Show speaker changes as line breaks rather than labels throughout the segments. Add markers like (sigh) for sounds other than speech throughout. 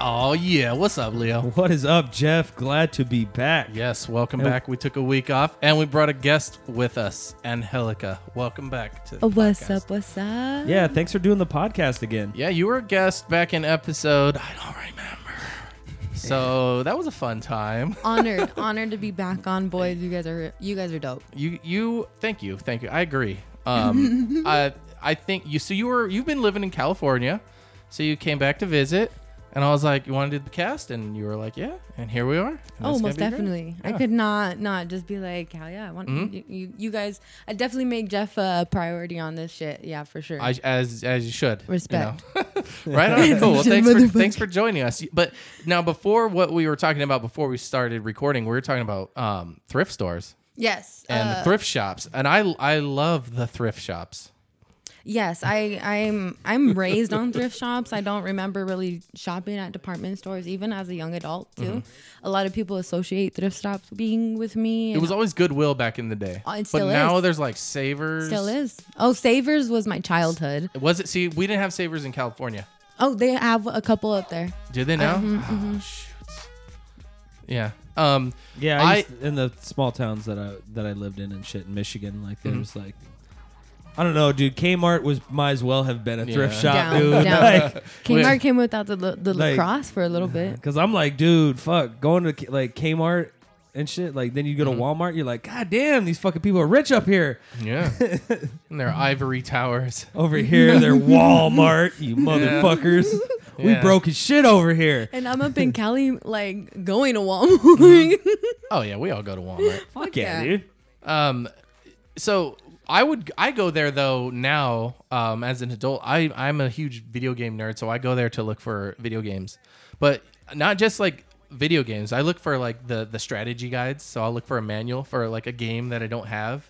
Oh yeah, what's up, Leo?
What is up, Jeff? Glad to be back.
Yes, welcome back. We took a week off and we brought a guest with us, Angelica. Welcome back to the
Oh, What's
podcast.
up? What's up?
Yeah, thanks for doing the podcast again.
Yeah, you were a guest back in episode I don't remember. So that was a fun time.
(laughs) Honored, honored to be back on, boys. You guys are you guys are dope.
You you thank you, thank you. I
(laughs)
agree. Um I I think you so you were you've been living in California, so you came back to visit and I was like, You wanna do the cast? And you were like, Yeah, and here we are. And
Oh,
it's
most
gonna be great.
definitely. I could not not just be like, hell yeah, I want
Mm-hmm.
you, you. You guys, I definitely make Jeff a priority on this shit. Yeah, for sure.
I, as as you should. you
Respect. (laughs)
know. (laughs) right on. Cool. Well,
Just
thanks for,
motherfucker.
thanks for joining us. But now, before what we were talking about before we started recording, we were talking about um, thrift stores
yes.
and
uh,
thrift shops, and I I love the thrift shops.
yes, I I'm I'm raised on thrift shops. I don't remember really shopping at department stores even as a young adult too.
Mm-hmm.
A lot of people associate thrift shops being with me.
It was always Goodwill back in the day,
Oh, it
but
still
now
is.
there's like Savers.
still is. Oh, Savers was my childhood.
Was it? See, we didn't have Savers in California.
Oh, they have a couple up there.
Did they now?
Mm-hmm,
Oh, shoot. Yeah. Um.
Yeah, I,
I-
used in the small towns that I that I lived in and shit in Michigan, like
Mhm.
there was like I don't know, dude. Kmart was might as well have been a thrift
Yeah.
shop,
Down,
dude.
down.
Like,
Wait.
Kmart came without the la- the
Like-
lacrosse for a
(laughs)
little bit.
Cause I'm like, dude, fuck, going to K- like Kmart and shit. Like then you go to
Mm-hmm.
Walmart, you're like, god damn, these fucking people are rich up here.
Yeah. (laughs) and their ivory towers.
Over
(laughs)
here, they're Walmart, you motherfuckers.
(laughs)
We
Yeah.
broke his shit over here.
And I'm
(laughs)
up in Cali, like going to Walmart. (laughs)
Oh yeah, we all go to Walmart.
Fuck
yeah.
dude.
Um, so I would I go there though now um, as an adult. I I'm a huge video game nerd, so I go there to look for video games, but not just like video games. I look for like the the strategy guides. So I'll look for a manual for like a game that I don't have.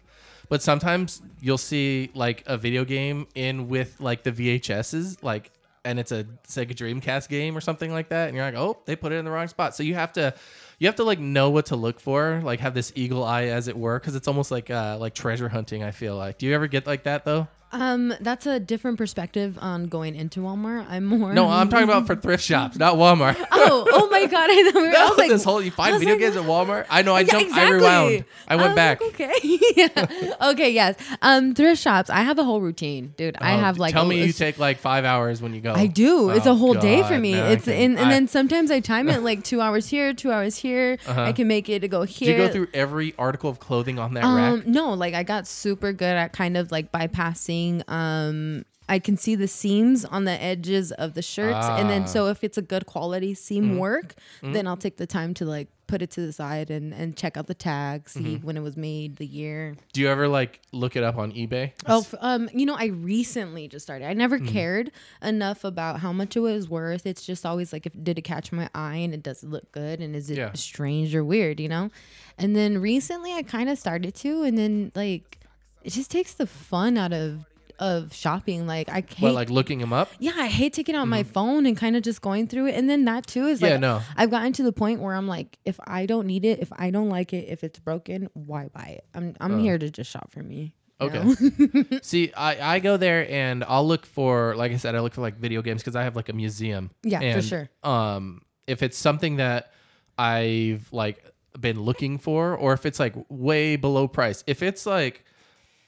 But sometimes you'll see like a video game in with like the VHSs, like and it's a Sega Dreamcast game or something like that, and you're like, oh, they put it in the wrong spot. So you have to, you have to like know what to look for, like have this eagle eye, as it were, because it's almost like uh, like treasure hunting. I feel like. Do you ever get like that though?
Um, that's a different perspective on going into Walmart. I'm more.
No, I'm
(laughs)
talking about for thrift shops, not Walmart.
Oh, oh my god! (laughs) I thought we were. Mm-hmm. (laughs) I was
(laughs)
like,
this whole you
I
find
was
video
like,
games
(laughs)
at Walmart. I know. I
Yeah,
jumped. I rewound. I went
was
back.
like, okay. (laughs) yeah. Okay. Yes. Um, thrift shops. I have a whole routine, dude. I
Oh,
have like.
Tell
a
me you
list-
take like five hours when you go.
I do. it's
Oh,
a whole day for
God,
me.
no, I
it's
can't.
and, and
I-
then sometimes I time it like two hours here, two hours here. I can make it to go
Do Uh-huh. you
here.
go through every article of clothing on that
Um,
rack?
no, like I got super good at kind of like bypassing. Um, I can see the seams on the edges of the shirts, and
Ah.
then so if it's a good quality seam
Mm-hmm.
work, then I'll take the time to like put it to the side and and check out the tag, see
Mm-hmm.
when it was made, the year.
Do you ever like look it up on eBay?
Oh, f- um, you know, I recently just started. I never
Mm-hmm.
cared enough about how much it was worth. It's just always like, if did it catch my eye and it does it look good and is it
Yeah.
strange or weird, you know? And then recently, I kind of started to, and then like, it just takes the fun out of of shopping. Like I
But
can't.
like looking them up.
yeah, I hate taking out my phone and kind of just going through it. And then that too is
Yeah,
like,
no.
I've gotten to the point where I'm like, if I don't need it, if I don't like it, if it's broken, why buy it? I'm I'm
Uh.
here to just shop for me. you
Okay.
know? (laughs)
See, I, I go there and I'll look for, like I said, I look for like video games because I have like a museum.
Yeah, for
And,
sure.
Um, if it's something that I've like been looking for, or if it's like way below price, if it's like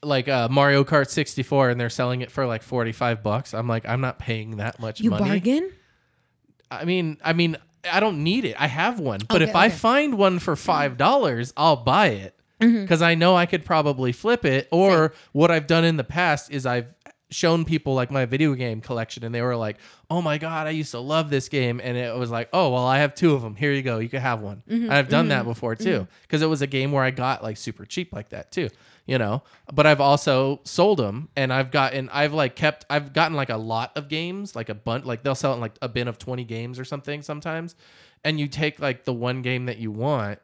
like uh, Mario Kart 64 and they're selling it for like 45 bucks, I'm like, I'm not paying that much
You
money.
bargain?
I mean, I mean, I don't need it. I have one, but if
Okay,
I
okay.
find one for five dollars, I'll buy it because I know I could probably flip it. Or what I've done in the past is I've shown people like my video game collection, and they were like, "Oh my god, I used to love this game," and it was like, "Oh well, I have two of them. Here you go. You can have one." And I've done that before too because it was a game where I got like super cheap like that too. You know, but I've also sold them, and I've gotten, I've like kept, I've gotten like a lot of games, like a bunch, like they'll sell it in like a bin of twenty games or something sometimes, and you take like the one game that you want,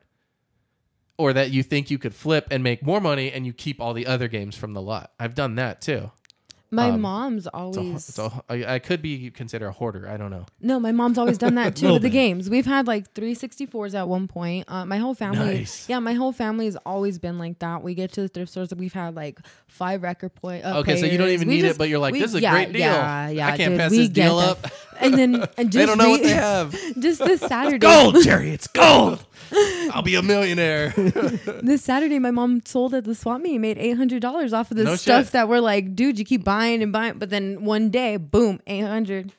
or that you think you could flip and make more money and you keep all the other games from the lot. I've done that too.
My mom's always
Um, It's a, it's a, I, I could be considered a hoarder. I don't know.
No, my mom's always
(laughs)
done that too
Little
with the
bit.
games. We've had like 364s at one point. Uh, my whole family,
Nice.
yeah, my whole family has always been like that. We get to the thrift stores, we've had like five record point. Uh,
Okay, so you don't
players.
even
We
need
just-
it, but you're like,
we-
this is a
yeah,
great deal.
Yeah, yeah,
I can't
dude,
pass
we
this
get
deal
that.
up. (laughs)
And then and just
They don't know what
re- (laughs)
they have.
just
(laughs)
this Saturday,
Gold, Jerry. It's gold.
I'll be a millionaire.
(laughs) this Saturday, my mom sold at the swap meet and made eight hundred dollars off of this
No
stuff
shit.
that we're like, dude, you keep buying and buying, but then one day, boom, eight hundred.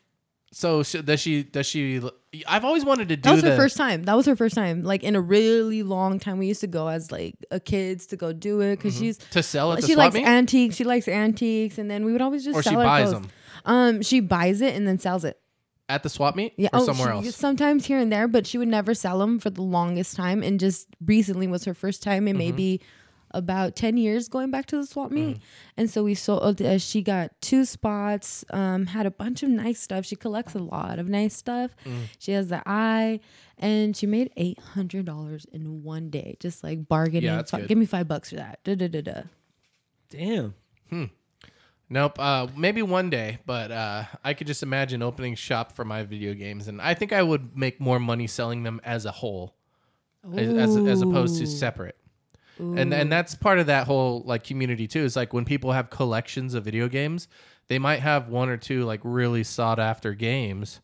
so sh- does she? Does she? I've always wanted to do
That was her
the-
first time. That was her first time, like in a really long time. We used to go as like a kids to go do it because she's
Mm-hmm. to sell at the
she
swap
likes
meet,
antiques. She likes antiques, and then we would always just
or
sell
she
her
buys
clothes.
them
Um, she buys it and then sells it.
at the swap meet,
Yeah,
or
oh,
somewhere
she-
else.
Sometimes here and there, but she would never sell them for the longest time. And just recently was her first time,
Mm-hmm.
and maybe about ten years going back to the swap meet.
Mm.
And so we sold. Uh, she got two spots. Um, had a bunch of nice stuff. She collects a lot of nice stuff.
Mm.
She has the eye, and she made eight hundred dollars in one day, just like bargaining.
that's
Fuck,
good.
Give me five bucks for that. Da da da da.
Damn.
Nope. Uh, maybe one day, but uh, I could just imagine opening shop for my video games, and I think I would make more money selling them as a whole, as, as as opposed to separate. And and that's part of that whole like community too. Is like when people have collections of video games, they might have one or two like really sought after games,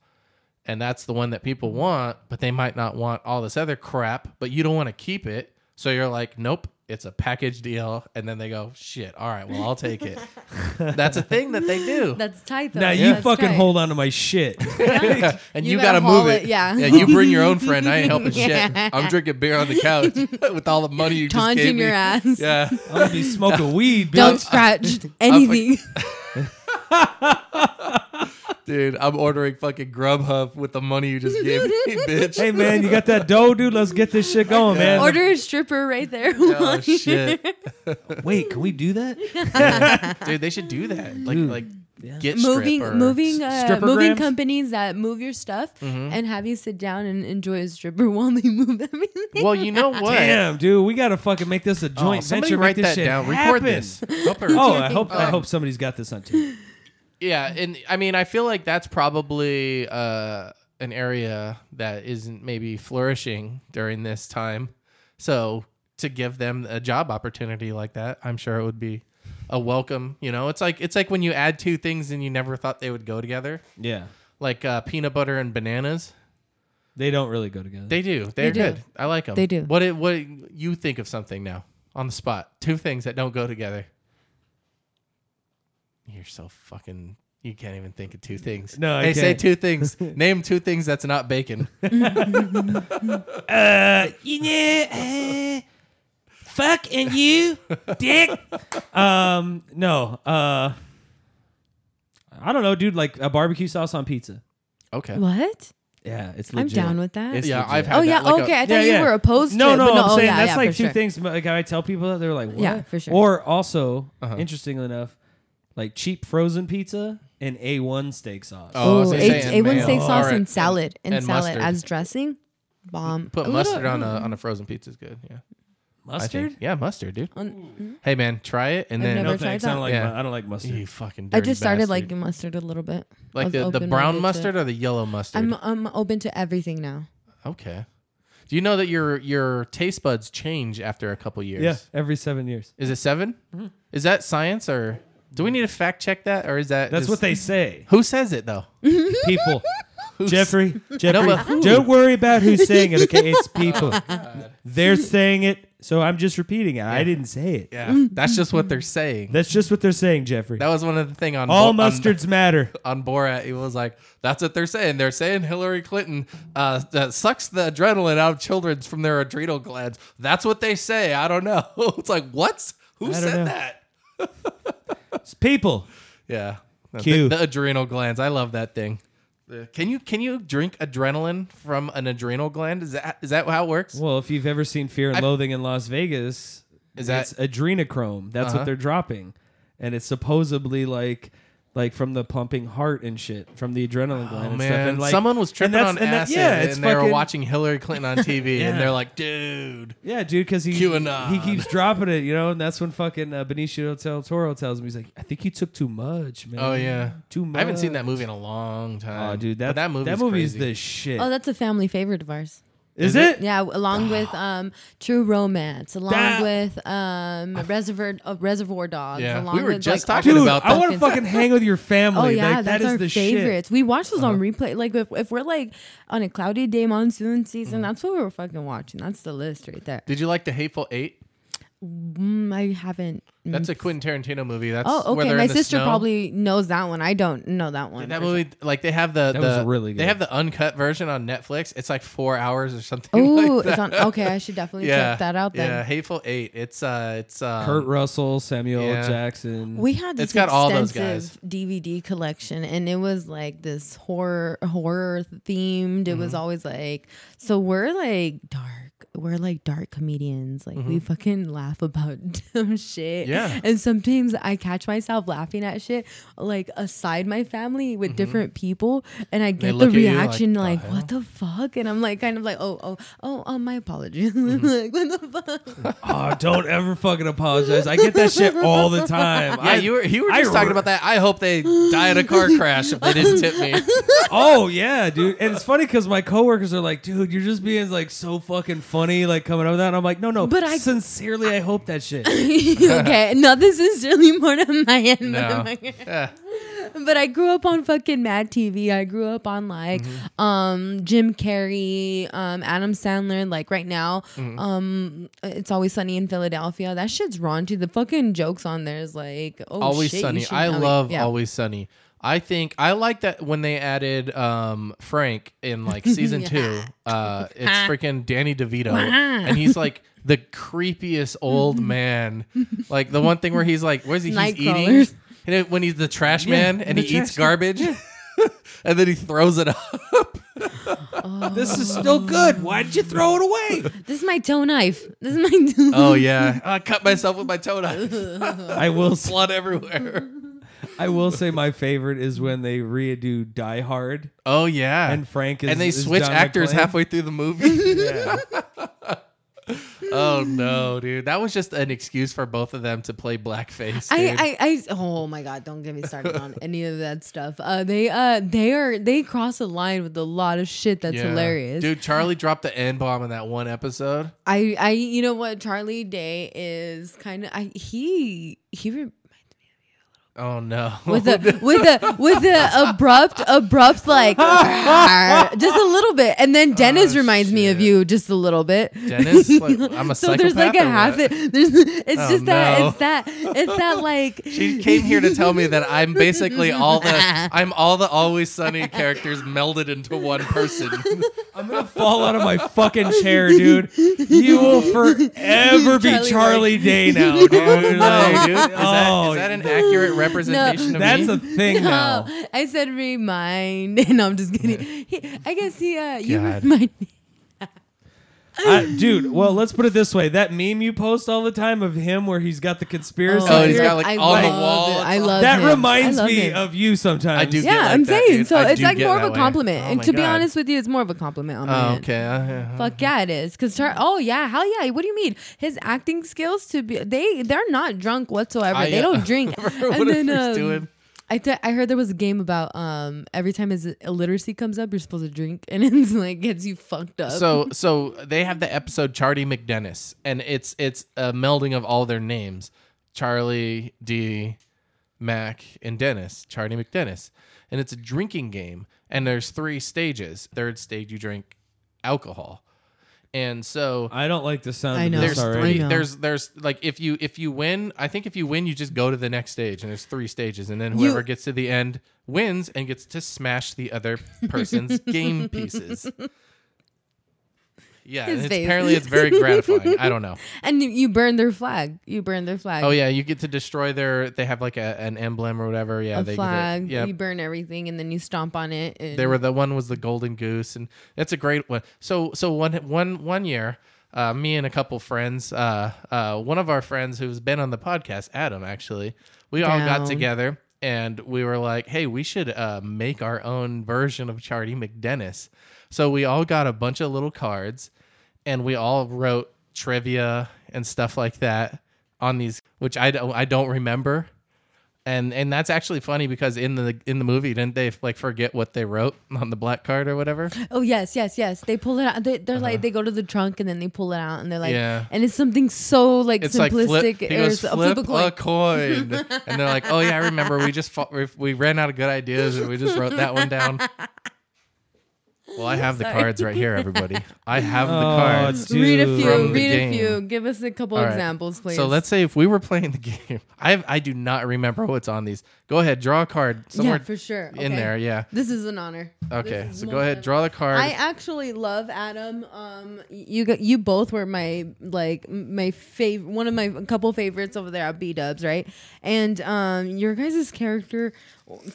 and that's the one that people want, but they might not want all this other crap, but you don't want to keep it. So you're like, nope, it's a package deal. And then they go, shit, all right, well, I'll take it. That's a thing that they
(laughs)
do.
That's tight though.
Now you
That's
fucking
tight.
hold on to my
(laughs)
shit.
(laughs) and
You
you,
gotta
gotta,
haul
move it.
it, yeah.
You bring your
(laughs)
own friend. I ain't helping
Yeah.
shit. I'm drinking beer on the couch (laughs) with all the money you just gave
Taunting
me.
your ass.
(laughs) Yeah.
I'm gonna be smoking weed, bitch.
(laughs)
Don't scratch anything.
Dude, I'm ordering fucking Grubhub with the money you just gave
(laughs)
me, bitch.
Hey man, you got that dough, dude? Let's get this shit going, man.
Order a stripper right there. (laughs)
Oh shit,
Wait, can we do that?
dude! They should do that. Like,
Dude.
like
Yeah.
get
moving
strip or-
moving uh,
stripper
moving
grams?
companies that move your stuff
Mm-hmm.
and have you sit down and enjoy a stripper (laughs) while they move everything.
Well, you (laughs)
(laughs)
know what?
Damn, dude, we gotta fucking make this a
Oh,
joint
somebody
venture.
write
make
that
this shit
down.
Happen.
Record this. Help her.
(laughs) Oh, I hope I
Um,
hope somebody's got this
(laughs)
on tape.
Yeah, and I mean, I feel like that's probably uh, an area that isn't maybe flourishing during this time. So to give them a job opportunity like that, I'm sure it would be a welcome. You know, it's like it's like when you add two things and you never thought they would go together,
Yeah,
like uh, peanut butter and bananas.
they don't really go together.
They do. They're
do.
good. I like them.
They do.
What it, what you think of something now on the spot? Two things that don't go together. You're so fucking. You can't even think of two things.
No, I
hey, say
can't.
two
(laughs)
things. Name two things that's not bacon.
uh, you know, uh, fuck and
(laughs)
you, dick. Um, no, uh, I don't know, dude. Like a barbecue sauce on pizza.
Okay.
what?
Yeah, it's
I'm
legit.
down with that.
It's
Yeah,
legit.
I've had
oh yeah,
that, like a-
okay. I thought you were opposed
no,
to it.
No,
but
I'm
oh,
saying
yeah,
that's
yeah,
like
for
two
sure.
things. Like I tell people, that they're like, what?
Yeah, for sure.
Or also,
Uh-huh.
interestingly enough, like cheap frozen pizza and A1 steak sauce.
Oh, I was
Ooh,
gonna
A-
say and
A1
mayo.
steak sauce
Or-
and salad and,
and
salad
mustard.
as dressing. Bomb.
Put
A little-
mustard on a on a frozen pizza is good. Yeah. I
mustard?
think. Yeah, mustard, dude.
on-
Hey man, try it and
Mm. I've
then.
never
No
tried
thanks. I don't
that.
like.
Yeah.
mu- I don't like mustard.
You fucking.
I
Dirty
just started
bastard.
liking mustard a little bit. I
like
was
the, the
open-minded
brown
to-
mustard or the yellow mustard.
I'm I'm open to everything now.
Okay. Do you know that your your taste buds change after a couple years?
Yeah, every seven years.
Is it 7 Is that science or do we need to fact check that or is that
That's
just-
what they say.
Who says it though?
(laughs) People.
(laughs)
Jeffrey, Jeffrey,
but who?
don't worry about
(laughs)
who's saying it. Okay,
Oh,
it's people. They're saying it, so I'm just repeating it. I didn't say it.
Yeah, (laughs) that's just what they're saying.
That's just what they're saying, Jeffrey.
That was one of the thing on
All
Bo- on-
mustards matter.
(laughs)
on, Borat. It was like that's what they're saying. They're saying Hillary Clinton uh, uh, sucks the adrenaline out of children from their adrenal glands. That's what they say. I don't know. (laughs) it's like what? Who
don't
said
know.
that?
It's people.
Yeah. The-
Cue.
The, adrenal glands. I love that thing. The- Can you can you drink adrenaline from an adrenal gland? Is that is that how it works?
Well, if you've ever seen Fear and Loathing in Las Vegas,
Is that-
it's adrenochrome. That's
Uh-huh.
what they're dropping, and it's supposedly like like from the pumping heart and shit, from the adrenaline gland
Oh
and stuff.
man,
And like,
someone was tripping
and that's-
on
and that-
acid,
yeah,
and
it's
they were
fucking-
watching Hillary Clinton
(laughs)
on TV,
Yeah.
and they're like, "Dude,
Yeah, dude, because he
QAnon.
he keeps dropping it, you know, and that's when fucking uh, Benicio del Toro tells him he's like, I think you took too much, man.
oh yeah,
too much.
I haven't seen that movie in a long time.
Oh, dude,
But
that
that movie,
that movie is
crazy.
the shit.
Oh, that's a family favorite of ours.
is
is
it?
it?
Yeah, along with um, True Romance, along
That-
with um, Reservoir uh, Reservoir Dogs.
Yeah.
along
We were
with,
just
like, all
talking
Dude,
the
about
I
that.
want to fucking hang with your family.
Oh
like,
yeah,
that
that's
is
our
the
favorites. We watch those
Uh-huh.
on replay. Like if, if we're like on a cloudy day monsoon season,
Mm-hmm.
that's what we were fucking watching. That's the list right there.
Did you like the Hateful Eight?
Mm, I haven't. mm.
That's a Quentin Tarantino movie. That's
Oh,
Where
okay.
they're
My
in the
sister
snow.
probably knows that one. I don't know that one.
That movie, like they have the,
That
the
was really
They
good.
have the uncut version on Netflix. It's like four hours or something. (laughs)
Oh,
like that.
it's on. Okay, I should definitely
yeah,
check that out then.
Yeah, Hateful Eight. It's uh, it's um,
shit. Kurt Russell, Samuel
Yeah.
Jackson.
We had this
It's got all those
extensive DVD collection, and it was like this horror horror themed. It
Mm-hmm.
was always like so we're like dark. We're like dark comedians. Like we fucking laugh about (laughs) dumb shit.
Mm-hmm. Yeah.
And sometimes I catch myself laughing at shit like aside my family with different people, and I get the
Mm-hmm. look at you like,
reaction
"The
like,
hell?"
"What the fuck?" And I'm like, kind of like, "Oh, oh, oh, oh my apologies." (laughs)
Mm-hmm.
like, what the fuck?
oh, don't ever fucking apologize. I get that shit all the
(laughs)
time.
Yeah,
I,
you were you were
I
just talking about that. I hope they die in a car crash if they didn't tip
(laughs)
me.
(laughs) Oh yeah, dude. And it's funny because my coworkers are like, dude, you're just being like so fucking funny, like coming up with that. And I'm like, no, no.
But I-
sincerely, I hope that
(laughs)
(laughs)
shit.
okay, nothing (laughs) sincerely more than my end.
No. (laughs) Yeah.
but I grew up on fucking Mad TV. I grew up on like
Mm-hmm.
um Jim Carrey, um Adam Sandler. Like right now,
Mm-hmm.
um it's always sunny in Philadelphia. That shit's raunchy. The fucking jokes on there is like oh,
Always
shit, you
sunny.
should
I
know it.
love
Yeah.
Always Sunny. I think I like that when they added um, Frank in like season two. Uh, it's freaking Danny DeVito, and he's like the creepiest old man. Like the one thing where he's like, "Where's he? He's eating."
Nightcrawlers.
And it- when he's the trash man and
the
he eats
trash-
garbage, (laughs) and then he throws it up.
this is still good. Why did you throw it away?
(laughs) This is my toe knife. This is
(laughs)
my. Toe-
oh yeah, I cut myself with my toe knife.
I will. s-
Blood everywhere.
I will say my favorite is when they redo Die Hard
Oh yeah,
and Frank is
and they
is
switch
John
actors
McClane.
halfway through the movie.
Yeah.
(laughs)
oh no, dude, that was just an excuse for both of them to play blackface. dude.
I, I, I, oh my God, don't get me started on any of that stuff. Uh, they, uh, they are, they cross the line with a lot of shit that's
Yeah.
hilarious.
dude. Charlie dropped the n bomb in that one episode.
I, I, you know what? Charlie Day is kind of, I, he,
(laughs)
he, re-
Oh no, (laughs)
with a, with a, with a abrupt,
(laughs)
abrupt, like, just a little bit. And then Dennis
Oh,
reminds me of
shit.
you just a little bit. (laughs)
Dennis, like, I'm a
So there's like a
psychopath or
half
what?
it. There's, it's
Oh,
just that.
no.
It's that. It's that.
(laughs)
Like (laughs)
she came here to tell me that I'm basically all the I'm all the Always Sunny characters melded into one person.
I'm gonna (laughs) fall out of my fucking chair, dude. You
(laughs)
will forever be
Charlie
Charlie, Day now,
(laughs)
dude.
no,
Like,
dude, is, that,
oh,
is that an accurate representation of
that's
me?
a thing now.
(laughs) No, oh, I said remind, (laughs) and I'm just kidding. He, I guess he, uh, you
God.
remind me.
I, dude, well, let's put it this way: that meme you post all the time of him, where he's got the conspiracy,
Oh, he's
theory,
got, like,
I
on the
love
wall.
it. I love
that
him.
reminds
I love
me
him.
of you sometimes.
I do. get
Yeah,
like
I'm
that,
saying.
dude.
So
I
it's
do
like
get
more of
that
a
way.
compliment.
Oh
and
my
to be
God.
honest with you, it's more of a compliment on my
Oh,
end.
okay. I-
Fuck yeah, it is. Cause Char- oh yeah, hell yeah. What do you mean? His acting skills to be they they're not drunk whatsoever.
I,
they
uh,
don't drink.
remember what (laughs) I first
um,
doing.
I, t- I heard there was a game about um every time his illiteracy comes up, you're supposed to drink, (laughs) and it's like gets you fucked up.
So so they have the episode Charlie McDennis, and it's it's a melding of all their names, Charlie D, Mac, and Dennis. Charlie McDennis, and it's a drinking game, and there's three stages. Third stage, you drink alcohol, and so.
I don't like the sound.
I know.
Of
there's
this
Sorry.
already.
I
three.
know.
There's there's like if you if you win, I think if you win, you just go to the next stage, and there's three stages, and then
You-
whoever gets to the end wins and gets to smash the other
(laughs)
person's game pieces. Yeah,
His
and it's,
face.
apparently it's very gratifying. I don't know.
and you- you burn their flag. You burn their flag.
Oh yeah, you get to destroy their. They have like a, an emblem or whatever. Yeah,
a
they
flag.
Get,
You
yeah,
burn everything and then you stomp on it. And
they were the one was the golden goose, and that's a great one. So so one one one year. Uh, me and a couple friends, uh, uh, one of our friends who's been on the podcast, Adam, actually, we all got
Down.
together and we were like, "Hey, we should uh, make our own version of Charlie McDennis." So we all got a bunch of little cards, and we all wrote trivia and stuff like that on these, which I don't, I don't remember. And and that's actually funny because in the in the movie, didn't they like forget what they wrote on the black card or whatever?
Oh yes, yes, yes. They pull it out. They, they're like they go to the trunk and then they pull it out and they're like,
Uh-huh. Yeah.
and it's something so like
It's like
simplistic.
flip, he goes,
it's a
flip
flip a
a
coin.
coin,
(laughs)
and they're like, "Oh yeah, I remember. We just fought, we, we ran out of good ideas, and we just wrote that one
(laughs)
down." Well, I have the cards right here, everybody.
(laughs)
I have the
Oh,
cards.
dude.
read a
from
few.
the
Read
game.
a few. Give us a couple
All right.
examples, please.
So let's say if we were playing the (laughs) game, I I do not remember what's on these. Go ahead, draw a card somewhere
yeah, for sure.
in
Okay.
there. Yeah.
This is an honor.
Okay.
This is
So go
most
ahead,
of-
draw the card.
I actually love Adam. Um, you got, you both were my like m- my favorite, one of my a couple favorites over there at B Dubs, right? And um, your guys' character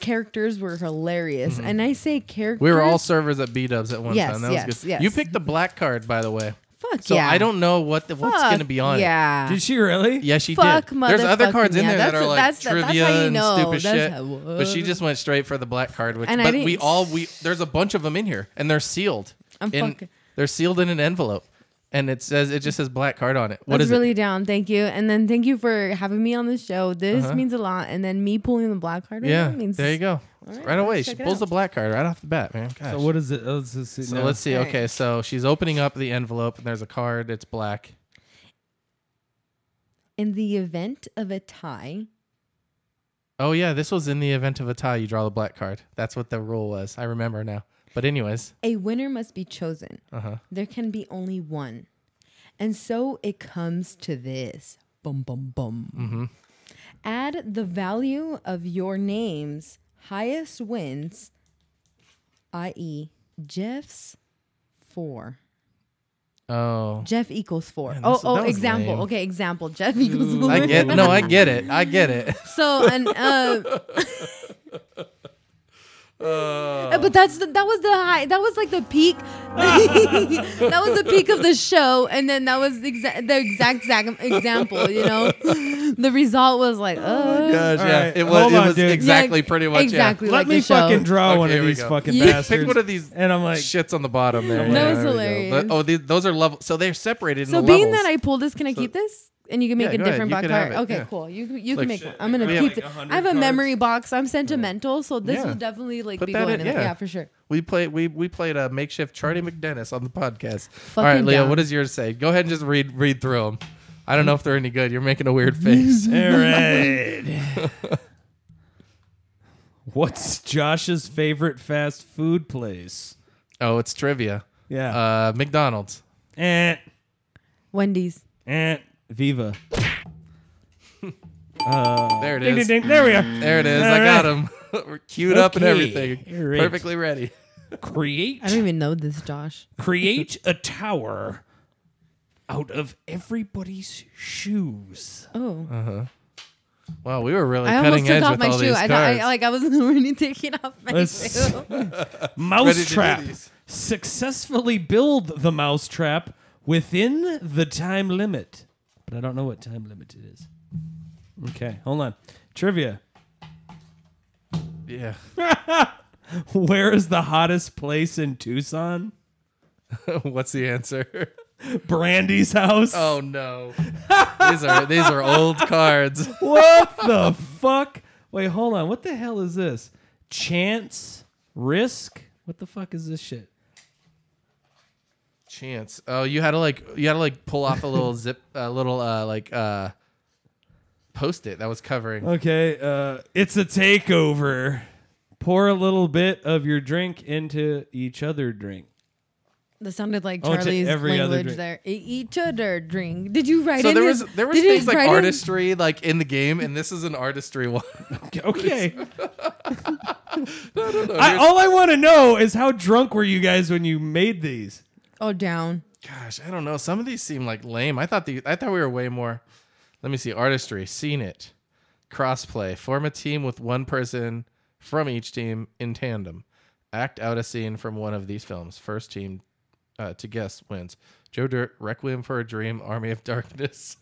characters were hilarious, and I say characters.
Mm-hmm. we were all servers at B Dubs at one
Yes,
time. That
yes,
was good.
yes.
You picked the black card, by the way.
fuck
So
yeah.
I don't know what the, what's
Fuck
going to be on it.
Yeah.
Did she really?
Yeah, she
Fuck
did. There's other
motherfucking
cards in
yeah.
there that
That's-
are like
that's- that's how
trivia
you
and
know.
stupid
That's
shit.
how-
but she just went straight for the black card, which
And I
but
didn't-
we all we there's a bunch of them in here and they're sealed.
I'm
in,
fucking-
They're sealed in an envelope, and it says it just says black card on it. What
That's
is
really
it?
down. Thank you, and then thank you for having me on the show. This means a lot, and then me pulling the black card. right
Uh-huh. Yeah,
now means
there you go. Right,
right,
away,
let's
she
check it
pulls
out.
the black card right off the bat, man. Gosh.
So what is it? Let's just see
So
now.
let's see.
All right.
Okay, so she's opening up the envelope, and there's a card. It's black.
In the event of a tie,
Oh yeah, this was in the event of a tie. You draw the black card. That's what the rule was. I remember now. But anyways,
a winner must be chosen.
uh huh.
there can be only one. And so it comes to this. Bum, bum, bum.
Mm-hmm.
Add the value of your name's highest wins, i.e., Jeff's four.
Oh.
Jeff equals four.
Man,
oh,
this- that
oh,
was
example.
lame.
Okay, example. Jeff equals four.
I get no, I get it. I get it.
(laughs) So and uh,
Uh.
(laughs) but that's the, that was the high. That was like the
(laughs)
peak. that was the peak of the show, and then that was the, exa- the exact, exact example. You know, the result was like,
(laughs)
oh,
Gosh,
All
yeah.
right.
It
Hold
was, it
on,
was
dude.
exactly pretty much
exactly
Yeah.
Let
like
me
the show.
fucking draw
Okay,
one
here
of
we
these
go.
fucking
Yeah.
bastards.
Pick one of these
And I'm like,
shits on the bottom there.
That was
there we go.
hilarious.
But- oh, these, those are level. So they're separated.
So
into
being
levels.
that I pulled this, can I keep this? And you can make
Yeah,
a
go ahead.
different
You
box
can have
card.
it.
Okay,
Yeah.
cool. You you
Like,
can make
shit,
one. I'm gonna
we have
keep.
like
it.
100
I have a
cards.
memory box. I'm sentimental, so this
Yeah.
will definitely like
Put
be
that
going.
in,
in there.
yeah.
yeah, for sure.
we played we we played a makeshift Charlie McDennis on the podcast. All right,
Fucking
Leo,
down.
what does yours say? Go ahead and just read read through them. I don't know if they're any good. You're making a (laughs) weird face.
all right. What's Josh's favorite fast food place?
oh, it's trivia.
Yeah.
Uh, McDonald's.
and
Wendy's.
and eh, Viva.
There it
Ding, ding,
is.
ding. There we are.
There it is.
All
I got him. (laughs) We're queued up and
Okay,
everything.
great.
Perfectly ready.
Create
I don't even know this, Josh.
(laughs)
create a tower out of everybody's shoes.
Oh,
Wow, we were really
I almost
Uh, cutting edge
took off
with
my
all
shoe.
these
I
cards.
thought I, like I was (laughs) already taking off my
Let's-
shoe. (laughs)
Ready to do
Mousetrap.
these.
Successfully build the mousetrap within the time limit. But I don't know what time limit it is. Okay, hold on. Trivia.
Yeah. (laughs)
Where is the hottest place in Tucson?
What's the
(laughs)
answer?
Brandy's house.
Oh no. these are these are old cards.
What the fuck? Wait, hold on. What the hell is this? Chance? Risk? What the fuck is this shit?
Chance. Oh, you had to like you had to like pull off a
(laughs)
little zip a little uh like uh post it that was covering.
Okay, uh, it's a takeover. Pour a little bit of your drink into each other drink.
That sounded like
Oh, to
Charlie's
every other
language
drink.
there. E- Each other drink. Did you write
So
in
there
his-
was there was
did you
things like
write in-
artistry like in the game and this is an artistry one.
Okay. (laughs)
(laughs) no, no,
I, all I want to know is how drunk were you guys when you made these?
Oh, down.
Gosh, I don't know. Some of these seem like lame. I thought the I thought we were way more. Let me see. Artistry, seen it, crossplay, form a team with one person from each team in tandem, act out a scene from one of these films. First team uh, to guess wins. Joe Dirt, Requiem for a Dream, Army (laughs) of Darkness.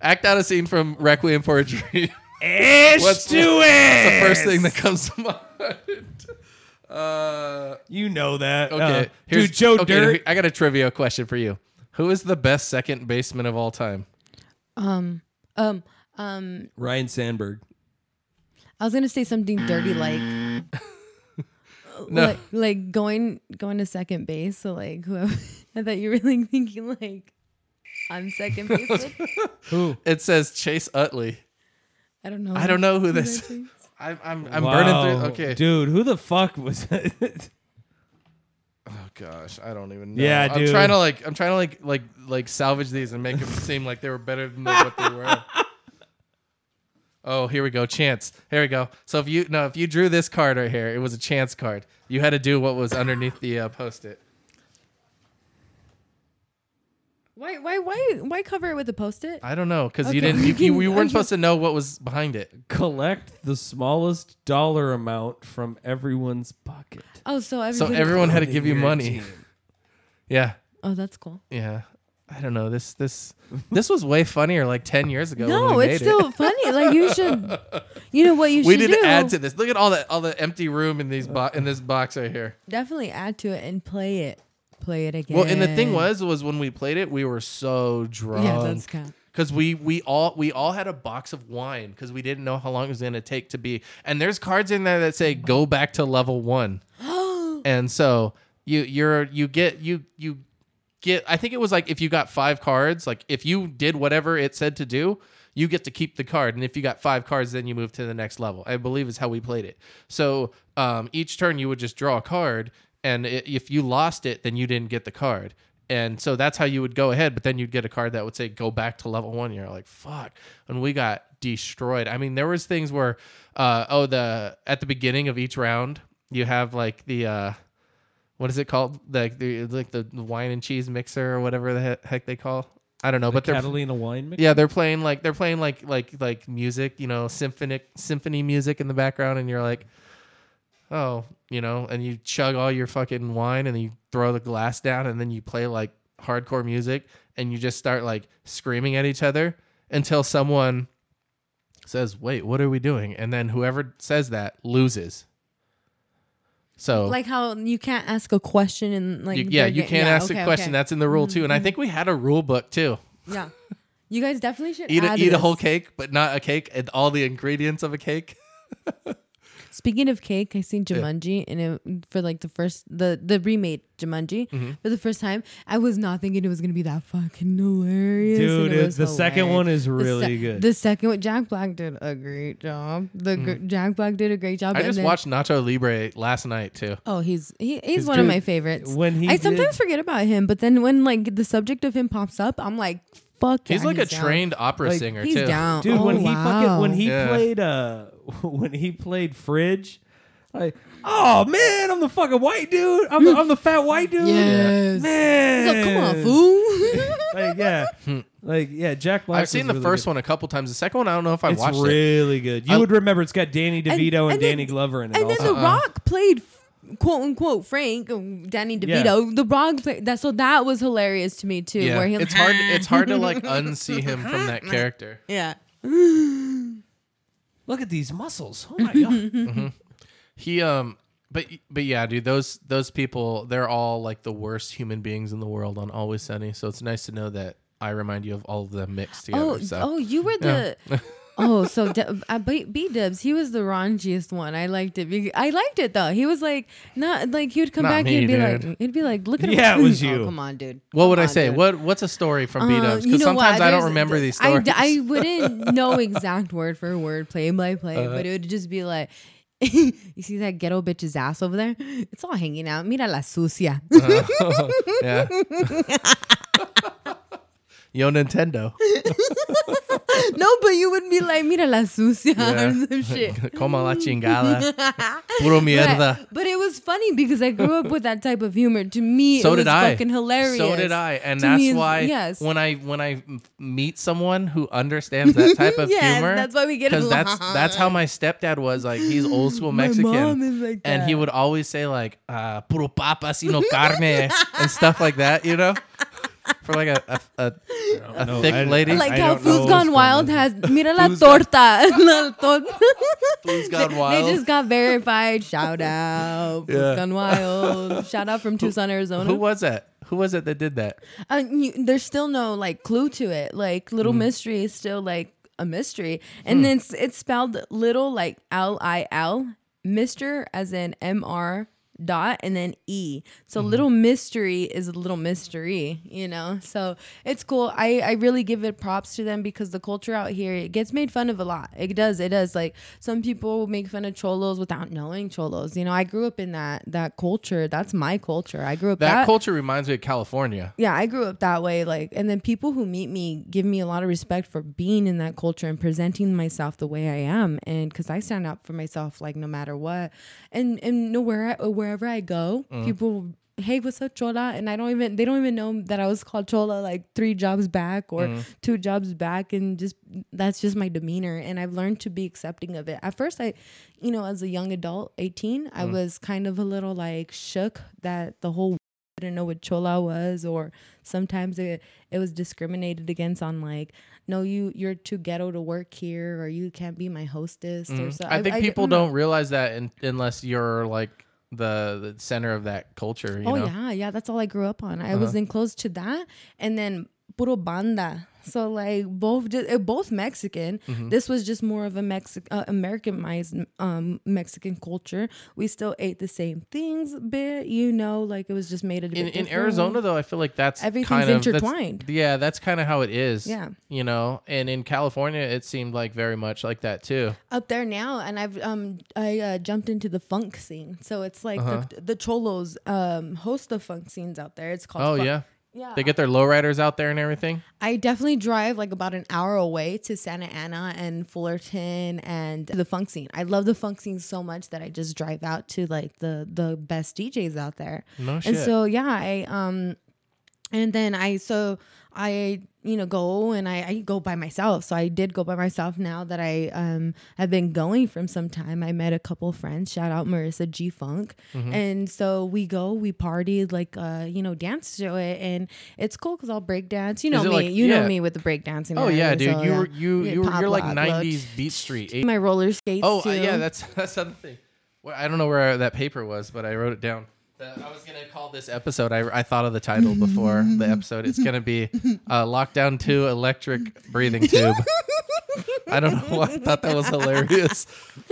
act out a scene from Requiem for a Dream. (laughs)
Ash
What's-
to it.
That's the first thing that comes to mind. (laughs) Uh,
you know that.
okay,
Uh,
here's-
dude, Joe
okay,
Dirt.
here- I got a trivia question for you. Who is the best second baseman of all time?
Um, um,
Ryan Sandberg.
I was gonna say something dirty like,
(laughs) No.
like, like going going to second base. So like, whoever, (laughs) I thought you were really thinking like, I'm second
(laughs)
baseman.
Who?
It says Chase Utley.
I don't know.
I don't know who
that
this.
is.
I'm I'm, I'm
Wow.
burning through. Okay.
Dude, who the fuck was (laughs) it?
Oh gosh, I don't even know.
Yeah,
I'm
dude.
trying to like I'm trying to like like like salvage these and make them seem like they were better than what they were. Oh, here we go. Chance. Here we go. So if you no, if you drew this card right here, it was a chance card. You had to do what was underneath the uh, post-it.
Why why why why cover it with a post it?
I don't know because you
Okay.
didn't you, you, you
(laughs)
I'm
weren't
just-
supposed to know what was behind it.
Collect the smallest dollar amount from everyone's pocket.
Oh, so
So
everybody.
everyone had to give you
Your
money.
team.
Yeah,
Oh, that's cool.
yeah. I don't know. This this this was way funnier like ten years ago. when
No,
Oh, we
it's
made it.
still funny. Like you should. You know what you
(laughs) we
should
did
do?
add to this. Look at all that all the empty room in these bo- in this box right here.
Definitely add to it and play it. Play it again.
Well, and the thing was was when we played it, we were so drunk.
Yeah, that's kind.
Cause we we all we all had a box of wine because we didn't know how long it was gonna take to be. And there's cards in there that say go back to level
(gasps)
one. and so you you're you get you you get I think it was like if you got five cards, like if you did whatever it said to do, you get to keep the card. And if you got five cards, then you move to the next level. I believe is how we played it. So um, each turn you would just draw a card, and i if you lost it, then you didn't get the card. And so that's how you would go ahead, but then you'd get a card that would say go back to level one. You're like, fuck. And we got destroyed. I mean, there was things where, uh, oh, the at the beginning of each round, you have like the uh, what is it called? Like the like the wine and cheese mixer or whatever the he- heck they call. I don't know, but they're
Catalina wine mix?
yeah, they're playing like they're playing like like like music, you know, symphonic symphony music in the background, and you're like, oh, you know, and you chug all your fucking wine, and you throw the glass down, and then you play like hardcore music, and you just start like screaming at each other until someone says, "Wait, what are we doing?" And then whoever says that loses. So
Like how you can't ask a question and like
you- yeah,
they're
you
get-
can't
yeah,
ask
okay,
a question.
okay. Mm-hmm.
That's in the rule too, and I think we had a rule book too.
yeah. You guys definitely should
Eat a,
add
eat a
this.
whole cake, but not a cake and all the ingredients of a cake.
Speaking of cake, I seen Jumanji and it, for like the first the the remade Jumanji
Mm-hmm.
for the first time. I was not thinking it was gonna be that fucking hilarious. and
Dude,
it
it-
was
the second
hilarious.
one is
The se-
really good.
The second one, Jack Black did a great job. The gr-
Mm-hmm.
Jack Black did a great job.
I
and
just
then-
watched Nacho Libre last night too.
Oh, he's he, he's, one of
good.
my favorites.
When he
I sometimes
did-
forget about him, but then when like the subject of him pops up, I'm like, fuck.
He's
yeah,
like a
down.
trained opera
Like,
singer
He's
too.
down,
Dude,
Oh,
when he fucking
wow.
when he
Yeah.
played uh (laughs) when he played fridge, like oh man, I'm the fucking white dude. I'm the, I'm the fat white dude.
yes,
Man.
He's like, come
(laughs)
on, fool. (laughs)
Like yeah. like yeah, Jack Black.
I've seen
was
the
really
first
good.
one a couple times. The second one, I don't know if I
It's
watched it.
really good. You
I-
would remember it's got Danny DeVito and,
and then-
Danny Glover in it
And then
also.
uh,
The Rock played f- quote unquote Frank, um, Danny
Yeah.
DeVito. The Rock played that, so that was hilarious to me too.
Yeah,
Where he,
it's hard.
(laughs)
It's hard to like unsee him from that character.
yeah,
Look at these muscles. Oh my god.
He um, but but yeah, dude, those those people, they're all like the worst human beings in the world on Always Sunny. So it's nice to know that I remind you of all of them mixed together.
Oh,
so.
oh, you were the.
(laughs)
oh, so de- uh, B B Dubs, he was the raunchiest one. I liked it. bec- I liked it though. He was like not like he would come
Not
back. he'd
me,
be
dude.
like, he'd be like, look at him.
Yeah, it was
(laughs) Oh,
you.
come on, dude.
What would
Come
I
on,
say?
dude.
What What's a story from beat
Uh,
ups?
you
Because
know what?
sometimes I don't
There's-
remember these
I,
stories.
d- I
(laughs)
wouldn't know exact word for word, play by play,
Uh-huh.
but it would just be like, (laughs) you see that ghetto bitch's ass over there? It's all hanging out. Mira la sucia.
Uh-huh. yeah.
(laughs)
Yo, Nintendo.
(laughs)
(laughs)
no, but you would be like, mira la sucia (laughs)
Yeah.
or
(laughs)
some shit.
Como la chingada. Puro mierda.
But, but it was funny because I grew up with that type of humor. To me,
So
it was
did I.
fucking hilarious.
So did I, and
To
that's
me, it's-
why
yes.
when I when I m- meet someone who understands that
(laughs)
type of
Yes,
humor,
that's why we get
because that's
along.
that's how my stepdad was like.
(gasps)
He's old school
My
Mexican,
mom is like
and he
that. (laughs)
would always say like uh, "puro papas y no carne" and stuff like that. You know, for like a, a, a
A
thick lady?
like
I
how
don't know
Food's
what's
Gone
going
Wild
on.
has mira la
Food's Gone-
torta. (laughs) La torta.
(laughs) Food's Gone
(laughs) They-
Wild.
They just got verified. Shout out.
(laughs)
Food's
Yeah.
Gone Wild. Shout out from Tucson, Arizona.
Who was that? Who was it that did that?
Uh, you, there's still no like clue to it. Like Little Mystery is still like a mystery, and then it's, it's spelled little like L I L Mister as in M R dot and then E. So Little Mystery is a little mystery, you know. So it's cool. I I really give it props to them because the culture out here it gets made fun of a lot. It does. It does. Like some people make fun of cholos without knowing cholos. You know, I grew up in that that culture. That's my culture. I grew up
That culture reminds me of California.
yeah, I grew up that way. Like, and then people who meet me give me a lot of respect for being in that culture and presenting myself the way I am, and because I stand up for myself, like no matter what, and and nowhere I, wherever I go, people. Hey, what's up, Chola? And I don't even, they don't even know that I was called Chola like three jobs back or two jobs back. And just, that's just my demeanor. And I've learned to be accepting of it. At first, I, you know, as a young adult, 18, I was kind of a little like shook that the whole didn't know what chola was or sometimes it, it was discriminated against on like no you you're too ghetto to work here or you can't be my hostess or something
Mm-hmm. I think people don't realize that in, unless you're like the, the center of that culture. You
oh
know? Uh-huh.
yeah yeah that's all i grew up on i was enclosed to that and then puro banda so like both ju- uh, both mexican
Mm-hmm.
this was just more of a mexican uh, americanized um mexican culture we still ate the same things a bit you know like it was just made a bit
in, in
different.
Arizona though, I feel like that's
Everything's
kind of, that's-
intertwined.
yeah, that's kind of how it is.
Yeah.
you know, and in California, it seemed like very much like that too.
up there now and i've um i uh, jumped into the funk scene so it's like
Uh-huh.
the, the cholos um host the funk scenes out there it's called
Oh
funk.
yeah,
yeah
they get their lowriders out there and everything.
i definitely drive like about an hour away to santa ana and fullerton and the funk scene i love the funk scene so much that i just drive out to like the the best djs out there
No
and
shit.
so yeah i um and then i so i you know go and I, I go by myself so i did go by myself now that i um have been going from some time i met a couple friends shout out marissa g funk
Mm-hmm.
and so we go we party like uh you know dance to it and it's cool because i'll break dance you know
Is
me
it like-
you know
yeah.
me with the break dancing
oh yeah, dude, you were you
Yeah,
you were
pop
you're like
lock, look.
'90s Beat Street.
(laughs) my roller skates
Oh
too.
uh, yeah, that's (laughs) that's another thing. Well, I don't know where that paper was, but I wrote it down. The, I was gonna call this episode. I, I thought of the title before the episode. It's gonna be uh, "Lockdown Two Electric Breathing Tube." I don't know why I thought that was hilarious (laughs)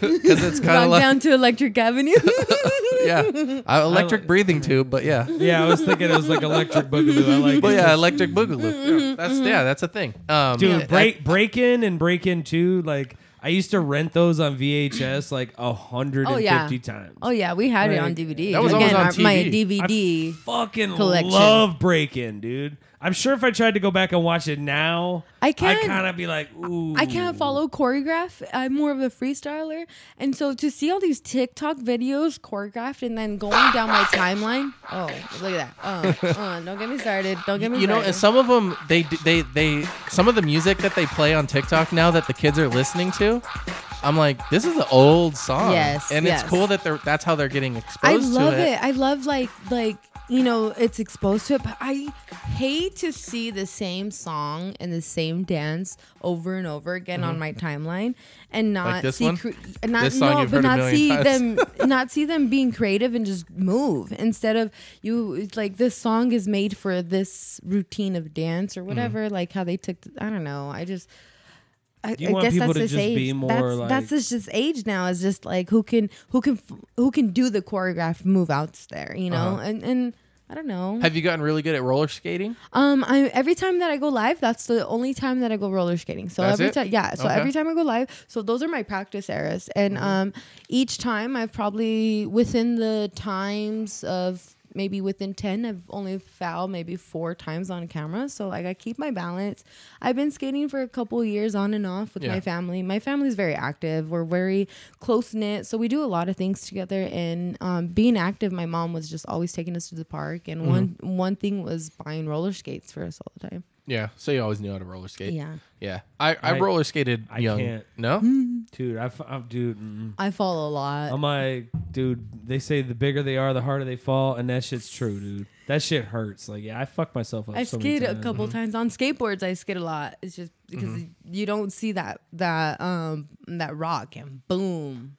because it's kind of
Rock
like
down to electric avenue (laughs)
yeah, uh, electric breathing tube, but yeah,
Yeah, I was thinking it was like electric boogaloo. I like
but
it.
yeah, electric boogaloo. That's yeah, that's a thing. Um,
Dude,
I-
break break in and break in too. Like I used to rent those on VHS like a hundred
Oh,
and fifty
yeah.
times.
Oh yeah, we had it
Like,
on DVD.
That was
Again,
always on
our- my
TV.
DVD.
Fucking
Collection.
love break in, dude. I'm sure if I tried to go back and watch it now,
I can't-
I kind of be like, ooh,
I can't follow choreograph. I'm more of a freestyler, and so to see all these TikTok videos choreographed and then going down my timeline. Oh, look at that! Uh, uh, don't get me started. Don't get me.
you know,
started.
and some of them they d- they they some of the music that they play on TikTok now that the kids are listening to, I'm like, this is an old song.
Yes,
and
yes.
it's cool that they're that's how they're getting
I
exposed
love
to
it. I love like like you know it's exposed to it, but I hate to see the same song and the same dance over and over again on my timeline and not
Mm-hmm. this
see
one?
cre- and not
This song
no,
you've heard
but
a
not
million
see
times.
them (laughs) not see them being creative and just move instead of you it's like this song is made for this routine of dance or whatever
Mm.
like how they took I don't know I just I,
You
I
want
guess
people
that's
to
this
just
age.
be more
that's,
like-
that's this just age now. Is just like who can who can f- who can do the choreographed move outs there, you know? And and I don't know.
Uh-huh. Have you gotten really good at roller skating?
um, I every time that I go live, that's the only time that I go roller skating. So
That's
every
it?
time, yeah. So
Okay.
every time I go live, so those are my practice eras, and um, each time I've probably within the times of. Maybe within 10, I've only fouled maybe four times on camera. So, like, I keep my balance. I've been skating for a couple years on and off with my
Yeah.
family family. My family's very active. We're very close knit, so we do a lot of things together. And um, being active, my mom was just always taking us to the park. And one one thing was buying roller skates for us all the time.
Yeah. So you always knew how to roller skate.
Yeah. Mm.
Yeah. I, I,
I-
roller skated
I
young.
can't.
No?
dude. I, am dude. Mm,
I fall a lot.
I'm like, dude. They say the bigger they are, the harder they fall, and that shit's true, dude. That shit hurts. Like, yeah, I fucked myself up.
I
so many
skid a
times.
couple
mm-hmm.
times on skateboards. I skid a lot. It's just because you don't see that that um that rock and boom.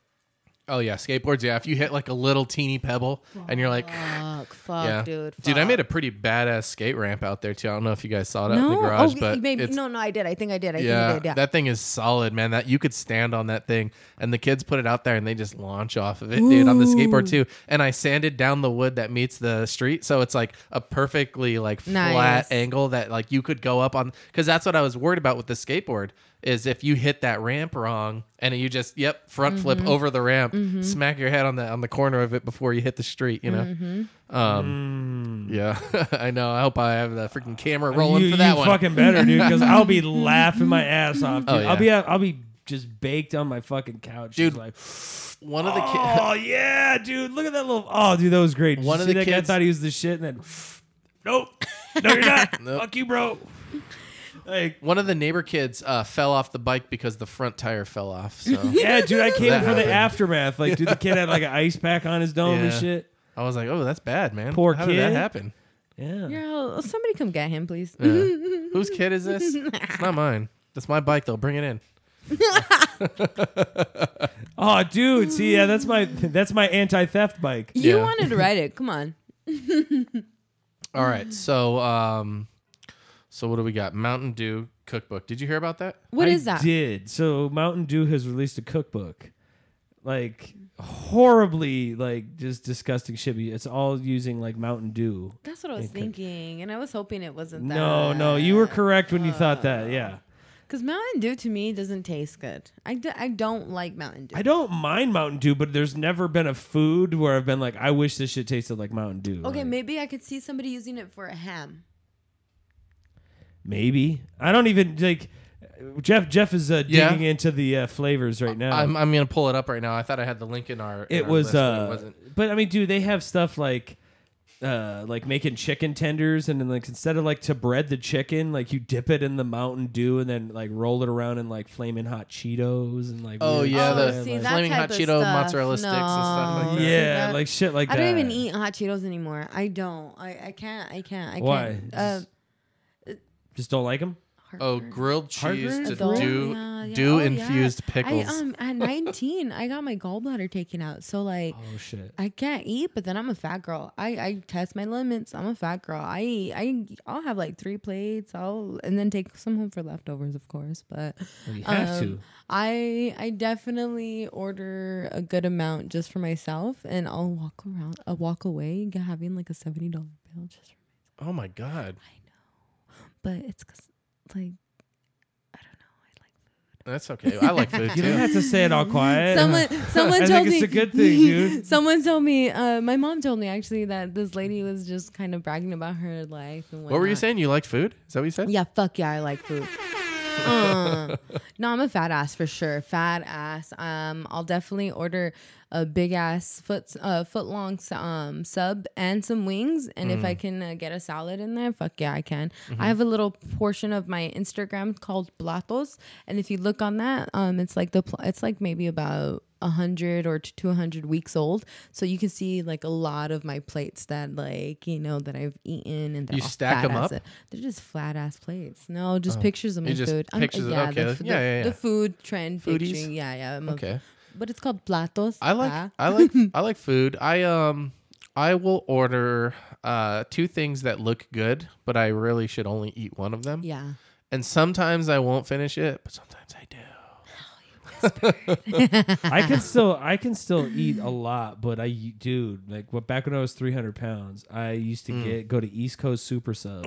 Oh yeah, skateboards. Yeah, if you hit like a little teeny pebble and you're like,
Fuck, fuck,
yeah,
dude. Fuck.
dude, I made a pretty badass skate ramp out there too. I don't know if you guys saw it out in
no.
the garage,
oh,
but
maybe
it's,
no, no, I did. I think I did. I
yeah,
think I did. Yeah.
that thing is solid, man. That you could stand on that thing, and the kids put it out there and they just launch off of it, dude, on the skateboard too. And I sanded down the wood that meets the street, so it's like a perfectly like
Nice.
flat angle that like you could go up on. Because that's what I was worried about with the skateboard is if you hit that ramp wrong and you just yep front flip
Mm-hmm.
over the ramp, smack your head on the on the corner of it before you hit the street, you know.
Mm-hmm.
Um, yeah, (laughs) I know. I hope I have the freaking camera rolling
Mm. you,
for that
you
one.
fucking better, dude, because
(laughs)
I'll be laughing my ass off, dude.
Oh,
I'll be
yeah.
I'll be just baked on my fucking couch,
Dude,
Like,
one of the kids.
oh yeah, dude, look at that little. Oh, dude, that was great. Did
One
you
of
see
the
that guy
kids-
thought he was the shit, and then nope, no,
(laughs)
you're not.
Nope.
Fuck you, bro.
(laughs)
Like,
One of the neighbor kids uh, fell off the bike because the front tire fell off.
(laughs)
So
yeah, dude, I came
That
in for the
happened.
aftermath. Like, dude, the kid had like an ice pack on his dome and
Yeah.
shit.
I was like, "Oh, that's bad, man.
Poor
How did that
kid.
happen?
Yeah.
Girl, somebody come get him, please. Mm-hmm.
Whose kid is this? it's not mine. That's my bike. They'll bring it in.
Oh, dude, see, yeah, that's my (laughs) that's my anti theft bike.
You
Yeah. (laughs)
wanted to ride it. Come on.
All
Mm.
right. So, um, so what do we got? Mountain Dew cookbook. Did you hear about that?
What
I
is that?
Did so Mountain Dew has released a cookbook, like horribly like just disgusting shit. but It's all using like Mountain Dew.
That's what I was thinking, and I was hoping it wasn't that.
No, no, you were correct when you thought that. Yeah,
Because Mountain Dew to me doesn't taste good. I, d- I don't like Mountain Dew.
I don't mind Mountain Dew, but there's never been a food where I've been like, I wish this shit tasted like Mountain Dew.
okay,
Like,
maybe I could see somebody using it for a ham.
maybe I don't even like. Jeff Jeff is uh,
Yeah.
digging into the uh, flavors right now.
I'm, I'm gonna pull it up right now. I thought I had the link in our. in
it
our
was
list, but
uh
it wasn't.
but i mean dude they have stuff like uh like making chicken tenders and then like instead of like to bread the chicken like you dip it in the mountain dew and then like roll it around in like flaming hot cheetos and like
Oh
weird-
yeah,
Oh,
the
see, that
flaming
type
hot
of
Cheeto
stuff.
mozzarella sticks and stuff like
No.
that.
See
yeah
that?
like shit like
I
that
don't even eat hot Cheetos anymore. I don't. I, I can't. I can't. I
Why?
can't. Uh,
just don't like them
Oh,
heartburn.
grilled cheese
Heartburn?
to
Adult?
do
Yeah, yeah.
do
Oh, yeah.
infused pickles.
I, um,
(laughs)
at 19, I got my gallbladder taken out. So, like,
oh shit
I can't eat, but then I'm a fat girl. I, I test my limits. I'm a fat girl. I eat, I I'll have like three plates. I'll and then take some home for leftovers, of course. But
you have
um,
to
I I definitely order a good amount just for myself, and I'll walk around. I walk away g- having like a seventy dollar bill just. For,
oh my god.
but it's cause like I don't know. I like
That's okay. I like
(laughs)
food
you don't
too.
have to say it all quiet
Someone,
(laughs)
someone
I
told
think
me
it's a good thing, dude.
(laughs) someone told me. Uh, my mom told me actually that this lady was just kind of bragging about her life. And
What were you
whatnot.
saying? You liked food? Is that what you said?
Yeah, fuck yeah, I like
(laughs)
food. Uh, no, I'm a fat ass for sure. Fat ass. Um, I'll definitely order a big ass foot uh, foot long s- um sub and some wings. And if I
Mm.
can uh, get a salad in there, fuck yeah, I can.
Mm-hmm.
I have a little portion of my Instagram called Platos, and if you look on that, um, it's like the pl- it's like maybe about. 100 or to 200 weeks old so you can see like a lot of my plates that like you know that i've eaten and they're
You
all
stack
fat
'em
ass
up? Oh.
it. They're just flat ass plates. No, just pictures of my
You just
food.
pictures of- okay,
the,
that's-
f-
yeah,
the-
yeah, yeah.
the food trend
Foodies?
picturing. Yeah, yeah. I'm a-
Okay.
but it's called platos.
I like
ah.
I
(laughs)
like I like food. I um I will order uh two things that look good, but I really should only eat one of them.
yeah.
And sometimes I won't finish it, but sometimes I do.
I can still I can still eat a lot, but I dude like what back when I was three hundred pounds, I used to get go to East Coast Super Subs,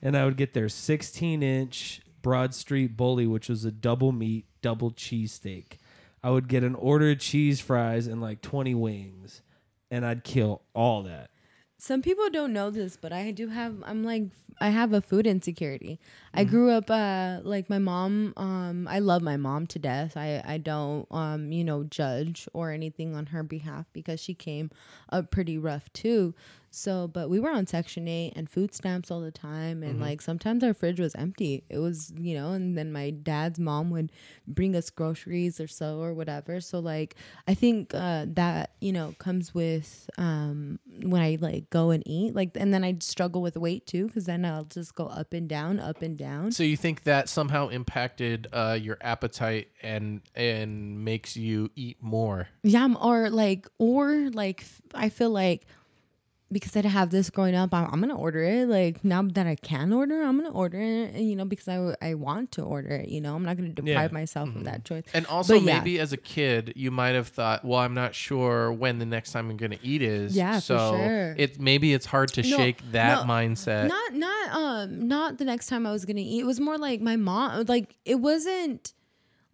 and I would get their sixteen inch Broad Street Bully, which was a double meat double cheesesteak. I would get an order of cheese fries and like twenty wings, and I'd kill all that.
Some people don't know this, but I do have. I'm like I have a food insecurity. I
Mm-hmm.
grew up uh like my mom. Um, I love my mom to death. I I don't um you know judge or anything on her behalf because she came up pretty rough too. So, but we were on Section 8 and food stamps all the time. And like sometimes our fridge was empty. It was, you know, and then my dad's mom would bring us groceries or so or whatever. So, like, I think uh, that, you know, comes with um, when I like go and eat. Like, and then I struggle with weight too, because then I'll just go up and down, up and down.
So you think that somehow impacted uh, your appetite and and makes you eat more?
Yeah, I'm- or like, or like, f- I feel like because I didn't have this growing up, I'm, I'm gonna order it. Like now that I can order, I'm gonna order it. You know, because I I want to order it. You know, I'm not gonna deprive myself of that choice.
And also
But yeah.
maybe as a kid you might have thought, well, I'm not sure when the next time I'm going to eat is.
Yeah, for
so
sure.
it maybe it's hard to
No,
shake that
no,
mindset.
Not not um not the next time I was gonna eat. It was more like my mom. Like it wasn't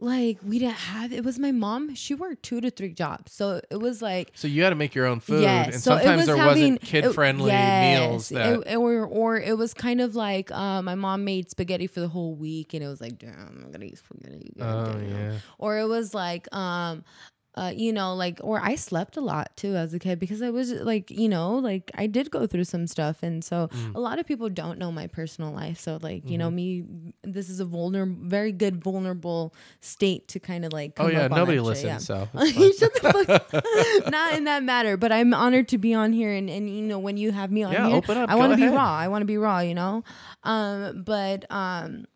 like we didn't have. It was my mom. She worked two to three jobs, so it was like
so you had to make your own food,
Yes.
and
so it
sometimes
was
there
having-
wasn't kid-friendly
it- yes.
meals. That Oh,
It- it- or, or it was kind of like uh, my mom made spaghetti for the whole week, and it was like, damn, I'm gonna eat spaghetti.
oh
Damn.
yeah,
Or it was like, um, uh, you know, like, or I slept a lot too as a kid because I was like, you know, like I did go through some stuff, and so
Mm.
a lot of people don't know my personal life. So like, you
Mm-hmm.
know, me, this is a vulnerable, very good vulnerable state to kind of like.
oh
come
yeah.
up on
Nobody
that shit,
listens,
yeah. (laughs)
so it's fine.
You Shut the fuck up. (laughs) Not in that matter, but I'm honored to be on here. And, and you know, when you have me on
Yeah,
here,
open up,
I
go
want to be
ahead.
raw. I want to be raw, you know? Um, but, um,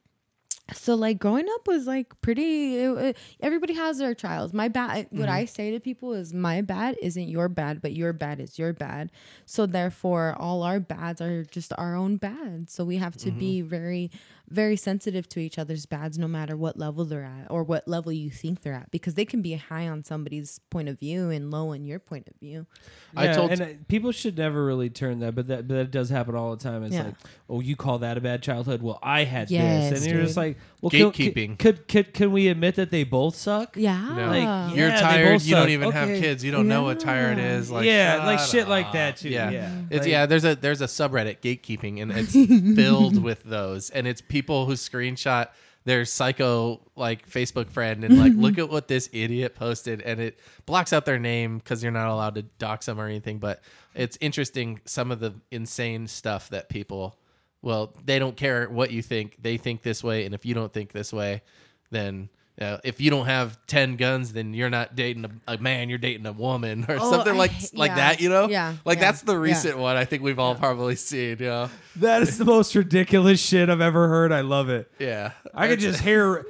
so like growing up was like pretty it- it- everybody has their trials my bad
Mm-hmm.
what i say to people is my bad isn't your bad but your bad is your bad so therefore all our bads are just our own bad so we have to be
Mm-hmm.
very very sensitive to each other's bads no matter what level they're at or what level you think they're at because they can be high on somebody's point of view and low on your point of view
I
Yeah,
told
and uh, people should never really turn that, but that but that does happen all the time. It's
Yeah.
like, oh, you call that a bad childhood? Well, I had
Yes,
this, and you're just
dude.
like, well, can-
Gatekeeping.
Could, could could can we admit that they both suck?
yeah
No.
Like,
yeah.
you're
Yeah, they
tired.
both
You don't
suck.
even have
Okay.
kids. You don't know what tired
Yeah.
is. Like
yeah, like
shut
shit
up.
like that too.
Yeah.
Yeah,
It's,
Like,
yeah, there's a there's a subreddit gatekeeping and it's filled with those and it's people who screenshot their psycho like Facebook friend and like look at what this idiot posted and it blocks out their name cuz you're not allowed to dox them or anything but it's interesting some of the insane stuff that people well they don't care what you think they think this way and if you don't think this way then uh, if you don't have 10 guns then you're not dating a, a man you're dating a woman or
Oh,
something
I
like
hate-
like
yeah.
that you know
Yeah,
like
yeah,
that's the
yeah.
recent one I think we've all probably seen. Yeah,
that is the most ridiculous shit I've ever heard. I love it.
yeah.
I could just hear.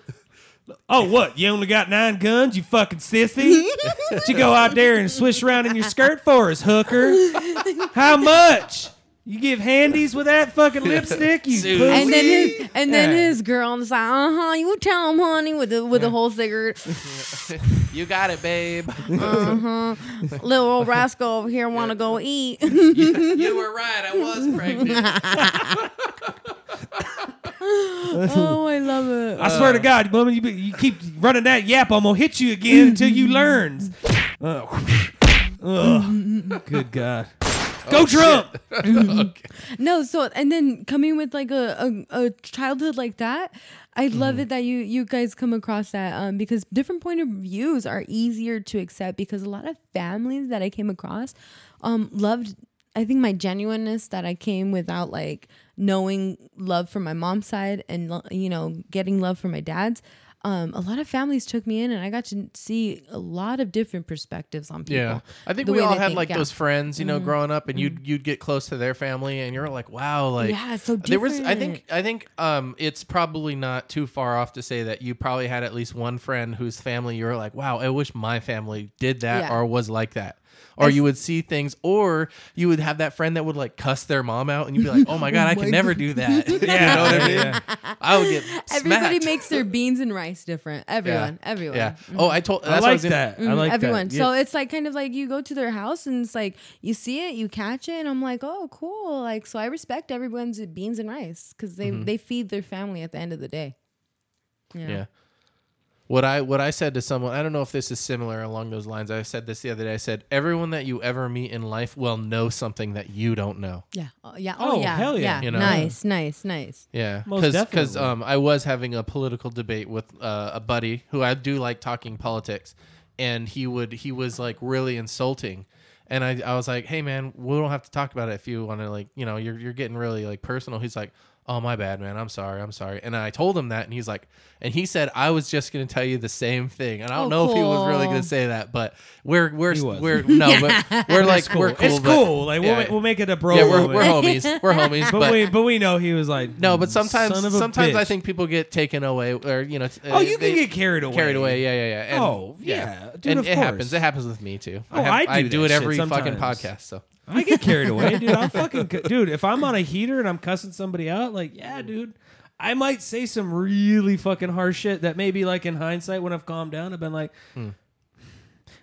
Oh, what? You only got nine guns, you fucking sissy? what you go out there and swish around in your skirt for us, hooker? How much? You give handies with that fucking lipstick, you
Susie.
pussy?
and then his and then
Yeah.
his girl on the side, uh huh. You tell him, honey, with the with the whole cigarette.
(laughs) you got it,
(laughs)
babe.
little old rascal over here want to go eat. (laughs)
you were right. I was pregnant.
oh, I love it.
I
Uh.
swear to God, woman, you, be- you keep running that yap, I'm gonna hit you again until
Mm-hmm.
you learn. Ugh.
mm-hmm.
Ugh. Good God.
Oh,
Go Trump.
No, so and then coming with like a, a, a childhood like that, I love
Mm-hmm.
it that you you guys come across that um, because different point of views are easier to accept because a lot of families that I came across um, loved. I think my genuineness that I came without like knowing love from my mom's side and lo- you know getting love from my dad's. Um, a lot of families took me in, and I got to see a lot of different perspectives on people.
Yeah, I think
The
we
way
all
they Mm-hmm.
had
think,
like
yeah.
those friends, you know, growing up, and you'd you'd get close to their family, and you're like, wow, like
Yeah, it's so
There was, I think,
different.
I think, um, it's probably not too far off to say that you probably had at least one friend whose family you were like, wow, I wish my family did that
Yeah.
or was like that. Or you would see things, or you would have that friend that would like cuss their mom out, and you'd be
(laughs)
like, "Oh my god, I could never do that." (laughs) you know what I mean? I would get
Everybody
smacked.
makes their beans and rice different. Everyone, everyone.
Yeah.
Mm-hmm.
Oh, I told. That's
I
what I
like
was gonna-
that. I
Mhm,
like
everyone.
That.
So it's like kind of like you go to their house and it's like you see it, you catch it, and I'm like, oh, cool. Like so, I respect everyone's beans and rice because they they feed their family at the end of the day.
Yeah. What I what I said to someone, I don't know if this is similar along those lines. I said this the other day. I said everyone that you ever meet in life will know something that you don't know.
Yeah. Oh, yeah. Oh,
Oh,
yeah.
hell yeah.
You know?
Nice. Nice. Nice.
Yeah,
Most
because
definitely.
um, I was having a political debate with uh, a buddy who I do like talking politics, and he would he was like really insulting, And I, I was like, hey man, we don't have to talk about it if you want to like, you know, you're you're getting really like personal. He's like, oh my bad, man, I'm sorry, I'm sorry. And I told him that, and he's like, and he said I was just gonna tell you the same thing, and I don't
Oh,
know if he was really
cool.
gonna say that, but we're we're
He was.
we're no,
(laughs)
but we're like we're cool.
it's
but-
cool. Like we'll,
yeah.
ma- we'll make it a bro.
yeah, we're,
moment.
we're homies.
(laughs)
We're homies.
but,
but
we but we know he was like
no, but sometimes
"Son of a
sometimes I
bitch."
think people get taken away, or you know. t-
oh
uh,
you
they-
can get carried away
carried away. Yeah, yeah, yeah. And,
Oh, yeah. Dude,
and
of
it happens.
course.
It happens with me too.
Oh, I do
do
that
it
shit
every fucking
sometimes.
podcast. So
I get carried away,
(laughs)
dude. I'm fucking cu- dude. If I'm on a heater and I'm cussing somebody out, like yeah, dude. I might say some really fucking harsh shit that maybe like in hindsight when I've calmed down, I've been like,
Hmm.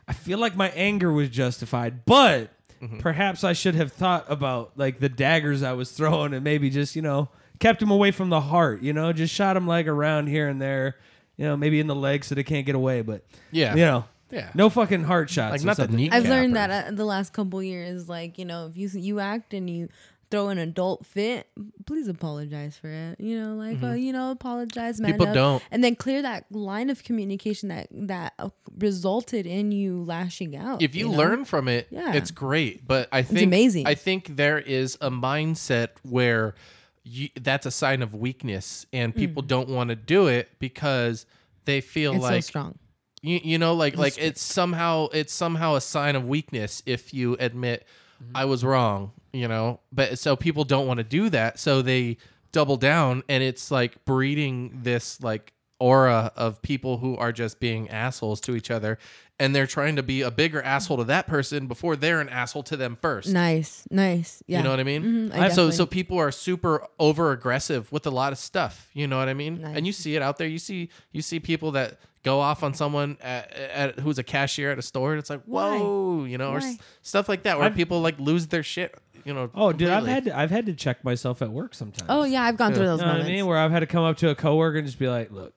I feel like my anger was justified, but
Mm-hmm.
perhaps I should have thought about like the daggers I was throwing and maybe just you know kept him away from the heart, you know, just shot him like around here and there, you know, maybe in the leg so they can't get away, but
Yeah.
you know,
Yeah.
no fucking heart shots,
like
or
not the
something.
kneecap.
I've learned
or-
that uh, the last couple years, like you know, if you you act and you throw an adult fit, please apologize for it. You know, like oh, you know, apologize, man.
Mm-hmm. People
up,
don't.
and then clear that line of communication that that uh, resulted in you lashing out.
If you,
uh, know?
learn from it,
Yeah.
it's great. But I think
amazing.
I think there is a mindset where you, that's a sign of weakness, and people don't want to do it because they feel
Hmm. it's so
like
strong.
you, you know like like it's somehow it's somehow a sign of weakness if you admit i was wrong you know but so people don't want to do that so they double down and it's like breeding this like aura of people who are just being assholes to each other and they're trying to be a bigger asshole to that person before they're an asshole to them first
Nice, nice. Yeah,
you know what I mean?
Mhm, I
so
definitely-
so people are super over aggressive with a lot of stuff. You know what I mean?
Nice.
And you see it out there. You see you see people that go off on someone at, at who's a cashier at a store, and it's like
Why?
whoa, you know, or s-
Why?
stuff like that, where
I've-
people like lose their shit. You know?
Oh, dude, I've
completely.
had to, I've had to check myself at work sometimes.
Oh yeah, I've gone through
you
those
know what I
moments.
mean? Where I've had to come up to a coworker and just be like, "Look,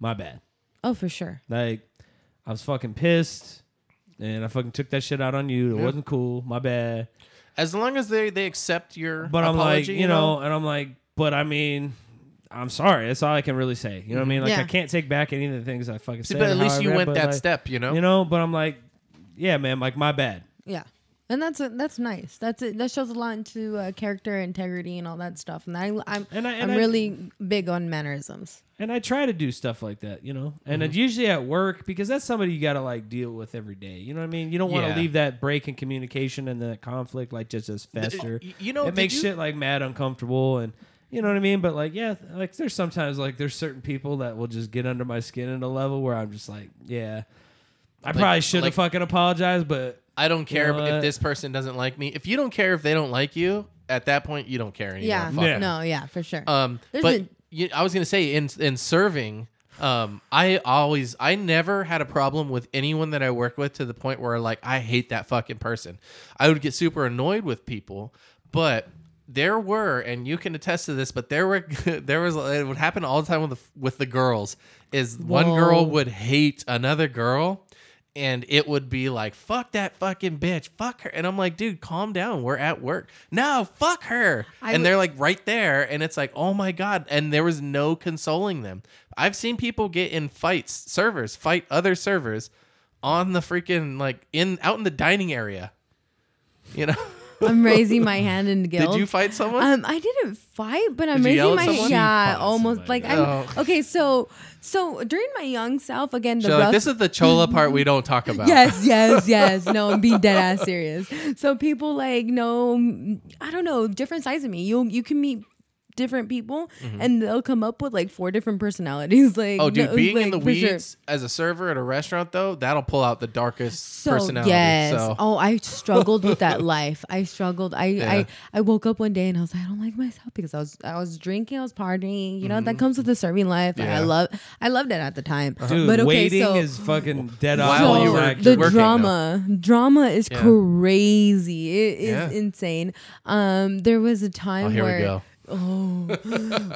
my bad.
oh for sure.
Like, I was fucking pissed, and I fucking took that shit out on you. It wasn't cool. My bad.
as long as they they accept your
But I'm like,
apology,
you know, and I'm like, but I mean." I'm sorry. That's all I can really say. You know what I mean? Like
Yeah.
I can't take back any of the things I fucking
See,
said.
but at
or how
least
I
you
read,
went
but,
that
like,
step. You know?
You know, but I'm like, yeah, man. Like my bad.
Yeah. And that's that's nice. That's it. That shows a lot into uh, character integrity and all that stuff. And I, I'm
And I- and
I'm
I-
really big on mannerisms.
And I try to do stuff like that, you know. And
Mm-hmm.
it's usually at work because that's somebody you got to like deal with every day. You know what I mean? You don't want to
Yeah.
leave that break in communication and that conflict like just as fester.
y- you know,
it
did
makes
you-
shit like mad uncomfortable and you know what I mean? But like, yeah, like there's sometimes like there's certain people that will just get under my skin at a level where I'm just like, yeah, I probably should
like-
have fucking apologized, but
I don't care
know
if
what?
this person doesn't like me. If you don't care if they don't like you, at that point you don't care anymore.
Yeah.
Fuck
Yeah.
No. Yeah. For sure.
Um,
There's
but
been-
you, I was gonna say in in serving, um, I always I never had a problem with anyone that I work with to the point where like I hate that fucking person. I would get super annoyed with people, but there were and you can attest to this, but there were (laughs) there was it would happen all the time with the with the girls is one
Whoa.
girl would hate another girl. And it would be like, fuck that fucking bitch, fuck her. And I'm like, dude, calm down. We're at work. No, fuck her.
I
and
would-
they're they're like right there and it's like oh my god and there was no consoling them i've seen people get in fights servers fight other servers on the freaking like in out in the dining area you know (laughs)
I'm raising my hand in guilt.
did you fight someone
Um, I didn't fight, but I'm
Did you yell
raising
at
my
someone? Oh.
yeah,
She fought
almost
somebody.
like I'm okay. So, so during my young self, again, the
so like,
rough
this is the chola part we don't talk about
(laughs) Yes, yes, yes. No, I'm being dead ass serious. So people like no, I don't know, different sides of me. You you can meet different people, and they'll come up with like four different personalities. (laughs)
Mm-hmm.
Like
oh dude
no,
being in the
like, for sure.
weeds as a server at a restaurant though that'll pull out the darkest
So
personality
yes.
so
Oh, I struggled with
(laughs)
that life. I struggled. I,
Yeah.
I I woke up one day and I was like, I don't like myself because I was I was drinking, I was partying. You know that comes with the serving life. and
Mm-hmm. Yeah. Uh-huh.
I love I loved it at the time.
dude,
but okay,
waiting
so
is fucking dead on.
While you were
Like,
the
working,
drama drama is
Yeah.
crazy it is
Yeah. Oh,
insane um there was a time
here we
where
go.
oh, (laughs)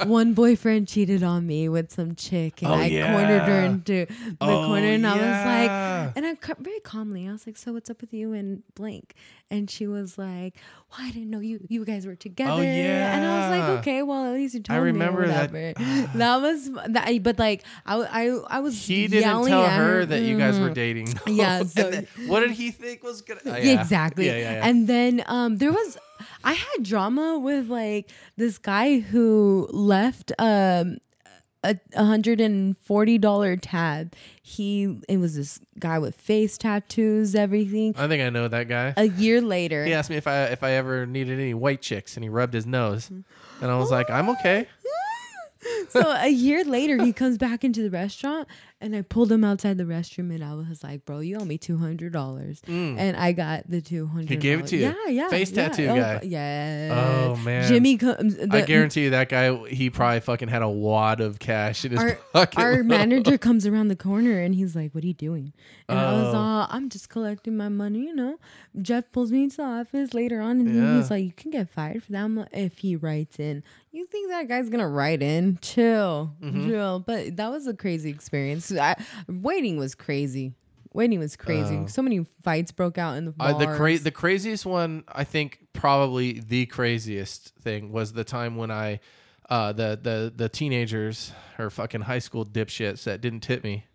one boyfriend cheated on me with some chick, and
Oh,
I
yeah.
cornered her into the
Oh,
corner, and I was
yeah.
like, and I cu- very calmly, I was like, so what's up with you and blank? And she was like, well, I didn't know you you guys were together. and I was
Oh, yeah.
like, okay, well, at least you told me.
remember
or
that-
whatever. that. was that, I- but like I w- I I was
He didn't
yelling
tell
at Mm.
her that you guys were dating. (laughs)
Yeah,
And
so-
then what did he think was gonna? oh,
Yeah,
yeah.
exactly.
Yeah, yeah, yeah.
And then um, there was, I had drama with like this guy who left um, a a hundred and forty dollar tab. He it was this guy with face tattoos, everything.
I think I know that guy.
A year later,
He asked me if I if I ever needed any white chicks, and he rubbed his nose, and I was like, I'm okay.
(laughs) so a year later, he comes back into the restaurant, and I pulled him outside the restroom, and I was like, "Bro, you owe me two hundred dollars," and I got the two hundred.
Mm. He gave it to you?
Yeah, yeah.
Face
yeah.
tattoo
Oh,
guy.
Yeah.
Oh, man.
Jimmy comes.
I
the-
guarantee you that guy he probably fucking had a wad of cash in his
our,
(laughs) pocket.
our manager comes around the corner and he's like, "What are you doing?" And I was
Oh.
all, "I'm just collecting my money." You know, Jeff pulls me into the office later on, and
Yeah.
he's like, "You can get fired for that mo- if he writes in." You think that guy's gonna write in? Chill,
Mm-hmm.
chill. But that was a crazy experience. I, waiting was crazy. Waiting was crazy. so many fights broke out in the
Uh,
bars.
Oh. the cra- the craziest one, I think, probably the craziest thing was the time when I, uh, the the the teenagers or fucking high school dipshits that didn't tip me,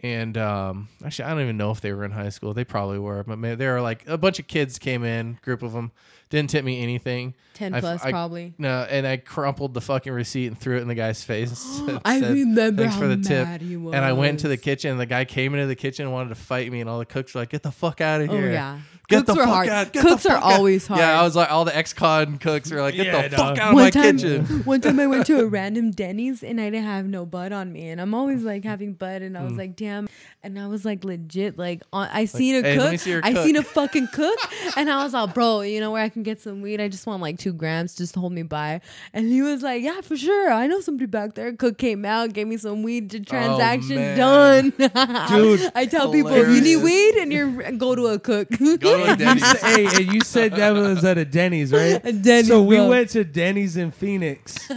and um, actually I don't even know if they were in high school. They probably were, but man, they were like a bunch of kids came in, group of them, didn't tip me anything.
Ten
I f-
plus
I-
probably.
No, and I crumpled the fucking receipt and threw it in the guy's face. and said-
(gasps) I
said,
remember
Thanks
how
for the tip.
mad he
And I went to the
was.
kitchen. and The guy came into the kitchen and wanted to fight me, and all the cooks were like, "Get the fuck out of
Oh
here!
yeah,
Get
cooks
the
were
fuck
hard.
out! Get the
Cooks are
fuck out."
always hard.
Yeah, I was like, all the ex-con cooks were like, "Get
Yeah, I
the
know.
fuck out of my (laughs) kitchen!"
one time I went to
(laughs)
a random Denny's and I didn't have no bud on me, and I'm always like having bud, and I
Mm.
was like, damn, and I was like legit, like on, I seen a
"Hey, let me
cook,
see your
I
cook."
seen
(laughs)
a fucking cook, and I was like, bro, you know where I can get some weed? I just want like two grams, just hold me by. And he was like, yeah, for sure, I know somebody back there. Cook came out, gave me some weed. The transaction
Oh, man.
done, (laughs)
Dude,
I tell people if you need
hilarious.
weed and you're go to a cook. (laughs)
Go to
You
Denny's.
sa- (laughs) hey, and you said that was at a Denny's, right?
(laughs) A Denny's,
So we
bro.
went to Denny's in
(laughs)
Phoenix,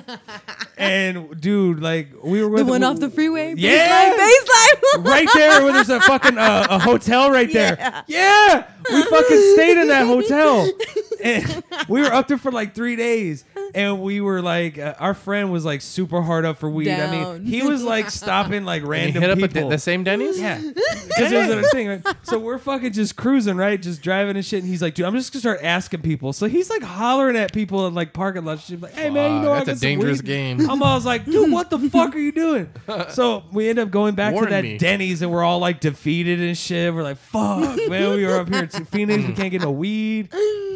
and dude, like we were
the
with
one off the freeway.
Yeah.
baseline, baseline.
(laughs)
(laughs)
right there where there's a fucking uh, a hotel right there.
Yeah.
Yeah. we fucking stayed in that
(laughs)
hotel. And we were up there for like three days, and we were like, uh, our friend was like super hard up for weed. I
Down.
mean, he was like stopping like
And
random
you hit up a
people.
Den- the same Denny's.
Yeah, because it was another thing. Right? So we're fucking just cruising, right? Just driving and shit. And he's like, "Dude, I'm just gonna start asking people." So he's like hollering at people in like parking lots. She's like, "Hey man, you
Fuck,
know I
that's a
got some
dangerous
weed."
game.
I'm always like, "Dude, what the fuck are
(laughs)
you doing?" So we end up going back
Warn
to that
me.
Denny's, and we're all like defeated and shit. We're
(laughs)
like, "Fuck, man, we were up here in Phoenix. We can't get no weed.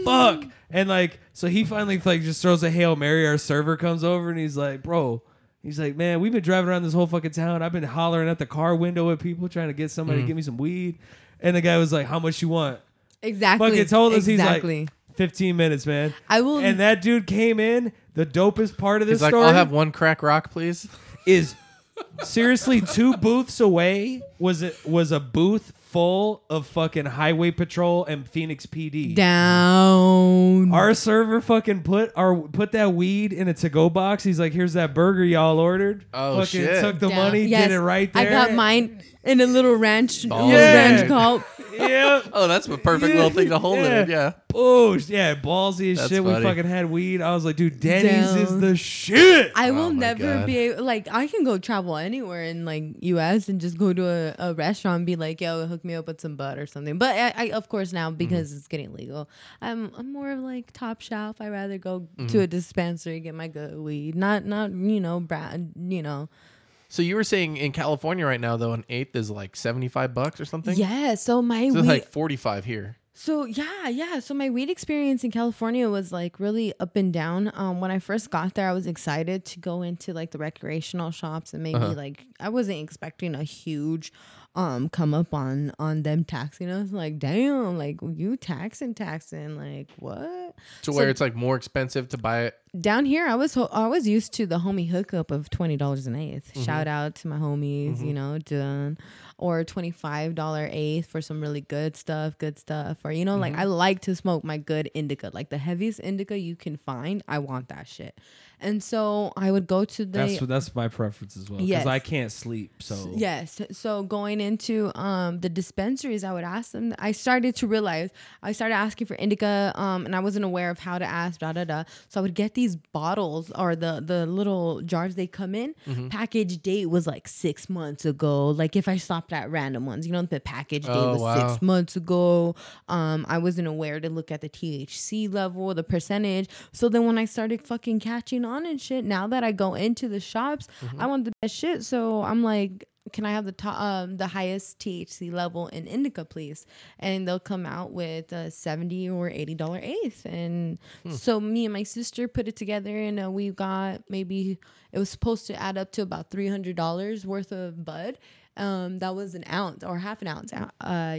Fuck." And like, so he finally like just throws a hail mary. Our server comes over and he's like, "Bro." He's like, man, we've been driving around this whole fucking town. I've been hollering at the car window at people trying to get
Mm.
somebody to give me some weed. And the guy was like, how much you want?
Exactly.
Fucking told us
exactly.
he's like, 15 minutes, man.
I will-
And that dude came in. The dopest part of this
He's like,
story
"I'll have one crack rock, please."
is seriously two booths away was it was a booth full of fucking highway patrol and Phoenix PD.
down.
Our server fucking put our put that weed in a to go box. He's like, "Here's that burger y'all ordered."
Oh,
fucking
shit.
Took the
Down.
money,
Yes,
did it right there.
I got mine in a little ranch, little
Yeah.
ranch call.
Yeah.
(laughs) Oh, that's a perfect little thing to hold it. Yeah.
Oh yeah, ballsy as
That's
shit.
funny.
We fucking had weed. I was like, dude, Denny's
Down.
is the shit.
I will
Oh my
never
God.
be able, like I can go travel anywhere in like U.S. and just go to a, a restaurant and be like, "Yo, hook me up with some butt or something." But I, I of course
Mm-hmm.
now because it's getting legal, I'm I'm more of like top shelf. I rather go
Mm-hmm.
to a dispensary get my good weed, not not you know brand you know.
So you were saying in California right now, though, an eighth is like seventy-five bucks or something.
Yeah, so my
So
weed
it's like forty-five here.
So yeah, yeah. So my weed experience in California was like really up and down. Um, when I first got there, I was excited to go into like the recreational shops and maybe like I wasn't expecting a huge um come up on on them taxing us. Like damn, like you taxing taxing, like what?
to where it's like more expensive to buy
down here I was ho- I was used to the homie hookup of twenty dollars an 8th Shout out to my homies, you know, done or twenty five dollar eighth for some really good stuff, good stuff. Or you know, like I like to smoke my good indica, like the heaviest indica you can find. I want that shit, and so I would go to the
That's that's my preference as well because
Yes.
I can't sleep. So
Yes. So going into um, the dispensaries, I would ask them. I started to realize I started asking for indica, um, and I wasn't aware of how to ask. Da da da. So I would get these bottles or the the little jars they come in. Package date was like six months ago. Like if I stopped at random ones, you know, the package date
Oh,
was
wow.
six months ago. Um, I wasn't aware to look at the THC level, the percentage. So then when I started fucking catching on and shit, now that I go into the shops,
Mm-hmm.
I want the best shit. So I'm like, can I have the top, um, the highest THC level in indica, please? And they'll come out with a seventy or eighty dollar eighth. And
Hmm.
so me and my sister put it together, and uh, we got maybe it was supposed to add up to about three hundred dollars worth of bud um that was an ounce or half an ounce uh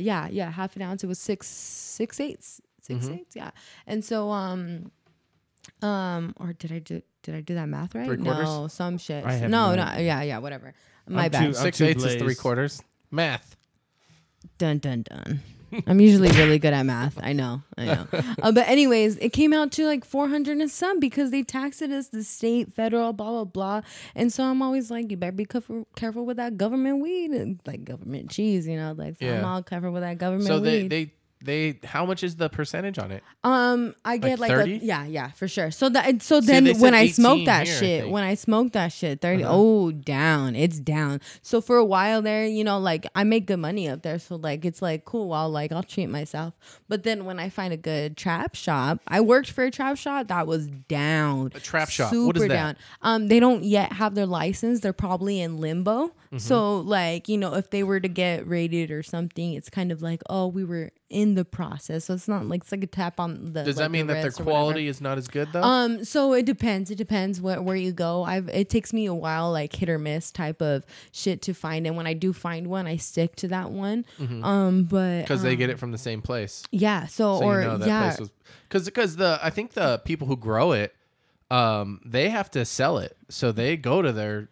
yeah yeah half an ounce it was six six eighths six
Mm-hmm.
eighths yeah and so um um or did i do did i do that math right
Three quarters?
no some shit
I have
no
no
no yeah yeah whatever my
I'm
bad
too-
Six
two
eighths is
blazed.
three quarters. Math.
dun dun dun. I'm usually really good at math. I know,
(laughs)
I know. Uh, but anyways, it came out to like 400 and some because they taxed it as the state, federal, blah blah blah. And so I'm always like, you better be careful, careful with that government weed, and like government cheese, you know. Like so I'm
Yeah.
all careful with that government
So they,
weed.
they they how much is the percentage on it?
Um, I get like,
30?
a, yeah, yeah, for sure. So that so
See,
then
they said
when I
18
smoked that
here, I
shit,
think. Uh-huh.
when I smoked that shit, 30 oh down, it's down. So for a while there, you know, like I make good money up there, so like it's like cool. I'll like I'll treat myself. But then when I find a good trap shop, I worked for a trap shop that was down. A
trap shop, what is that?
Um, they don't yet have their license. They're probably in limbo.
Mm-hmm.
So like you know, if they were to get raided or something, it's kind of like oh we were in the process. So it's not like it's like a tap on the.
Does
like,
that
the
mean that their
wrist or whatever.
quality is not as good though?
Um, so it depends. It depends what where you go. I've it takes me a while, like hit or miss type of shit to find, and when I do find one, I stick to that one.
Mm-hmm.
Um, but
Because
um,
they get it from the same place.
yeah, so,
So
or
you know that
yeah,
place was because because the I think the people who grow it, um, they have to sell it, so they go to their.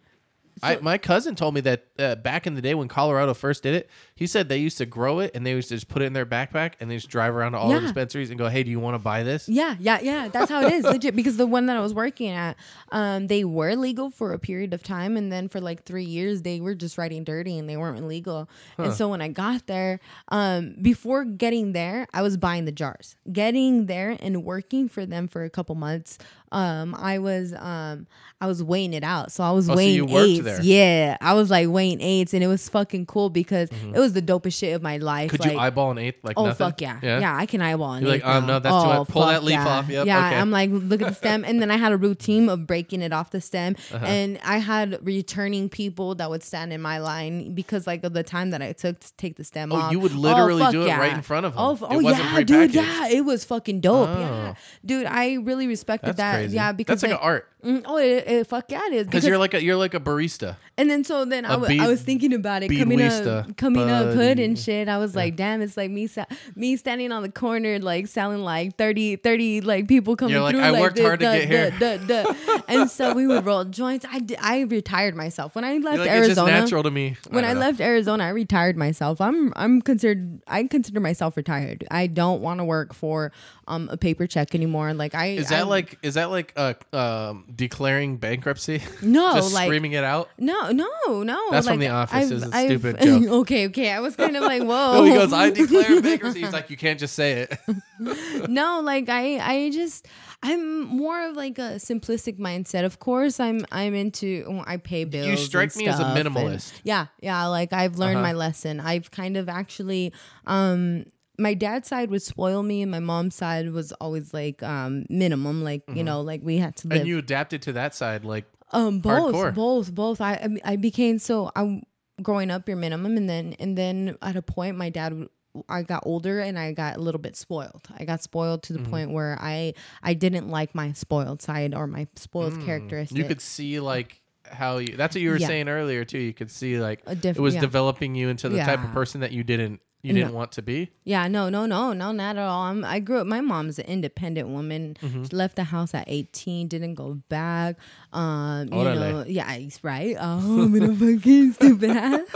I, my cousin told me that uh, back in the day when Colorado first did it, he said they used to grow it and they used to just put it in their backpack and they just drive around to all
Yeah.
the dispensaries and go, "Hey, do you want to buy this?"
Yeah, yeah, yeah. That's how it is, legit. Because the one that I was working at, um, they were legal for a period of time, and then for like three years, they were just writing dirty and they weren't legal. And so when I got there, um, before getting there, I was buying the jars. Getting there and working for them for a couple months, um, I was um, I was weighing it out. So I was
Oh, so you
weighing
worked
eights.
there.
Yeah, I was like weighing eights, and it was fucking cool because it was the dopest shit of my life.
Mm-hmm. Could
like,
you eyeball an eighth like
Oh
nothing?
fuck yeah. yeah, I can eyeball an
You're like,
eighth
um,
now.
no, that's too high. Pull
fuck
that leaf
yeah.
off. Yep,
Yeah,
okay.
I'm like, look at the stem, and then I had a routine of breaking it off the stem,
Uh-huh.
and I had returning people that would stand in my line because like of the time that I took to take the stem
Oh,
off.
you would literally
fuck
do it right in front of 'em.
Oh, f-
It
oh
wasn't
yeah, dude,
prepackaged. Oh.
yeah, it was fucking dope. Yeah, dude, I really respected
That's
that.
crazy.
Yeah, because
that's like
they-
an art
Mm, oh, it, it, fuck yeah, it is
because you're like a you're like a barista.
and then so then I
A
wa-
bead-
I was thinking about it
bead
coming
waster,
up, coming up hood
buddy.
and shit. I was like, damn, it's like me, sa- me standing on the corner, like selling like 30, 30 like people coming
You're like,
through.
"I worked
duh,
hard to
duh,
get here."
duh, duh,
(laughs)
duh. and so we would roll joints. I did, I retired myself when I left
You're like, it's just
Arizona.
natural to me.
when I,
don't know.
left Arizona, I retired myself. I'm I'm considered I consider myself retired. I don't want to work for um a paper check anymore. Like I
is that
I'm-
like is that like uh, um, declaring bankruptcy? (laughs)
No,
just
like-
screaming it out.
No, no, no.
That's from
like,
The Office. It was a stupid
I've-
joke.
(laughs) okay, okay. I was kind
(laughs)
of like, whoa.
No, Oh, he goes, I declare bankruptcy. He's like, you can't just say it.
(laughs) no, like I, I just, I'm more of like a simplistic mindset. Of course, I'm, I'm into. well, I pay bills. and
strike me as a
stuff and-
minimalist. Uh-huh.
yeah, yeah. Like I've learned my lesson. I've kind of actually, um, my dad's side would spoil me, and my mom's side was always like um minimum. Like you know, like we had to live.
Mm-hmm. and you adapted to that side, like
Um, both,
Hardcore.
both, both. I, I mean, I became so I growing up your minimum, and then and then at a point, my dad. would- I got older and I got a little bit spoiled. I got spoiled to the
Mm-hmm.
point where I I didn't like my spoiled side or my spoiled characteristic.
Mm. you could see like how you. That's what you were
Yeah.
saying earlier too. You could see like
A diff-
it was
yeah.
developing you into the type of
Yeah.
person that you didn't You didn't want to be?
Yeah, no, no, no, no, not at all. I'm, I grew up. My mom's an independent woman.
Mm-hmm.
She left the house at 18, didn't go back. Um, you
Órale.
know, yeah, it's right. Oh, (laughs) I'm gonna fucking
(laughs)
stupid ass. (laughs)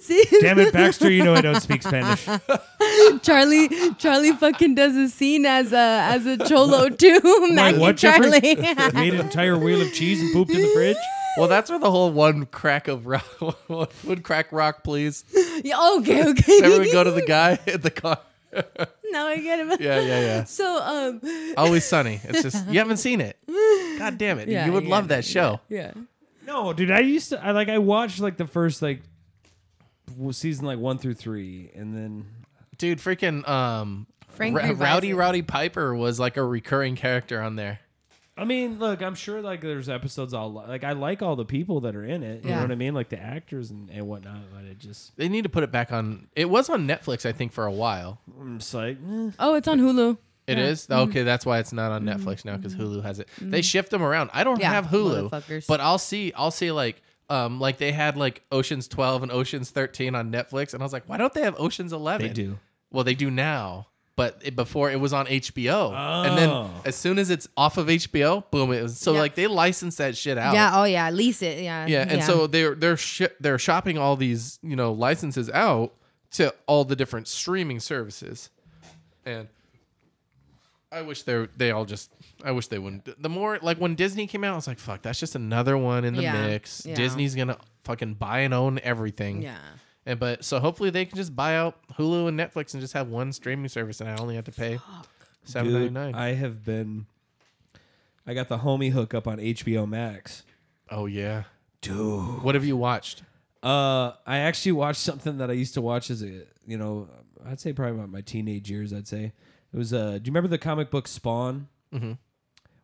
See,
Damn it, Baxter, you know I don't speak Spanish.
Charlie, Charlie fucking does a scene as a as a cholo too. Maggie
what, Jeffrey?
(laughs)
Charlie.
Made an entire wheel of cheese and pooped in the fridge.
Well, that's where the whole one crack of rock, (laughs) one crack rock,
(laughs)
please.
Yeah, okay, okay.
Everyone go to the guy (laughs) in the car.
(laughs) now I get it.
Yeah, yeah, yeah.
So um,
Always sunny. It's just you haven't seen it. God damn it!
Yeah,
you would
yeah,
love that show.
yeah.
No, dude, I used to I like I watched like the first like w- season like one through three, and then
dude freaking um
Frank
Ra-
revised
rowdy
it.
rowdy piper was like a recurring character on there
I mean, look, I'm sure like there's episodes all like I like all the people that are in it. You
Yeah.
know what I mean? Like the actors and, and whatnot, but it just
they need to put it back on it was on netflix i think for a while
I'm just like eh.
Oh, it's on Hulu.
It is
Mm-hmm.
okay that's why it's not on netflix now because hulu has it they shift them around i don't
Yeah,
have hulu
motherfuckers.
but i'll see i'll see like um like they had like oceans 12 and oceans 13 on netflix and i was like why don't they have oceans 11
they do.
well they do now but it, before it was on hbo and then
Oh.
as soon as it's off of hbo boom it was so
Yeah.
like they license that shit out
Yeah. Oh, yeah. Lease it. Yeah.
Yeah, and so they're they're sh- they're shopping all these you know licenses out to all the different streaming services, and I wish they are they all just I wish they wouldn't. The more like when Disney came out, I was like, fuck, that's just another one in the
Yeah,
mix.
yeah.
Disney's gonna fucking buy and own everything.
Yeah.
and but so hopefully they can just buy out Hulu and Netflix and just have one streaming service, and I only have to pay seven ninety
Dude,
nine.
I have been. I got the homie hookup on HBO Max.
Oh yeah,
Dude.
what have you watched?
Uh, I actually watched something that I used to watch as a, you know, I'd say probably about my teenage years. I'd say it was. Uh, do you remember the comic book Spawn? Mm-hmm.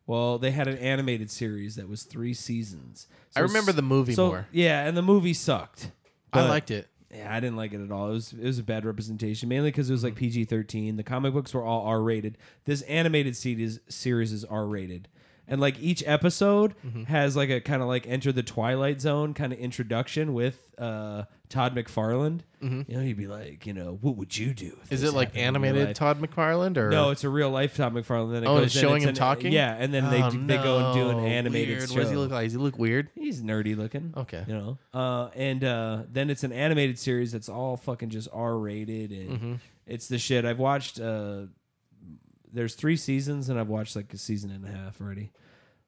Well, they had an animated series that was three seasons.
I remember the movie
so-
more.
Yeah, and the movie sucked.
I
but-
liked it.
Yeah, I didn't like it at all. It was it was a bad representation, mainly because it was
Mm-hmm.
like PG thirteen. The comic books were all R rated. This animated series series is R rated, and like each episode
Mm-hmm.
has like a kind of like enter the Twilight Zone kind of introduction with uh, Todd McFarlane. You know, he'd be like, you know, what would you do? if
Mm-hmm. Is
this
it like
happened in your
animated
life?"
Todd McFarland or
No, it's a real life Todd McFarlane. Then it
Oh, and
goes
it's
in,
showing him
an-
talking?
Yeah, and then they
Oh,
do, they go and do an
no.
animated
Weird.
show.
What does he look like? Does he look weird?
He's nerdy looking.
Okay.
You know? Uh, and uh, then it's an animated series that's all fucking just R rated and
Mm-hmm.
it's the shit. I've watched uh, there's three seasons and I've watched like a season and a half already.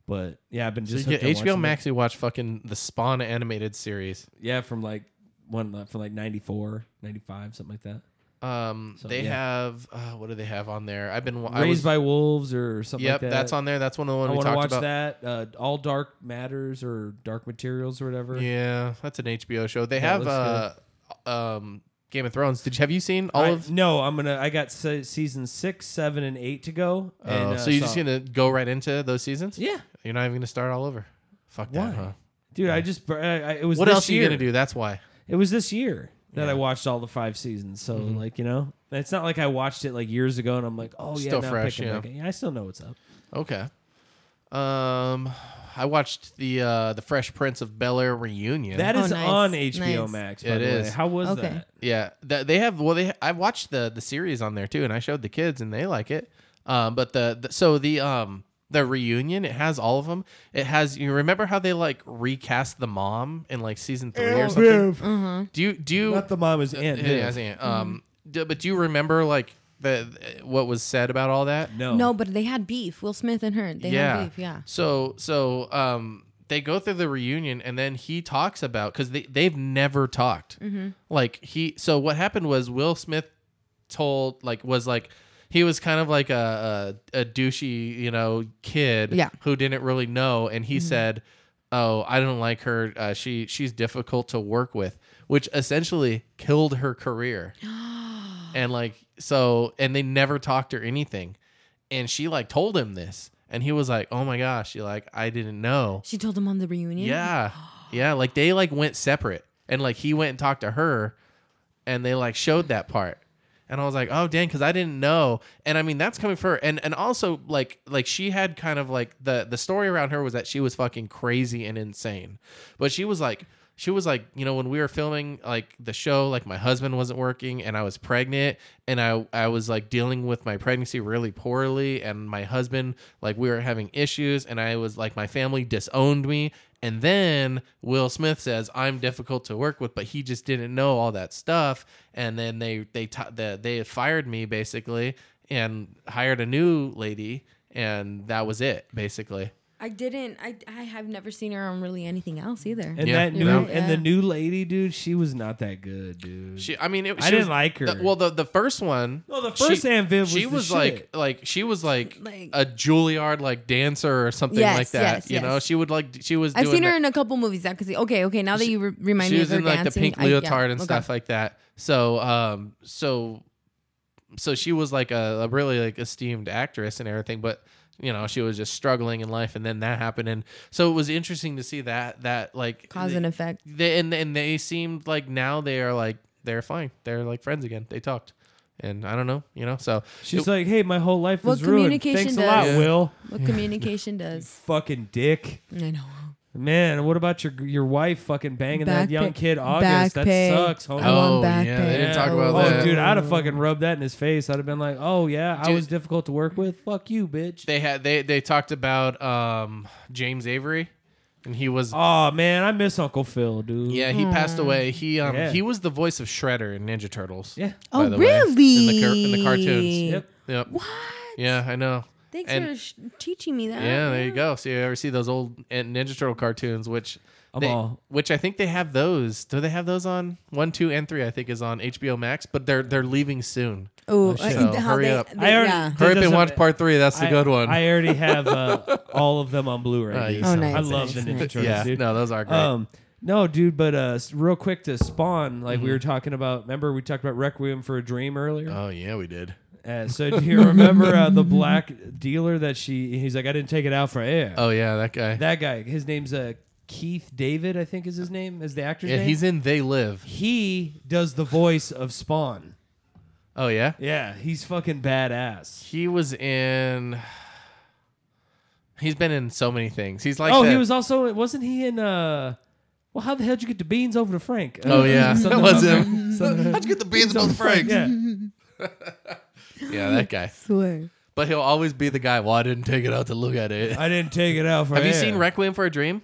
But yeah, I've been
So you
just
get
hooked on
HBO
watching
Max, you watch fucking the Spawn animated series.
it. Yeah, from like one from like 94, 95, something like that.
Um, they
yeah.
have uh, what do they have on there? I've been wa- I was,
Raised by Wolves or something
yep,
like that.
that's on there. That's one of the
I
ones we
want to
talked
watch
about.
that. Uh, all Dark Matters or Dark Materials or whatever.
Yeah, that's an HBO show. They
Yeah,
have
it
uh,
looks
um, Game of Thrones. Did you, have you seen all
I-
of?
no, I'm gonna. I got se- season six, seven, and eight to go. and,
oh,
uh,
so you're just gonna go right into those seasons?
yeah,
You're not even gonna start all over. Fuck
Why?
that, huh?
dude. I just. I, I, it was.
What
this
else are
year.
you gonna do? Mm-hmm. That's why.
It was this year that I watched all the five seasons. So like you know, it's not like I watched it like years ago and I'm like, oh yeah,
Still
now I'm
fresh,
picking
yeah.
back it. I still know what's up.
Okay. Um, I watched the uh, the Fresh Prince of Bel Air reunion.
That
Oh,
is
nice.
on HBO
Nice.
Max. By
It
the
is.
Way. How was
Okay.
that?
Yeah, that they have. Well, they I watched the the series on there too, and I showed the kids, and they like it. Um, but the, the so the um the reunion it has all of them. It has you remember how they like recast the mom in like season three or something.
Mm.
Do you do you
Not the mom is Aunt.
yeah, yeah, I see it.
Mm-hmm.
Um, do- but do you remember like the what was said about all that?
No.
No, but they had beef. Will Smith and her. They had beef. Yeah.
So so um they go through the reunion and then he talks about because they they've never talked.
Mm-hmm.
Like he so what happened was Will Smith told like was like he was kind of like a a, a douchey you know kid
Yeah. Mm-hmm.
who didn't really know and he said oh i don't like her uh, she she's difficult to work with which essentially killed her career and like so and they never talked or anything and she like told him this and he was like oh my gosh she like i didn't know
She told him on the reunion.
yeah yeah like they like went separate and like he went and talked to her and they like showed that part and i was like oh dang because i didn't know and i mean that's coming for her and and also like like she had kind of like the the story around her was that she was fucking crazy and insane but she was like she was like, you know, when we were filming like the show, like my husband wasn't working and I was pregnant and I I was like dealing with my pregnancy really poorly and my husband like we were having issues and I was like my family disowned me and then Will Smith says I'm difficult to work with but he just didn't know all that stuff and then they they t- the, they fired me basically and hired a new lady and that was it basically.
I didn't. I I have never seen her on really anything else either.
And
Yeah,
that
you're
new
right,
and
yeah.
the new lady, dude, she was not that good, dude.
She, I mean, it,
I
she
didn't
was-
like her.
the- well, the the first one.
No, the first Aunt Viv
She
was the
was like,
shit.
like she was like,
Like-
a Juilliard like dancer or something
Yes,
like that.
yes,
you know,
yes.
she would like, she was.
I've
doing
seen her
that-
in a couple movies. That because okay, okay. Now that you re- remind
she
me
was
of her
in like
dancing,
the pink
I- yeah,
leotard and
okay.
stuff like that. So, um, so, so she was like a, a really like esteemed actress and everything, but you know she was just struggling in life, and then that happened, and so it was interesting to see that that like
Cause and effect.
they and and they seemed like now they are like they're fine. They're like friends again. They talked, and I don't know, you know. So
She's
it-
like, hey, my whole life
What
was ruined.
communication
Thanks a
does-
lot,
Yeah.
Will.
What communication does?
Fucking dick,
I know.
man. What about your your wife fucking banging
Back
that young
pay-
kid
back
August? That
pay.
sucks. homie.
I want
oh yeah,
back
they
pay.
didn't talk about
Oh,
that.
dude, I'd have fucking rubbed that in his face. I'd have been like, "Oh yeah, I
Dude.
was difficult to work with. Fuck you, bitch."
They had they they talked about um James Avery, and he was
Oh man, I miss Uncle Phil, dude.
yeah he
Hmm.
passed away. He um
Yeah.
he was the voice of Shredder in Ninja Turtles.
yeah.
by
Oh,
the way, in the, car- in the
really?
cartoons.
Yep.
Yep.
What?
Yeah, I know.
Thanks
And-
for sh- teaching me that.
Yeah, there you go. So you ever see those old N- Ninja Turtle cartoons, which
I'm
they-
all-
which I think they have those. Do they have those on one, two, and three? I think is on HBO Max, but they're they're leaving soon.
Oh,
shit. So, hurry up.
I already-
Hurry
(laughs) That
yeah.
up and
doesn't-
watch part three. That's the
I-
good one.
I already
(laughs)
have uh, all of them on
Oh,
Blu-ray. dude.
you Oh,
nice,
I love the
nice,
Ninja
nice.
Turtles,
yeah,
dude.
no, those are great.
Um, no, dude, but uh, s- real quick to Spawn, like
Mm-hmm.
we were talking about. Remember we talked about Requiem for a Dream earlier.
oh yeah, we did.
Uh, so do you remember uh, the black dealer that she? He's like, I didn't take it out for air.
Oh yeah, that guy.
That guy, his name's uh, Keith David, I think is his name, is the actor's
yeah,
name.
he's in They Live.
he does the voice of Spawn.
Oh yeah,
Yeah, he's fucking badass.
he was in. (sighs) He's been in so many things. He's like
oh,
the-
he was also wasn't he in uh well how the hell did you get the beans over to Frank? Uh,
Oh yeah, (laughs) that
Something
was
about-
him. How'd you get the beans
Over
on
to
Frank?
Yeah.
Yeah, that guy.
Swear.
But he'll always be the guy. Well, I didn't take it out to look at it.
I didn't take it out
(laughs)
for
Have you
air.
seen Requiem for a Dream?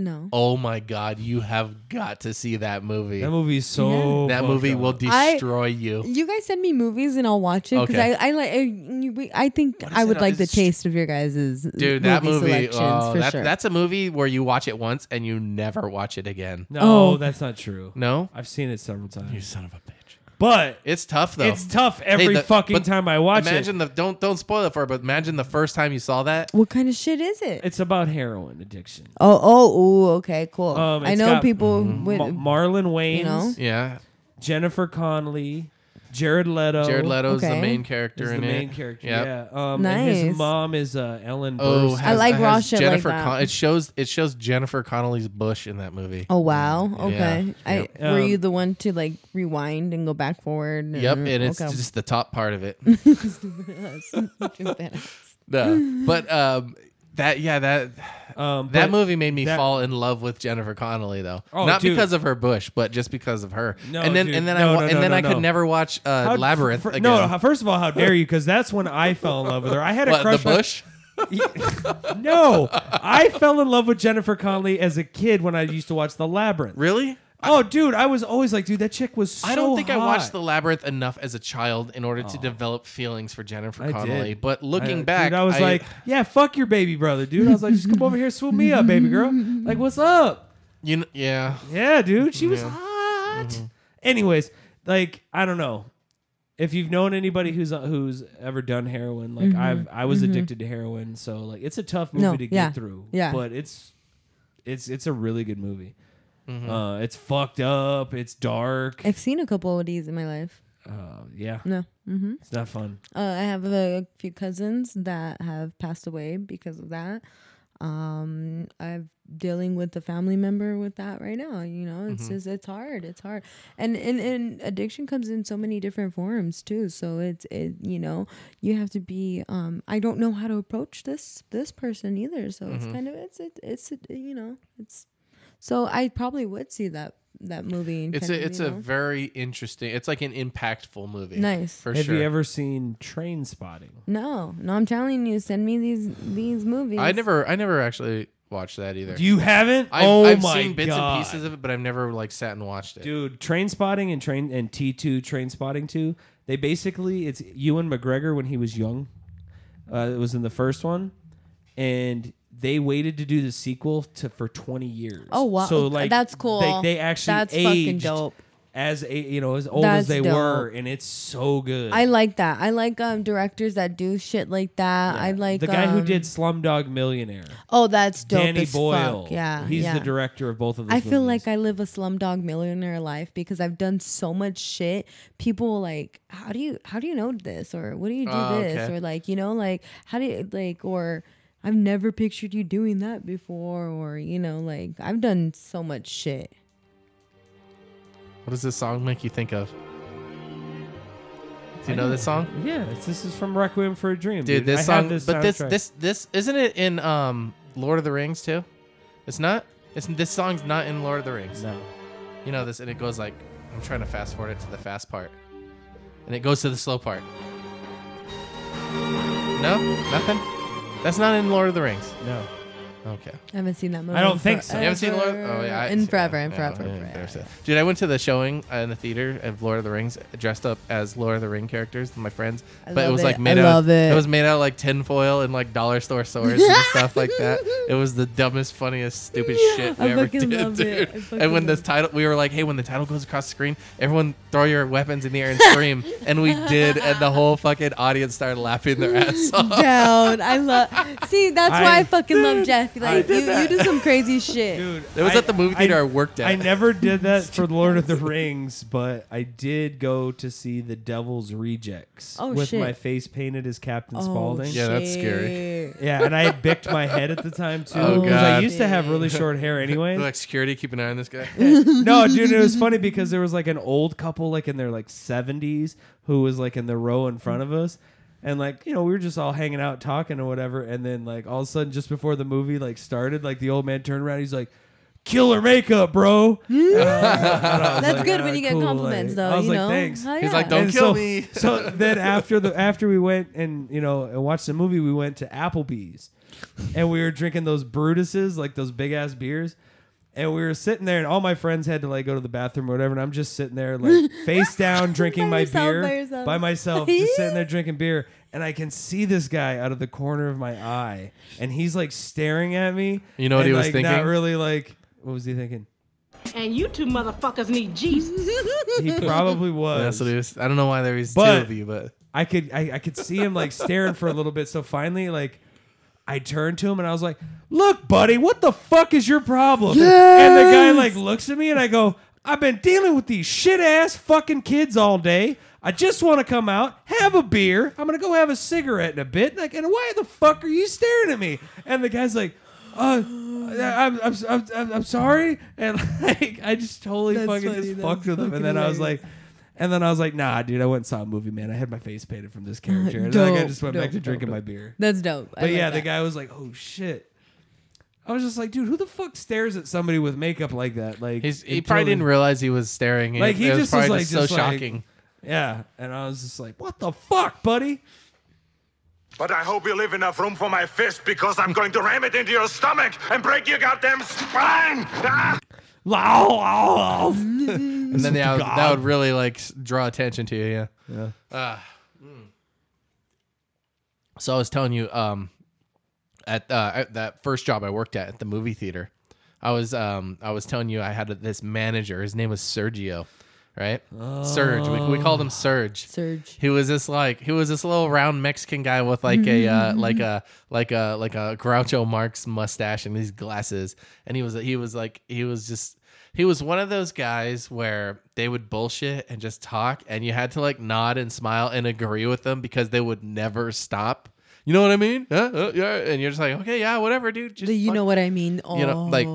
No.
Oh my God, you have got to see that movie.
That movie's so
That
fucked
movie
up.
will
I-
destroy you.
You guys send me movies and I'll watch it because
Okay.
I, I like I, you- we- I think
What is
I
it
would
on-
like
is
the
it-
taste of your guys'
Dude, that movie,
selections
oh,
for
that,
sure.
that's a movie where you watch it once and you never watch it again.
No,
Oh.
that's not true.
No?
I've seen it several
You
times.
son of a bitch.
But
It's tough though.
it's tough every
Hey, the-
fucking
but
time I watch
imagine
it.
the don't don't spoil it for her, but imagine the first time you saw that.
what kind of shit is it?
It's about heroin addiction.
oh, oh, ooh, okay, cool.
Um,
I
it's
know
got-
people
Mm-hmm.
with
Ma- Marlon Wayans,
You know?
Yeah,
Jennifer Connelly, Jared Leto.
Jared Leto's the
okay.
main character
is the
in it.
main character.
Yep.
Yeah. Um, and
Nice.
his mom is uh, Ellen.
Oh,
Burstyn.
has-
like
has
raw shit like
Jennifer
that.
Con- it shows it shows Jennifer Connolly's bush in that movie.
Oh wow. Okay.
Yeah.
I
Yep.
were
Um,
you the one to like rewind and go back forward?
Yep, and it's
mm, okay. (laughs)
just the top part of it. (laughs)
Badass.
No. But um, that yeah that
um,
that
but-
movie made me
that-
fall in love with Jennifer Connelly though.
Oh,
Not
dude.
because of her bush, but just because of her.
No,
and then
dude.
and then I
No,
wa-
no,
and
no,
then
no,
I could
no.
never watch uh,
How-
Labyrinth
fir-
again.
No, how- first of all, how dare you? Because that's when I fell in love with her. I had a
What,
crush.
the bush?
On, (laughs) no, I fell in love with Jennifer Connelly as a kid when I used to watch The Labyrinth.
Really?
Oh, dude, I was always like, dude, that chick was. so
I don't think I watched
hot.
The Labyrinth enough as a child in order to develop feelings for Jennifer
I
Connelly.
did.
But
I-
looking
dude,
back,
I was like, yeah, fuck your baby brother, dude. I was like, just come over here, swoop me up, baby girl. Like, what's up?
you know, yeah,
Yeah, dude, she was
Yeah. Mm-hmm.
hot. Anyways, like I don't know if you've known anybody who's uh, who's ever done heroin. Like I've I was addicted to heroin, so like it's a tough movie
Mm-hmm. No,
to get
yeah,
through.
yeah.
but it's it's it's a really good movie.
Mm-hmm.
Uh, it's fucked up. It's dark.
I've seen a couple of these in my life.
Uh, yeah,
No. Mm-hmm.
it's not fun.
Uh, I have a few cousins that have passed away because of that. Um, I'm dealing with a family member with that right now. You know,
Mm-hmm.
it's just it's hard. It's hard, and, and and addiction comes in so many different forms too. So it's it you know you have to be. Um, I don't know
Mm-hmm.
how to approach this this person either. So it's kind of it's it, it's you know it's So I probably would see that that movie. in
It's
front
a
of
it's
me
a
now.
very interesting. It's like an impactful movie.
Nice.
for
Have
sure.
you ever seen Train Spotting?
no, no. I'm telling you, send me these these movies.
I never I never actually watched that either.
You haven't?
I've,
oh
I've
my
seen bits
god,
and pieces of it, but I've never like sat and watched it.
dude! Train Spotting and Train and T two Train Spotting two. They basically it's Ewan McGregor when he was young. Uh, it was in the first one, and they waited to do the sequel to for twenty years.
Oh, wow.
So like
That's cool.
They, they actually
That's fucking
aged
dope.
As a, you know, as old as they
That's dope.
were, and it's so good.
I like that. I like um directors that do shit like that. I like
the guy who
um,
did Slumdog Millionaire.
Oh, that's dope.
Danny
as
Boyle.
Fuck. Yeah,
he's
yeah.
the director of both of those.
I feel
movies.
like I live a slumdog millionaire life because I've done so much shit. People were like, how do you how do you know this or what do you do
Oh,
this
okay.
or like you know like how do you like or I've never pictured you doing that before or you know like I've done so much shit.
What does this song make you think of? Do you know this song?
Yeah, it's- this is from Requiem for a Dream,
Dude,
dude.
this
I
song
have
but this
soundtrack.
this this isn't it in um Lord of the Rings too? It's not? It's this song's not in Lord of the Rings.
no.
You know this and it goes like I'm trying to fast forward it to the fast part. And it goes to the slow part. No? Nothing? That's not in Lord of the Rings.
No.
Okay.
I haven't seen that movie.
don't
in
think so. You
You haven't seen Lord?
forever.
Oh yeah, I,
in
yeah,
forever, in
yeah,
forever.
yeah,
forever.
there's that. Dude, I went to the showing uh, in the theater of Lord of the Rings, dressed up as Lord of the Ring characters, with my friends.
I
but it
love
was
it.
like made
I
out.
love it.
was made out of, like tinfoil and like dollar store swords
(laughs)
and stuff like that. It was the dumbest, funniest, stupid shit we
I
ever
fucking
did,
love it. I
dude.
fucking
And when this
love
title, we were like, hey, when the title goes across the screen, everyone throw your weapons in the air and scream, and we did, and the whole fucking audience started laughing their
(laughs)
ass off.
Down. I love. See, that's why
I-
I fucking love Jeff. Like you,
did
you do
(laughs)
some crazy shit.
Dude,
It was
I-
at the movie theater I, worked at.
I never did that for Lord of the Rings, but I did go to see The Devil's Rejects
Oh,
with
shit. Oh,
my face painted as Captain Spaulding.
Yeah, that's scary.
shit.
Yeah, and I had bicked my head at the time too.
Oh,
'cause I
God.
used to have really short hair anyway.
(laughs) Like security, keep an eye on this guy.
no, dude,
(laughs)
it was funny because there was like an old couple, like in their like seventies, who was like in the row in front of us, and like you know we were just all hanging out talking or whatever, and then like all of a sudden just before the movie like started, like the old man turned around, he's like, "Killer makeup, bro." (laughs)
That's good when
"Ah,
you get
cool,"
compliments,
like-
though.
I was
you
like,
know,
"Thanks."
Hell
He's like,
yeah.
"Don't
And
kill
so,
me."
(laughs)
(laughs)
so then after the after we went and you know and watched the movie, we went to Applebee's, and we were drinking those Brutuses, like those big ass beers. And we were sitting there, and all my friends had to like go to the bathroom or whatever, and I'm just sitting there,
(laughs)
like face down, drinking
By
my
yourself,
beer
by yourself.
by myself, just sitting
(laughs)
there drinking beer. And I can see this guy out of the corner of my eye, and he's like staring at me.
You know what
and,
he was
like, Not
thinking?
really like what was he thinking?
And you two motherfuckers need Jesus.
He probably
(laughs)
was.
That's what it was. I don't know why there was
But-
two of you, but
I could I, I could see him like staring for a little bit. So finally, like I turned to him and I was like, "Look, buddy, what the fuck is your problem?" And the guy like looks at me and I go, "I've been dealing with these shit ass fucking kids all day. I just want to come out, have a beer. I'm gonna go have a cigarette in a bit. Like, and why the fuck are you staring at me?" And the guy's like. Uh, I'm, I'm, I'm, I'm, I'm sorry, and (laughs) like I just totally
That's
fucking
funny.
just
That's
fucked with him,
fucking
and then I was
hilarious.
like. And then I was like, nah, dude, I went and saw a movie, man. I had my face painted from this character. And like, I
Dope,
just went
dope,
back to
dope,
drinking
dope.
my beer.
(laughs) That's dope. I
But
like
yeah, the
that.
guy was like, oh, shit. I was just like, dude, who the fuck stares at somebody with makeup like that? Like,
He's, he
it
probably
totally-
didn't realize he was staring. It-
Like, he
it was
just was
probably
like,
just
just
so
like-
shocking.
Yeah. And I was just like, what the fuck, buddy? (laughs)
But I hope you leave enough room for my fist because I'm going to ram it into your stomach and break your goddamn spine! Ah!
Laugh.
And then yeah,
God.
that would really like s- draw attention to you. Yeah. Yeah. So I was telling you, um, at uh, at that first job I worked at at the movie theater, I was um I was telling you I had this manager. His name was Sergio, right? Serge. We, we called him Serge.
Surge.
He was this like he was this little round Mexican guy with like a uh, like a like a like a Groucho Marx mustache and these glasses, and he was he was like he was just he was one of those guys where they would bullshit and just talk, and you had to like nod and smile and agree with them because they would never stop. You know what I mean? Huh? Uh, yeah. And you're just like, okay, yeah, whatever, dude. Just
The, you
fuck-
know what I mean? Oh.
you know, like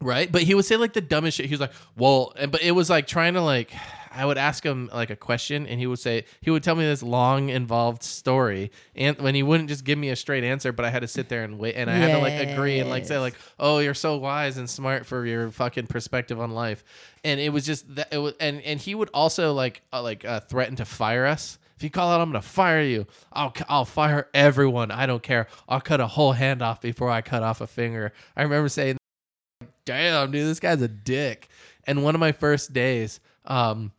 right? But he would say like the dumbest shit. He was like, "Well," and, but it was like trying to like. I would ask him like a question, and he would say he would tell me this long, involved story, and when he wouldn't just give me a straight answer, but I had to sit there and wait, and I had to like agree and like say
Yes.
like, "Oh, you're so wise and smart for your fucking perspective on life," and it was just that it was, and and he would also like uh, like uh, threaten to fire us. If you call out, I'm gonna fire you. I'll c- I'll fire everyone. I don't care. I'll cut a whole hand off before I cut off a finger. I remember saying damn dude this guy's a dick and one of my first days um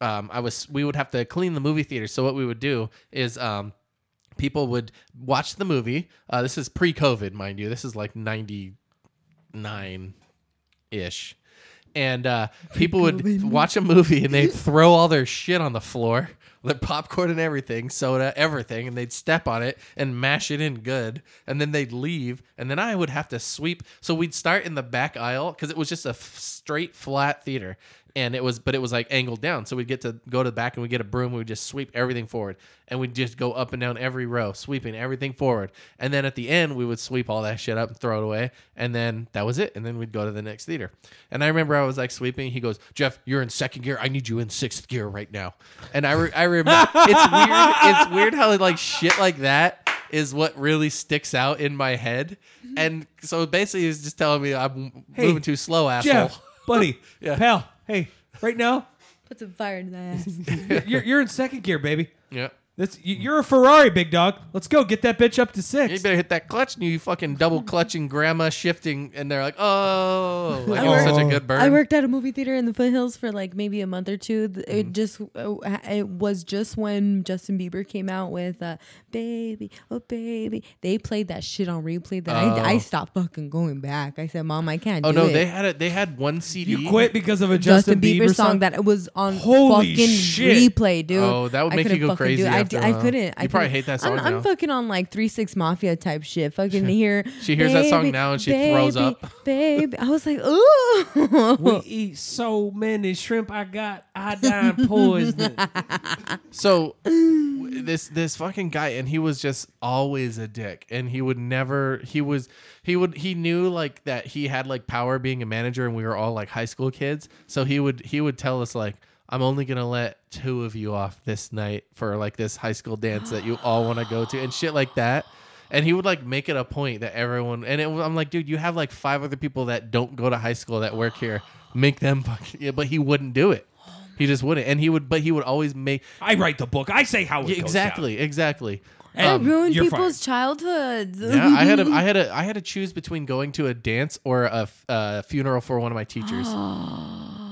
um i was we would have to clean the movie theater so what we would do is um people would watch the movie uh this is pre-covid mind you this is like 99 ish and uh, people would watch a movie and they'd throw all their shit on the floor, their popcorn and everything, soda, everything, and they'd step on it and mash it in good. And then they'd leave, and then I would have to sweep. So we'd start in the back aisle because it was just a f- straight flat theater, and it was, but it was like angled down. So we'd get to go to the back and we get a broom. We would just sweep everything forward, and we'd just go up and down every row, sweeping everything forward. And then at the end, we would sweep all that shit up and throw it away. And then that was it. And then we'd go to the next theater. And I remember I was like sweeping. He goes, Jeff, you're in second gear. I need you in sixth gear right now. And I, re- I
(laughs)
remember it's weird. It's weird how like shit like that is what really sticks out in my head. And so basically, he was just telling me I'm
Mm-hmm. Hey,
moving too slow, asshole.
Jeff, buddy,
(laughs) Yeah.
pal, hey,
(laughs)
right now,
Put some fire in that. (laughs)
you're, you're in second gear, baby.
Yeah.
That's you- you're a Ferrari, big dog. Let's go get that bitch up to
You
six.
better hit that clutch, you fucking double clutching grandma shifting, and they're like, "Oh, like, it was
worked-
such a good burn."
I worked at a movie theater in the foothills for like maybe a month or two. Th-
Mm.
It just uh, it was just when Justin Bieber came out with uh, "Baby, Oh Baby." They played that shit on replay. That I, I stopped fucking going back. I said, "Mom, I can't."
Oh
do
no,
it."
they had it. They had one CD.
You quit because of a
Justin, Bieber, song, that it was on
Holy
fucking
shit.
replay, dude.
Oh, that would
I
make you
couldn't
go
fucking
crazy
do it. I,
after
d-
a
I
while.
couldn't. I
You probably
couldn't.
hate that song
I'm, I'm
now.
fucking on like Three Six Mafia type
(laughs)
shit. Fucking hear.
She hears that song now and she throws up. (laughs)
Babe, I was like, ooh.
We eat so many shrimp. I got
(laughs)
iodine poisoning.
So w- this this fucking guy, and he was just always a dick, and he would never. He was he would he knew like that he had like power being a manager, and we were all like high school kids. So he would he would tell us like. I'm only gonna let two of you off this night for like this high school dance that you all want to go to and shit like that. And he would like make it a point that everyone and it, was- I'm like, dude, you have like five other people that don't go to high school that work here. Make them fucking. Yeah, but he wouldn't do it. He just wouldn't. And he would, but he would always make.
I write the book. I say how it
Yeah,
goes
exactly,
(laughs)
exactly.
down. Um,
I ruined
you're
people's childhoods.
Um, Yeah, I had a, I had a, I had to choose between going to a dance or a, f- a funeral for one of my
(gasps)
teachers.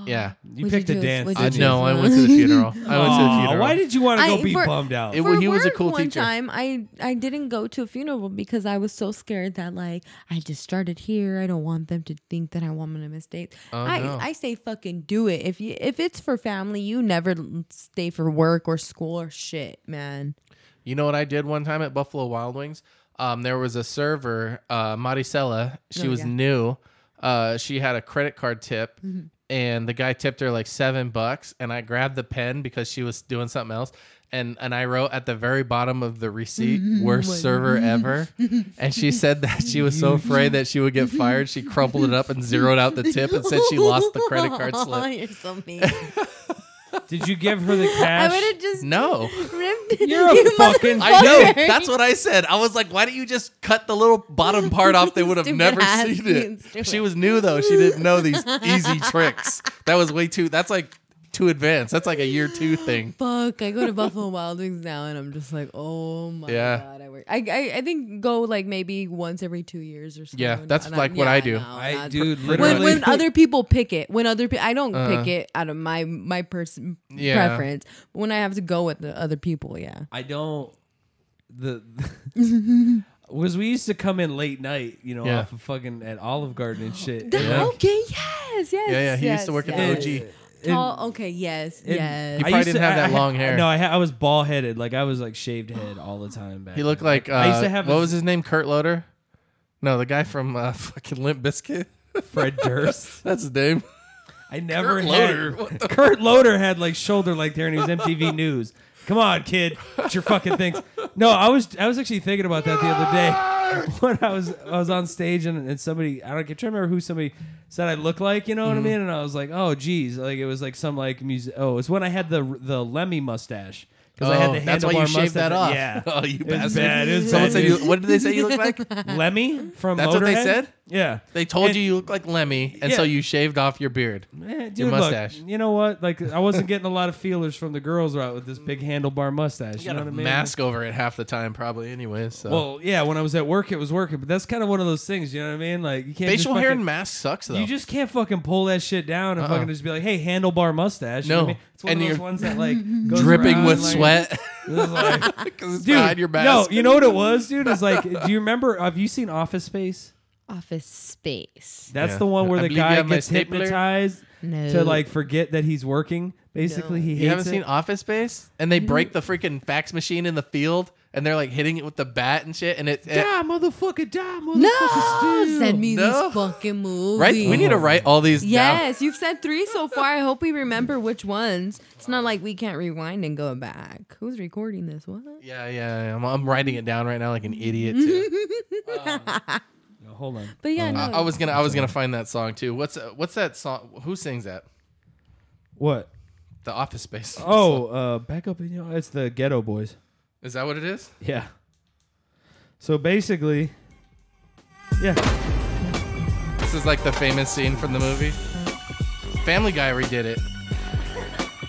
yeah,
You
What'd
picked
you
a
do?
dance.
What'd
I
you
didn't you?
know. I went to the
(laughs)
funeral. I went to the
Aw,
funeral.
Why did you want to go
(laughs) I-
be
for-
(laughs)
bummed out?
It-
For
he was a
work
cool
one
teacher.
time, I I didn't go to a funeral because I was so scared that like I just started here. I don't want them to think that I want them to mistake. I
Oh, no.
I say fucking do it. If you if it's for family, you never l- stay for work or school or shit, man.
You know what I did one time at Buffalo Wild Wings? Um, there was a server, uh, Maricela. She was
yeah.
new. Uh, she had a credit card tip, and the guy tipped her like seven bucks. And I grabbed the pen because she was doing something else, and and I wrote at the very bottom of the receipt, "Worst server ever." And she said that she was so afraid that she would get fired, she crumpled it up and zeroed out the tip, and said she lost the credit
(laughs)
card slip.
You're so
(laughs)
mean.
Did you give her the
I
cash?
would
(laughs)
have just
No.
ripped
You're
(laughs)
a
you
fucking-
motherfucker.
I know. That's what I said. I was like, why don't you just cut the little bottom (laughs) part off? They would have
Stupid
never (laughs)
ass,
seen
being
it.
stupid.
She was new though. She didn't know these easy (laughs) tricks. That was way too. That's like too advanced. That's like a year two thing.
Fuck, I go to Buffalo Wild Wings now and I'm just like, oh my
Yeah.
god, I work. I, I I think go like maybe once every two years or something.
Yeah, that's
And
like what I do.
no,
I-
not-
dude,
When,
literally-
when other people pick it, when other people, I don't pick it out of my my person
Uh-huh. Yeah.
preference. But when I have to go with the other people, yeah.
I don't.
(laughs)
The was we used to come in late night, you know,
Yeah.
off of fucking at Olive Garden and shit.
That-
and, like,
Okay, yes, yes.
Yeah, yeah. He used to work at the
yes.
OG.
Tall, okay, yes,
and
yes.
You probably
used
didn't have that
had-
long hair.
No, I, ha- I was bald headed. Like I was like shaved head all the time. Back
He
then.
looked like uh,
I used to have
what
a-
was his name? Kurt Loder. No, the guy from uh, (laughs) fucking Limp Biscuit.
Fred
(laughs)
Durst.
That's his name.
I never
Kurt (laughs)
had-
Loder. What
Kurt Loder had like shoulder like there, and he was
(laughs)
MTV News. Come on, kid, it's your fucking things. No, I was I was actually thinking about that the other day. (laughs) when I was I was on stage and, and somebody I don't I can't remember who somebody said I look like you know
Mm-hmm.
what I mean and I was like oh geez like it was like some like music oh it's when I had the the Lemmy mustache because I had
Oh,
the
that's why you
handlebar
shaved that
mustache.
off.
yeah
(laughs) Oh, you
It was
bastard.
bad. It was
Someone
bad
said (laughs)
news.
you. What did they say you
(laughs)
look like?
Lemmy from
That's what they
Motorhead?
said?
yeah
They told you you look like Lemmy, and so
Yeah.
you shaved off your beard.
Eh, dude,
Your
look,
mustache.
you know what? Like, I wasn't getting a lot of feelers from the girls right with this big handlebar mustache. You,
You got
know
a
what I mean?
mask over it half the time, probably. Anyway, so
Well, yeah. When I was at work, it was working, but that's kind of one of those things. You know what I mean? Like, you can't
facial
just
hair
fucking-
and mask sucks though.
You just can't fucking pull that shit down and
Uh-uh.
fucking just be like, "Hey, handlebar mustache." You know
No.
what I mean? It's one
And
of those
you're
ones that like goes
dripping
around,
with (laughs)
like-
sweat
This is like-
because it's
dude,
behind your mask.
no, you know what it was, dude? It's like, do you remember? Have you seen Office Space?
Office space.
That's
Yeah.
the one where
I
the
believe you
guy
have my
gets
stapler.
hypnotized
No.
to like forget that he's working. Basically, he hates
You haven't
it.
seen Office Space? And they break the freaking fax machine in the field, and they're like hitting it with the bat and shit. And it, it-
die, motherfucker, die, motherfucker.
No, send me
No.
these fucking movies.
right? We need to write all these. down.
Yes, you've said three so far. I hope we remember which ones. It's not like we can't rewind and go back. Who's recording this? What?
Yeah, yeah. yeah. I'm, I'm writing it down right now like an idiot.
(laughs)
Too.
No, hold on.
But yeah, no.
I, I was gonna, I was gonna find that song too. What's uh, what's that song? Who sings that?
What?
The Office Space.
Oh, uh, back up in your. It's the Ghetto Boys.
is that what it is?
Yeah. So basically, yeah.
This is like the famous scene from the movie. Family Guy redid it.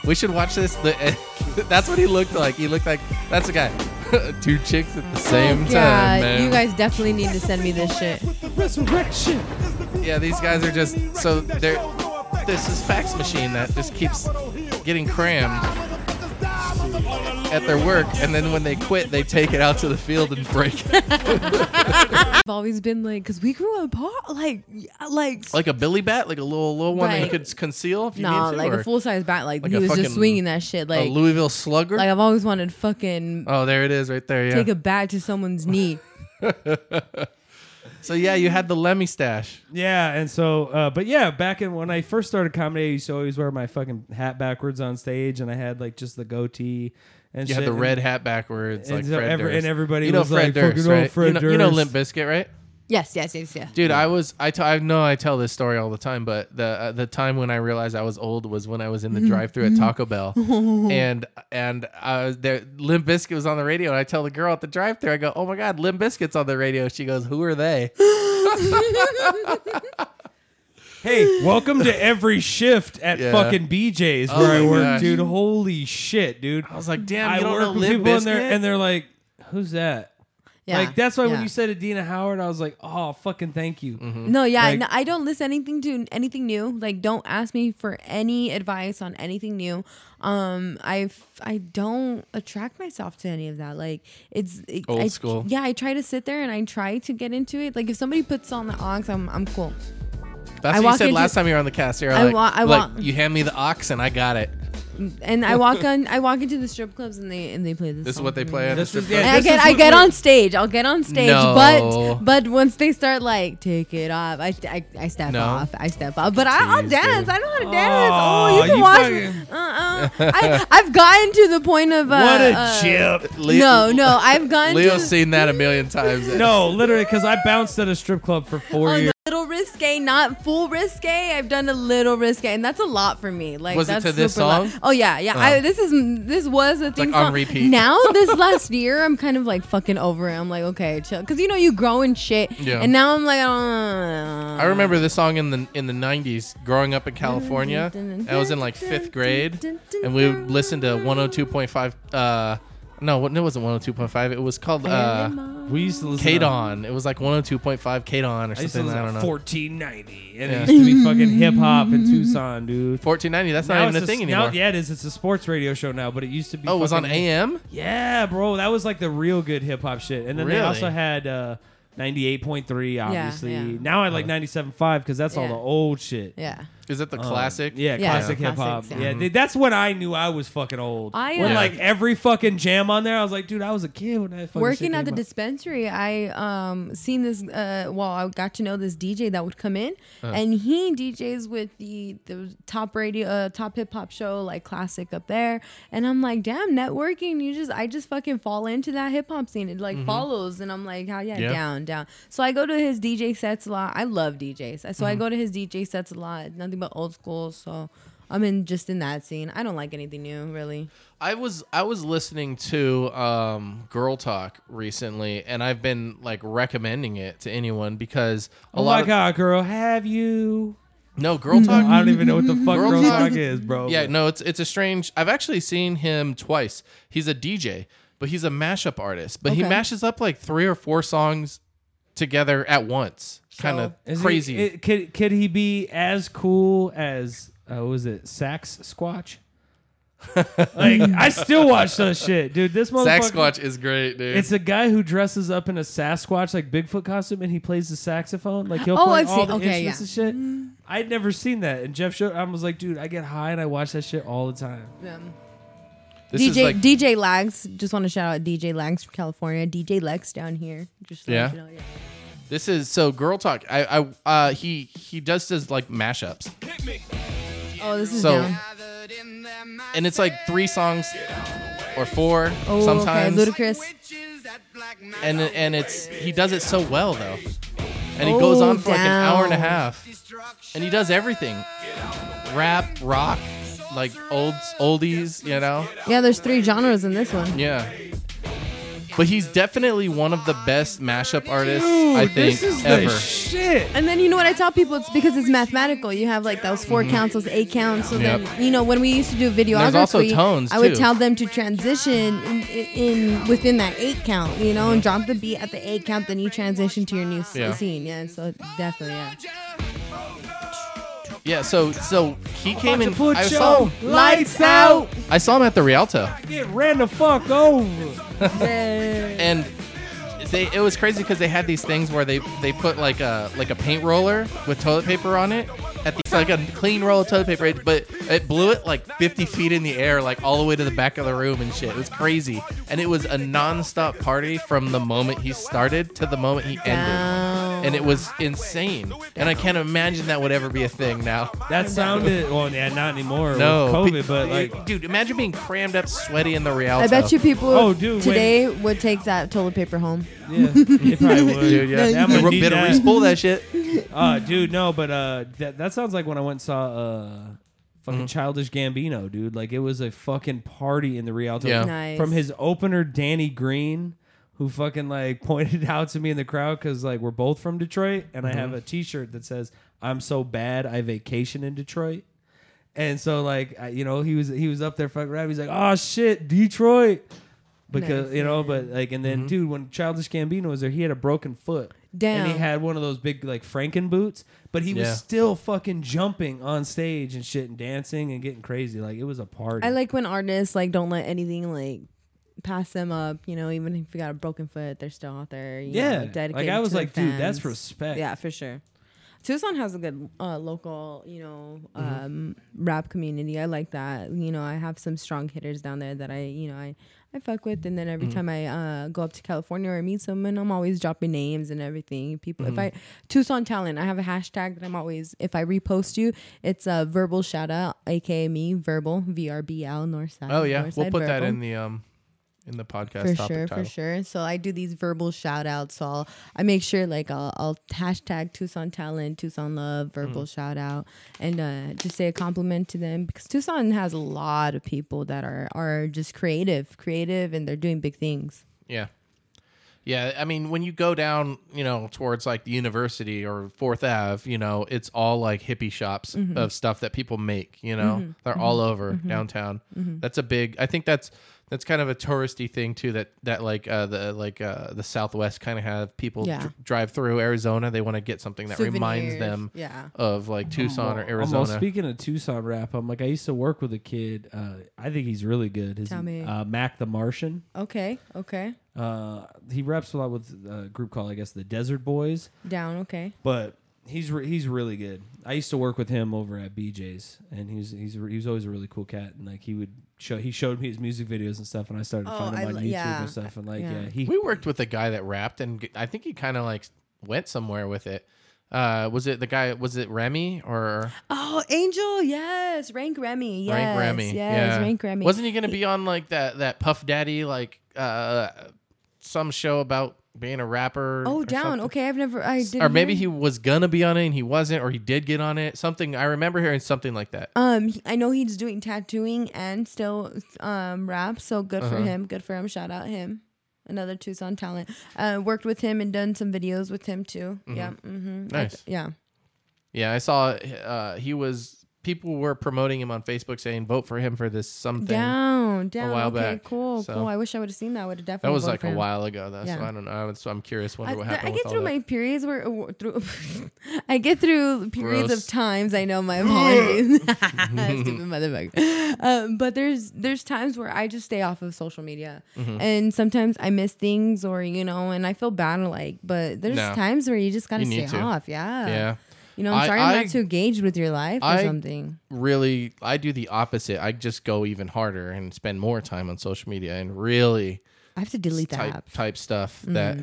We should watch this. The, eh, (laughs) that's what he looked like. He looked like that's the guy. (laughs) Two chicks at the same time, man.
you guys definitely need to send me this shit.
Resurrection.
yeah, these guys are just so they're. This is fax machine that just keeps getting crammed at their work, and then when they quit, they take it out to the field and break
(laughs)
it
I've always been like, because we grew apart, like, yeah, like,
like a billy bat, like a little little one that you
Right.
could conceal if you
nah,
need to,
like
or
a full size bat. Like,
like
he
a
was
fucking-
just swinging that shit.
a
Like,
Louisville Slugger.
like I've always wanted fucking
oh, there it is, right there. Yeah.
take a bat to
(laughs)
someone's knee.
so yeah, you had the Lemmy stash.
Yeah, and so, uh, but yeah, back in when I first started comedy, I used to always wear my fucking hat backwards on stage, and I had like just the goatee and
You
shit.
had the
and-
red hat backwards,
and
like
so
Fred
every-
Durst.
and everybody
you know
was
Fred
like,
Durst,
"Fucking old
right? you,
Fred
know, you know
Durst."
Limp Bizkit, right?
yes, yes, yes, yes.
Dude, I was I t- I know I tell this story all the time, but the uh, the time when I realized I was old was when I was
Mm-hmm.
in the drive-through at Taco
(laughs)
Bell, and and I was there. Limp Bizkit was on the radio, and I tell the girl at the drive-through, I go, "Oh my God, Limp Bizkit's on the radio." She goes, "Who are
(gasps)
they?"
Hey, welcome to every shift at
Yeah. Oh
fucking BJ's where I
my
work,
gosh.
dude. Holy shit, dude.
I was like, "Damn, you
I
don't know
work with
Limp
people
Bizkit?"
and they're and they're like, "Who's that?"
Yeah,
Like that's why when
yeah.
you said Adina Howard, I was like, "Oh, fucking thank you."
Mm-hmm.
No, yeah,
Like-
no, I don't listen anything to anything new. Like, don't ask me for any advice on anything new. Um, I I don't attract myself to any of that. Like, it's it,
Old
I-
school.
Yeah, I try to sit there and I try to get into it. Like, if somebody puts on the ox, I'm I'm cool.
That's what
I
you
walk
said
into-
last time you were on the cast. You're
I
like,
wa- I
like,
wa-
you hand me the ox and I got it.
And
(laughs)
I walk on, I walk into the strip clubs and they and they play this.
This is
song
what they
for me.
play. at the
This
strip
is-
club.
yeah,
I
This
get
is
I
what
get
we-
on stage. I'll get on stage,
No.
but but once they start like take it off, I I, I step
No.
off. I step off. But I, I'll
Jeez,
dance.
dude.
I know how to dance. Oh,
Aw,
you can
you
watch.
fucking-
me.
(laughs)
Uh-uh. I I've gotten to the point of uh,
What a
uh,
chip.
Leo-
No, no, I've gotten
Leo's
to
seen that a million times.
No, literally, because I bounced at a strip club
(laughs)
for four
a
years.
little risque, not full risque. I've done a little risque, and that's a lot for me. Like
Was it
that's
to this
super lot.
song?
Oh yeah, yeah. I, this is this was a thing.
like on
song.
repeat. (laughs)
Now this last year, I'm kind of like fucking over it. I'm like okay, chill, because you know you grow and shit.
Yeah.
And now I'm like, uh,
I remember this song in the in the '90s. Growing up in California, I was in like fifth grade, and we would listen to 102.5. Uh, no, what- no, it wasn't 102.5. It was called uh,
We used to listen. to-
K-Don. It was like 102.5 K-Don or
I used to
something.
listen
I don't
to
know.
fourteen ninety, and
Yeah.
it used to
(laughs)
be fucking hip hop in Tucson, dude.
1490. That's not
Now
even
it's
a thing
now-
anymore.
yeah, it is. It's a sports radio show now, but it used to be.
Oh, it was on
fucking-
AM.
Yeah, bro, that was like the real good hip hop shit. And then they
Really?
also had uh, 98.3, obviously.
yeah.
Now I like 97.5 because that's all
Yeah.
the old shit.
Yeah.
Is it the classic?
Oh, Yeah,
Yeah,
classic
yeah.
hip hop.
Classics,
Yeah,
yeah.
dude, that's when I knew I was fucking old.
I,
when
uh,
like every fucking jam on there, I was like, dude, I was a kid when I fucking shit
working at
came
the
out.
dispensary i um seen this uh well i got to know this dj that would come in
Uh.
and he djs with the the top radio uh, top hip-hop show like classic up there and i'm like damn networking you just i just fucking fall into that hip-hop scene it
Mm-hmm.
like follows and i'm like oh yeah
Yeah.
down down so i go to his dj sets a lot i love djs so
Mm-hmm.
i go to his dj sets a lot nothing but old school so i'm in just in that scene i don't like anything new really
I was I was listening to um, Girl Talk recently, and I've been like recommending it to anyone because a
Oh
lot.
my
of,
god, Mm-hmm. girl, have you?
No, Girl Talk.
I don't even know what the fuck
Girl
girl
talk.
talk is, bro.
Yeah,
but-
no, it's it's a strange. I've actually seen him twice. He's a DJ, but he's a mashup artist. But he
Okay.
mashes up like three or four songs together at once. Kind of
Is he-
crazy.
it- could could he be as cool as uh, what was it Sax
(laughs)
Squatch? like I still watch that shit, dude. This motherfucker.
Saxquatch is great, dude.
It's a guy who dresses up in a Sasquatch like Bigfoot costume and he plays the saxophone. Like he'll
Oh,
play
I've
all
seen-
the
okay,
instruments and shit. I'd never seen that. And Jeff showed. I was like, dude, I get high and I watch that shit all the time.
um,
this is
DJ
like,
DJ Lags. Just want to shout out DJ Lags from California. DJ Lex down here. Just to let
Yeah.
you know, yeah.
this is so girl talk. I I uh, he he does his like mashups.
Oh, this is
So
down.
and it's like three songs or four
Oh,
sometimes.
okay. Ludacris.
and and it's he does it so well though, and he goes
Oh,
on for like an hour and a
down.
half, and he does everything, rap, rock, like old oldies, you know,
Yeah, there's three genres in this one.
yeah. But he's definitely one of the best mashup artists I think
this is
ever.
the shit.
And then you know what I tell people? It's because it's mathematical. You have like those 4 counts, those eight counts. So
Mm-hmm. Yep.
then you know when we used to do videography,
There's also tones,
I would
too.
tell them to transition in, in within that eight count. You know, and drop the beat at the eight count, then you transition to your new s-
Yeah.
scene. Yeah, so definitely, yeah.
yeah, so so he came in.
To put
I
your
saw him,
lights out.
I saw him at the Rialto,
Get ran the fuck over.
and. They, it was crazy because they had these things where they, they put like a like a paint roller with toilet paper on it at the, it's like a clean roll of toilet paper it- but it blew it like 50 feet in the air like all the way to the back of the room and shit it was crazy and it was a non-stop party from the moment he started to the moment he ended
Wow.
and it was insane and i can't imagine that would ever be a thing now
That sounded well, yeah, not anymore.
no
with
Pe-
COVID, but
(laughs)
like
dude imagine being crammed up sweaty in the Rialto
I bet you people
Oh, dude,
today would take that toilet paper home.
Yeah, it probably would.
dude (laughs) yeah,
That would be
bitter
that.
spool that shit
Uh, dude, no, but uh, that that sounds like when I went and saw uh, fucking Childish Gambino, dude. Like it was a fucking party in the Rialto.
Yeah.
Nice.
From his opener, Danny Green, who fucking like (laughs) pointed out to me in the crowd because like we're both from Detroit, and I have a T-shirt that says "I'm so bad I vacation in Detroit." And so like I, you know he was he was up there fucking around. He's like, oh shit, Detroit. Because
Nice.
you know, but like, and then dude, when Childish Gambino was there, he had a broken foot, and he
Damn.
had one of those big like Franken boots, but he
Yeah.
was still fucking jumping on stage and shit and dancing and getting crazy. Like it was a party.
I like when artists like don't let anything like pass them up. You know, even if you got a broken foot, they're still out there. You
Yeah.
know,
Like,
dedicated.
I was
to their
like, dude, that's
fans.
respect.
Yeah, for sure. Tucson has a good uh, local, you know,
Mm-hmm.
um, rap community. I like that. You know, I have some strong hitters down there that I, you know, I, I fuck with. And then every
Mm-hmm.
time I uh, go up to California or meet someone, I'm always dropping names and everything. People,
Mm-hmm.
if I Tucson talent, I have a hashtag that I'm always. If I repost you, it's a verbal shout out, aka me, verbal V R B L Northside.
oh yeah we'll
Northside
put that
Verbal
in the um in the podcast
for
topic
sure
title.
for sure so i do these verbal shout outs so I'll, i make sure like I'll, I'll hashtag tucson talent tucson love
Mm-hmm.
verbal shout out and uh, just say a compliment to them because tucson has a lot of people that are are just creative creative and they're doing big things
Yeah. Yeah, I mean, when you go down, you know, towards like the university or Fourth Ave, you know, it's all like hippie shops
Mm-hmm.
of stuff that people make. You know, they're all over downtown.
Mm-hmm.
That's a big. I think that's that's kind of a touristy thing too. That that like uh, the like uh, the Southwest kind of have people
Yeah.
dr- drive through Arizona. They want to get something that reminds
Souvenirs,
them
yeah
of like Tucson or Arizona.
Almost speaking of Tucson rap, I'm like I used to work with a kid. Uh, I think he's really good. His
Tell me.
uh, Mac the Martian.
okay okay
Uh, he raps a lot with a group called I guess the Desert Boys.
down okay
But he's re- he's really good. I used to work with him over at BJ's, and he's he's re- he was always a really cool cat. And like he would show he showed me his music videos and stuff, and I started
Oh,
finding
I
him
lo-
on YouTube
yeah.
and stuff. And like
Yeah.
yeah, he
We worked with a guy that rapped, and g- I think he kind of like went somewhere with it. Uh, was it the guy? Was it Remy or
Oh, Angel, yes. Rank Remy, yes.
Rank Remy?
Yes, Rank Remy.
Wasn't he going to be on like that that Puff Daddy like uh, some show about being a rapper?
Oh,
or
down.
something?
Okay, I've never. I did.
Or maybe he was gonna be on it and he wasn't, or he did get on it. Something I remember hearing something like that.
Um, he- I know he's doing tattooing and still um rap. So good
Uh-huh.
for him. Good for him. Shout out him. Another Tucson talent. Uh, worked with him and done some videos with him too. Yeah. Mm-hmm.
Nice.
yeah.
Yeah, I saw. Uh, he was. People were promoting him on Facebook, saying vote for him for this something.
Down. Down.
while
okay.
back,
Cool.
so-
Cool. I wish I would have seen that. Would have definitely.
That was
voted
like
for
a
him.
while ago, though. So
Yeah.
I don't know. So I'm curious,
I,
wonder what
th- I
happened.
get
with
through
all
my
that.
periods where w- through (laughs) I get through periods
Gross.
of times. I know my
(laughs)
apologies, (laughs) stupid motherfucker. Um, but there's there's times where I just stay off of social media,
Mm-hmm.
and sometimes I miss things or you know, and I feel bad like. But there's
No.
times where you just gotta
You
stay
need to.
off. Yeah.
Yeah,
You know, I'm
I-
sorry
I-
I'm not too engaged with your life or
I-
something.
really. I do the opposite. I just go even harder and spend more time on social media and really
I have to delete that
type
app.
type stuff
Mm.
that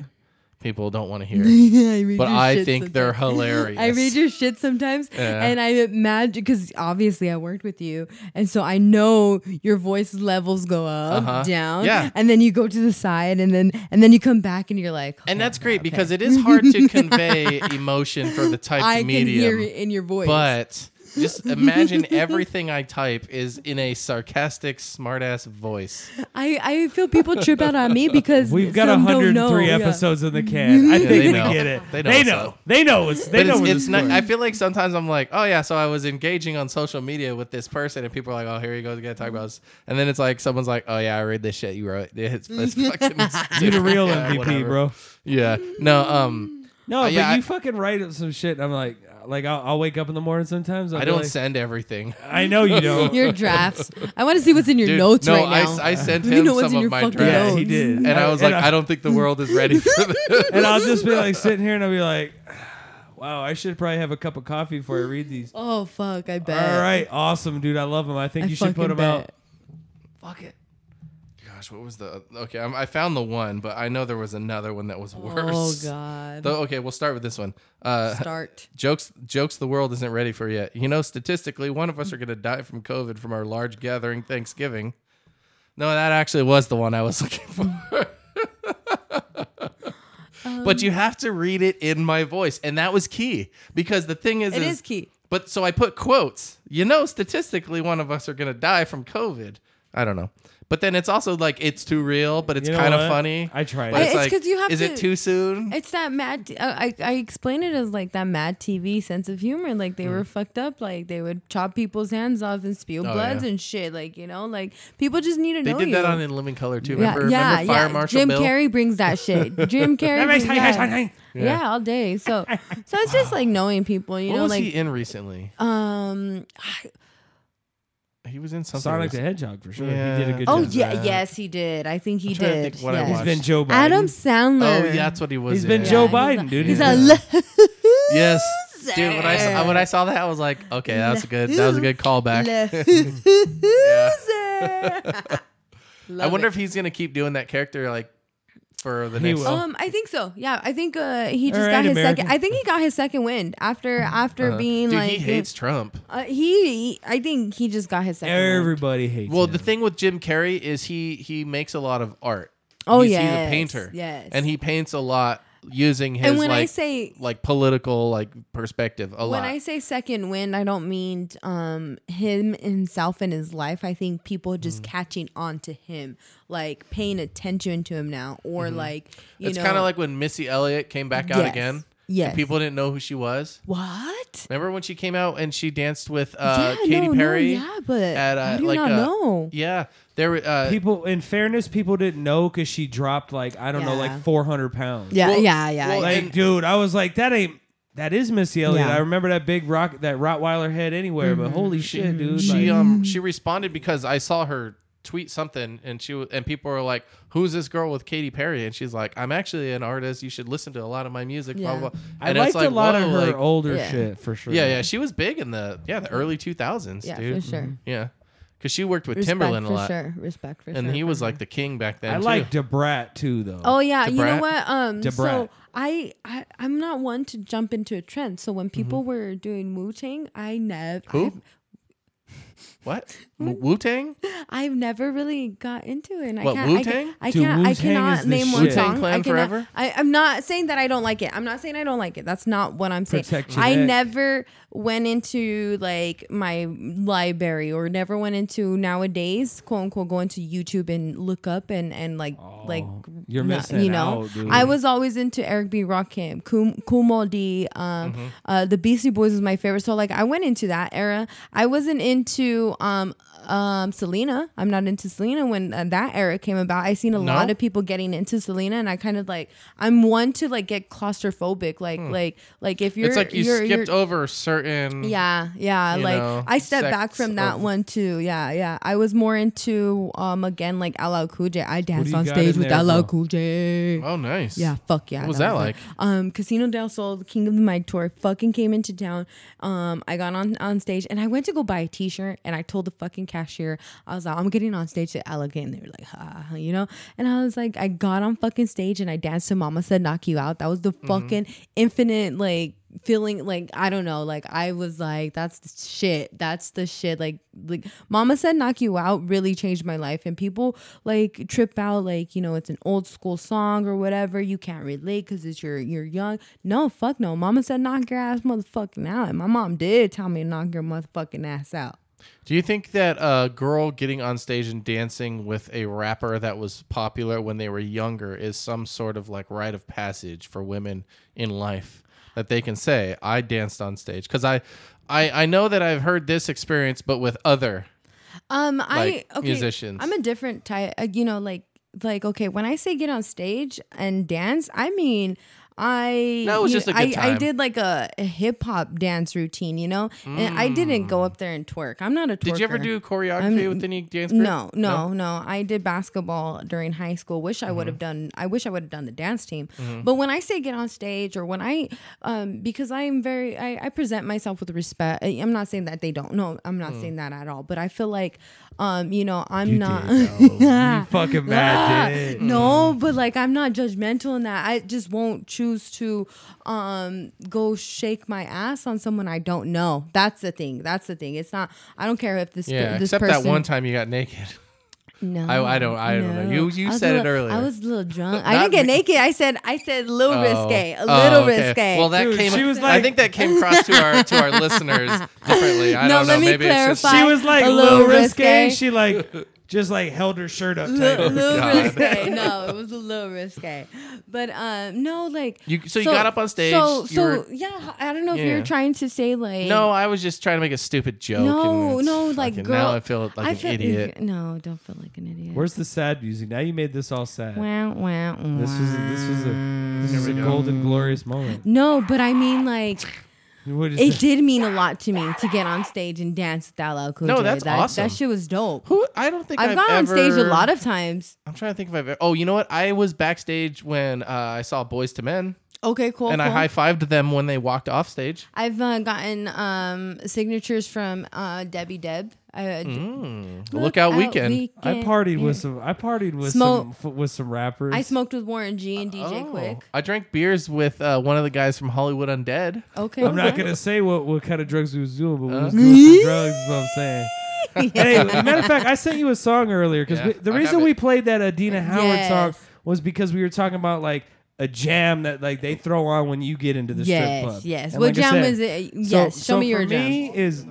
people don't want to hear.
(laughs) I read
But
your
I
shit
think they're
sometimes.
hilarious.
I read your shit sometimes, and I imagine because obviously I worked with you, and so I know your voice levels go up,
Uh-huh.
down,
Yeah.
and then you go to the side, and then and then you come back, and you're like, "Oh,
and
"Okay,
that's great
okay."
because it is hard
(laughs)
to convey emotion for the typed
I
medium.
can hear it in your voice.
but just
(laughs)
imagine everything I type is in a sarcastic, smartass voice.
I I feel people trip out on
(laughs)
me because
We've got
some don't
103
know, yeah.
episodes in the can. I think
they
they,
know.
get it.
They
They
know what's
know. They know.
up.
They know what's. They
But
know
it's,
what's.
it's not. I feel like sometimes I'm like, oh yeah, so I was engaging on social media with this person, and people are like, oh, here you go, gotta talk about this. And then it's like someone's like, oh yeah, I read this shit you wrote. (laughs)
(laughs)
It's, it's fucking
you
(laughs)
the real
Yeah,
MVP,
whatever.
bro.
Yeah. No. Um.
No,
Uh,
but
yeah,
you
I-
fucking write up some shit. and I'm like, uh, like I'll, I'll wake up in the morning sometimes. I'll
I
be
don't
like,
send
(laughs)
everything.
I
(laughs)
know you don't.
your drafts. I want to see what's in your
Dude,
notes
no,
right
I
now.
s- I
(laughs)
sent
Let me
him
know what's
some
in
of
your
my
fucking
drafts.
yeah, he
notes.
did.
And I was like, I,
don't.
don't think the world is ready
(laughs)
for this. (laughs)
and I'll just be like sitting here and I'll be like, (sighs) wow, I should probably have a cup of coffee before I read these.
Oh fuck! I bet.
uh,
All right, awesome, dude. I love them. I think
I
you should put
fucking
them
bet.
out.
Fuck it. Gosh, what was the? Okay, I'm, I found the one, but I know there was another one that was worse.
Oh god.
Though, okay, we'll start with this one. Uh,
Start.
jokes jokes the world isn't ready for yet. You know, statistically, one of us are going to die from COVID from our large gathering Thanksgiving. No, that actually was the one I was (laughs) looking for.
Um,
but you have to read it in my voice, and that was key because the thing is,
It
is
is key.
But so I put quotes. You know, statistically, one of us are going to die from COVID. I don't know. But then it's also like it's too real, but it's
You know
kind of
what?
funny.
I tried
But
it.
it's
It's
like,
'cause you have
is it
to-
too soon?
It's that mad. uh, I I explain it as like that mad TV sense of humor. Like they were fucked up. Like they would chop people's hands off and spew bloods
Mm. Oh, yeah.
and shit. Like you know, like people just need to
They
know
did
you.
that on In Living Color too.
yeah,
Remember,
yeah,
remember Fire
yeah.
Marshal
Jim
Bill?
Carrey brings that shit.
(laughs)
Jim Carrey. brings that. Yeah. all day. So, so it's just like knowing people. You
What
know,
was
like
he in recently?
um.
He was in something.
Sonic the
recent-
Hedgehog for sure. He did
Yeah.
a good
Oh
job.
yeah,
that.
yes, he did. I think he
I'm trying to
did.
think what I
yes.
He's
watched.
been Joe Biden.
Adam Sandler.
Oh, yeah, that's what he was.
He's been
in.
Joe
Yeah, he's
Biden, dude.
He's
Yeah.
a le-
Yes, dude. When I saw, when I saw that, I was like, okay, that was a good. That was a good callback.
(laughs)
(laughs)
Loser.
I wonder if he's gonna keep doing that character like for the
He
next.
will.
Um, I think so. Yeah, I think uh, he just
All
got
right,
his
American.
second. I think he got his second win after after being
Uh-huh. Dude, he
like.
hates Trump.
uh, he, he- I think he just got his second. win.
Everybody hates.
Well,
him.
the thing with Jim Carrey is he he makes a lot of art.
Oh,
he's, he's a
yes,
painter.
yes.
and he paints a lot using his
And when
like
I say
like political like perspective a
when
lot.
I say second win, I don't mean um him himself and his life. I think people
Mm.
just catching on to him, like paying attention to him now, or like you
Mm-hmm. it's
know,
kind of like when Missy Elliott came back out
Yes,
again.
yes.
and people didn't know who she was.
what?
Remember when she came out and she danced with uh,
yeah,
Katy
no,
Perry?
No, yeah, but
at, uh,
how do you
like
not
a-
know?
Yeah, there. were, Uh,
people, in fairness, people didn't know because she dropped like I don't know,
Yeah.
like 400 pounds.
Yeah,
Well-
yeah, yeah.
well,
yeah.
Like,
And-
dude, I was like, that ain't. That is Missy Elliott.
Yeah.
I remember that big rock, that Rottweiler head anywhere. But holy shit,
Mm-hmm.
dude!
she
Mm.
like-
um she responded because I saw her tweet something, and she wa- and people were like, "Who's this girl with Katy Perry?" And she's like, "I'm actually an artist. You should listen to a lot of my music."
Yeah.
Blah blah. blah.
I
And
liked a lot
whoa,
of her
like-
older
Yeah.
shit for sure.
Yeah, yeah, she was big in the yeah the early 2000s,
Yeah,
dude. Mm-hmm.
for sure.
Yeah, because she worked with
Respect
Timberland a
for
lot,
sure. Respect for sure.
and he
for
was
her.
like the king back then.
I
too.
like Debrat too, though.
Oh yeah, you know
Debrat.
what? Um,
Debrat.
so I, I I'm not one to jump into a trend. So when people were doing Wu Tang, I never
Who? (laughs) what Wu Tang?
I've, I've never really got into it. And
What,
I can't,
Wu-Tang?
I,
Dude,
can't, I, can't, I
Wu-Tang is
cannot
the
name one
shit.
song.
Wu-Tang Clan
I cannot,
forever?
I, I'm not saying that I don't like it. I'm not saying I don't like it. That's not what I'm saying.
Protect your
I
neck.
never went into like my library or never went into nowadays quote unquote going to YouTube and look up and and like like
Oh, you're
no,
missing
you know
out, dude.
i was always into eric b rockham Kum- kumo d um
Mm-hmm.
uh the beastie boys was my favorite so like i went into that era i wasn't into um um selena i'm not into selena when uh, that era came about i seen a
No?
lot of people getting into selena and i kind of like i'm one to like get claustrophobic like like like if you're
Hmm. it's like you
you're- you're-
skipped over certain.
yeah, yeah.
you
Like
know,
I stepped back
sects
from that
of-
one too. Yeah, yeah. I was more into um again like LL Cool J. I danced
you
on
got
stage
in
with
there,
LL
bro?
Cool J.
Oh, nice.
Yeah, fuck yeah.
What was that like?
my- Um, Casino del Sol, the King of the Mic tour, fucking came into town. Um, I got on on stage and I went to go buy a t shirt and I told the fucking cashier, I was like, I'm getting on stage to elegant. And they were like, ha, you know? And I was like, I got on fucking stage and I danced to Mama Said Knock You Out. That was the
Mm-hmm.
fucking infinite, like, feeling like I don't know, like I was like, that's the shit. That's the shit. Like like Mama said knock you out really changed my life. And people like trip out like, you know, it's an old school song or whatever. You can't relate because it's your you're young. No, fuck no. Mama said knock your ass motherfucking out. And my mom did tell me to knock your motherfucking ass out.
Do you think that a girl getting on stage and dancing with a rapper that was popular when they were younger is some sort of like rite of passage for women in life that they can say, "I danced on stage"? Because I, I, I know that I've heard this experience, but with other.
Um,
Like,
I okay.
musicians.
I'm a different type. Uh, you know, like like okay, when I say get on stage and dance, I mean. I
No, it was
you-
just a good
I, I
time.
did like a, a hip hop dance routine, you know, and I didn't go up there and twerk. I'm not a twerker.
Mm. Did you ever do choreography with any dance group?
No, no, no, I did basketball during high school. Wish I would have done. I wish I would have done the dance team. But when I say get on stage or when I, um, because I am very, I, I present myself with respect. I, am not saying that they don't. No, I'm not saying that at all. But I feel like, um, you know, I'm
You
not. (laughs)
did, though. you fucking mad
Ah,
did.
No, but like I'm not judgmental in that. I just won't choose to um go shake my ass on someone I don't know. That's the thing. That's the thing. It's not. I don't care if this
Yeah,
this
except
person.
that one time you got naked.
No,
I- I don't- I don't know. You- you
I was
said
a
it
little-
earlier.
I was a little drunk. I
Not
didn't get
me.
naked. I said I said a little risque, a
Oh,
little
okay.
risque.
Well, that
Dude,
came.
she was
I
like-
think that came across to our to our listeners differently. I
No,
don't
let
know.
me
Maybe it's just
clarify.
She was like
A
a
little
little risque.
risque.
She like just like held her shirt up tight.
Li- little
God.
risque. (laughs) No, it was a little risque. But um, no, like
You- so you got up on stage,
So,
you
so
were-
yeah, I don't know if
Yeah.
you're trying to say like
No, I was just trying to make a stupid joke.
No,
and it's
no, like
fucking-
girl.
Now I feel like
I
an
feel-
idiot.
No, don't feel like an idiot.
Where's the sad music? Now you made this all sad.
wow, wow, wow.
This was this was a this was a golden glorious moment.
no, but I
(laughs)
mean like
What is
it
that?
did mean a lot to me to get on stage and dance with LL Cool
No,
J.
that's
that,
awesome.
That shit was dope.
Who? I don't think
I've,
I've
gone on
ever,
stage a lot of times.
I'm trying to think if I've. Ever, oh, you know what? I was backstage when uh, I saw Boys to Men,
Okay, cool.
and
cool.
I high fived them when they walked off stage.
I've uh, gotten um, signatures from uh, Debbie Deb. I, uh,
Lookout Mm. Weekend.
I partied with some. I partied with
Smoke.
some f- with some rappers.
I smoked with Warren G and DJ
Oh.
Quick.
I drank beers with uh, one of the guys from Hollywood Undead.
Okay.
I'm not
okay.
gonna say what, what kind of drugs we was doing, but we was doing some drugs. Is what I'm
(laughs)
saying. hey, matter of fact, I sent you a song earlier because
Yeah,
the
I
reason
have
we
it.
played that Adina Howard
Yes.
song was because we were talking about like a jam that like they throw on when you get into the
Yes,
strip club.
yes.
And
What
I
jam
said-
is it? Uh, Yes, show me your
for
jam.
Me is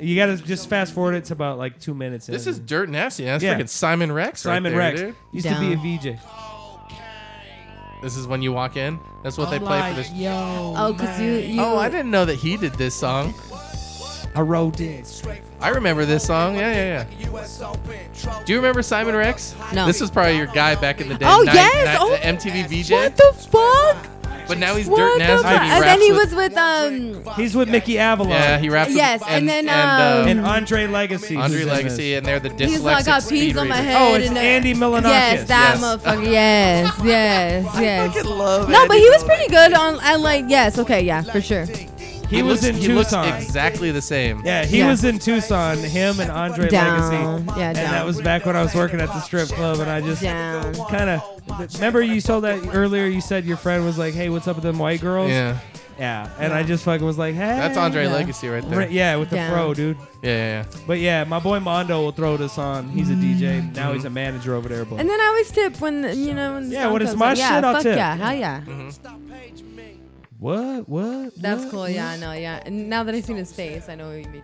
you gotta just fast forward it to about like two minutes.
This
in.
is dirt nasty. That's
Yeah.
freaking Simon Rex. right
Simon
there,
Rex
dude.
used to
Down.
be a VJ.
This is when you walk in. That's what they play for this.
yo,
Oh, cause you, you.
Oh, I didn't know that he did this song.
I wrote it.
I remember this song. Yeah, yeah, yeah. Do you remember Simon Rex?
No.
This was probably your guy back in the day.
Oh
Night-
yes!
night-
oh,
MTV VJ.
What the fuck?
But now he's
What
dirt
the
nasty.
fuck?
he
and then
raps
he
with-
was with um
He's with Mickey Avalon.
Yeah, he raps. with- uh,
Yes, and then, um,
and Andre Legacy.
Andre
who's in this.
Legacy, and they're the dyslexic
he's like got
speed
peas on my
readers.
head.
Oh, it's
and, uh,
Andy Milonakis.
Yes, that
Yes.
(laughs)
motherfucker. Yes, yes, yes.
Love
No,
it.
but he was pretty good on. I like yes, okay, yeah, for sure.
Oh, He, was
looks,
in
he looks
Tucson.
exactly the same.
yeah, he
Yeah.
was in Tucson. Him and Andre
Down,
Legacy.
yeah,
and
down.
that was back when I was working at the strip club, and I just
Down.
kind of remember you told that earlier. You said your friend was like, "Hey, what's up with them white girls?"
Yeah.
yeah. And I just fucking was like, "Hey."
That's Andre
Yeah.
Legacy right there.
Right, yeah, with the
Down.
fro, dude.
Yeah, yeah,
But yeah, my boy Mondo will throw this on. He's a DJ. Now he's a manager over there. But
Mm. And then I always tip when you know. When the
Yeah,
song
when it's
comes
my
on. yeah,
shit, I'll
fuck
tip.
Yeah, hell yeah.
what? What?
That's
what?
cool. Yeah, I know. Yeah. And now that I've seen his face, I know what you mean.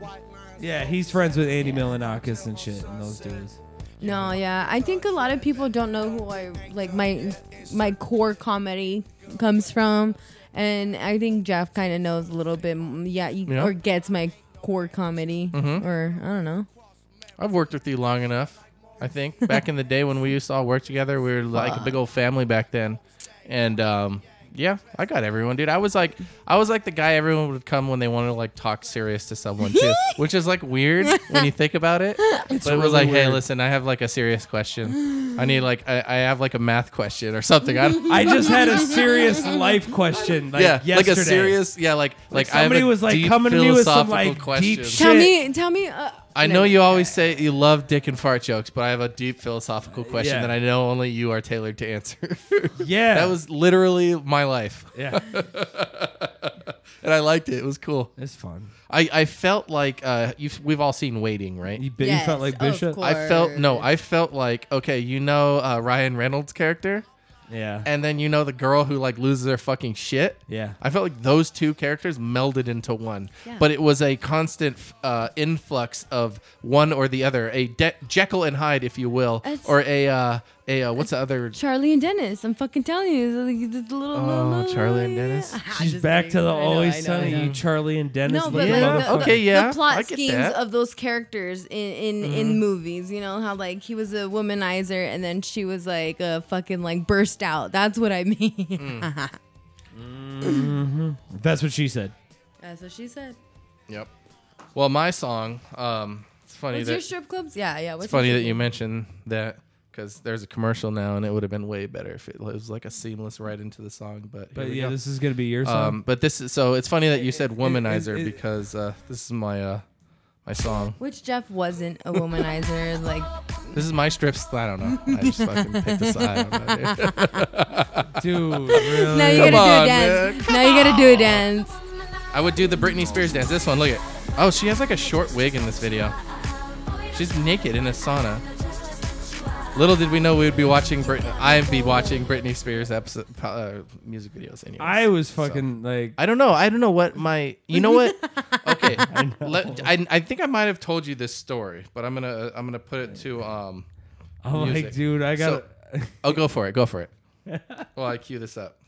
Yeah, he's friends with Andy Milonakis and shit and those
(laughs)
dudes.
No, yeah. I think a lot of people don't know who I like my my core comedy comes from, and I think Jeff kind of knows a little bit. mm, Yeah, he,
Yeah.
or gets my core comedy,
Mm-hmm.
or I don't know.
I've worked with you long enough. I think back in the day when we used to all work together, we were like a big old family back then. And um, yeah, I got everyone, dude. I was like, I was like the guy everyone would come when they wanted to like talk serious to someone (laughs) too, which is like weird when you think about (laughs) it. but it was like, hey, listen, I have like a serious question. I need like, I, I have like a math question or something. I, don't-
I just had a serious life question.
(laughs)
Like
yeah, (laughs)
yesterday.
like a serious, yeah, like like, I have
somebody
a
was, like,
deep
coming to me with some,
philosophical
like, deep
question.
shit.
Tell
Shit.
me, tell me. Uh,
I know you always say you love dick and fart jokes, but I have a deep philosophical question
Uh, Yeah.
that I know only you are tailored to answer. (laughs)
Yeah,
that was literally my life,
yeah.
and I liked it. It was cool.
It's
(laughs)
fun.
I, I felt like uh, you've, we've all seen Waiting, right?
You, bet you felt like Bishop.
I felt no, I felt like okay, you know uh, Ryan Reynolds' character,
yeah,
and then you know the girl who like loses her fucking shit.
yeah.
I felt like those two characters melded into one,
Yeah.
but it was a constant uh, influx of one or the other, a De- Jekyll and Hyde, if you will,
It's-
or a uh, a uh, what's the other?
Charlie and Dennis. I'm fucking telling you, it's like this little.
Oh,
little-
Charlie and Dennis.
Ah,
She's
just
back
kidding.
to the
I know, I know, I
always sunny.
know.
You Charlie and Dennis.
No, but
little
Yeah,
like the,
motherfucker.
the,
okay, yeah,
the plot
I get
schemes
that. Mm-hmm.
of those characters in in, in movies, you know, how like he was a womanizer and then she was like a fucking like burst out. That's what I (laughs) mean.
Mm. That's what she said.
(laughs) That's what she said.
Yep. Well, my song. Um, it's funny
What's
that
your strip clubs? Yeah, yeah. What's
it's funny
your
that you mentioned that because there's a commercial now, and it would have been way better if it was like a seamless right into the song. But
But
here we
yeah,
go.
this is gonna be your song.
Um, but this is so it's funny that you said womanizer
it- it-
because uh, this is my uh, my song.
Which Jeff wasn't a womanizer. like
(laughs) This is my strips. I don't know. I just fucking picked this. I don't know, dude. Um,
(laughs)
(laughs)
Dude, really?
now you
Come
gotta do
on,
a dance. Now you gotta do a dance.
(laughs) I would do the Britney Spears dance. This one, look at. Oh, she has like a short wig in this video. She's naked in a sauna. Little did we know we would be watching Britney. I'd be watching Britney Spears episode, uh, music videos. Anyway,
I was fucking like,
I don't know. I don't know what my. You know what? Okay. Let, I, I think I might have told you this story, but I'm gonna I'm gonna put it to um.
I'm
music.
(laughs) like, dude, I got. to
Oh, go for it. Go
(laughs)
for it. While I cue this up.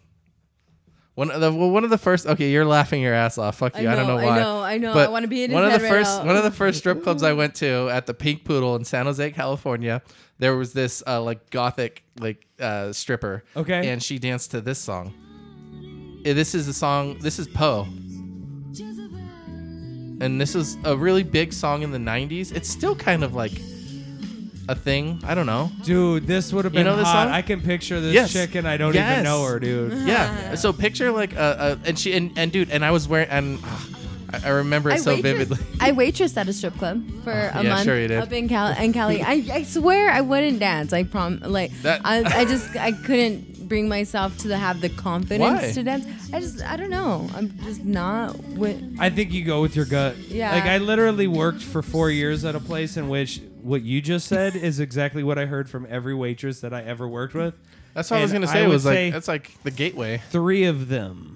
One of the well, one of the first. Okay, you're laughing your ass off. Fuck
I
you. I, don't know
know, I
why.
know, I know. I
But
wanna be in his
one of
head
the
right
first
now.
one of the first strip clubs I went to at the Pink Poodle in San Jose, California. There was this uh, like gothic like uh, stripper.
Okay.
And she danced to this song. Eh, This is the song. This is Poe. And this is a really big song in the '90s. It's still kind of like a thing. I don't know.
Dude, this would have
You
been
know this
hot.
song?
I can picture this
Yes.
chick and I don't
Yes.
even know her, dude. (laughs)
Yeah. So picture like a, uh and she and, and dude and I was wearing and ah, I I remember it so vividly.
I waitressed at a strip club for a
yeah,
month
sure you did.
up in Cali. In Cali, I, I swear I wouldn't dance. I prom like
That-
I, I just I couldn't bring myself to the, have the confidence
Why?
to dance. I just I don't know. I'm just not with.
I think you go with your gut.
Yeah.
Like I literally worked for four years at a place in which what you just said is exactly what I heard from every waitress that I ever worked with.
That's what I was
And
gonna say.
I
It
would
was like
say-
that's like the gateway.
Three of them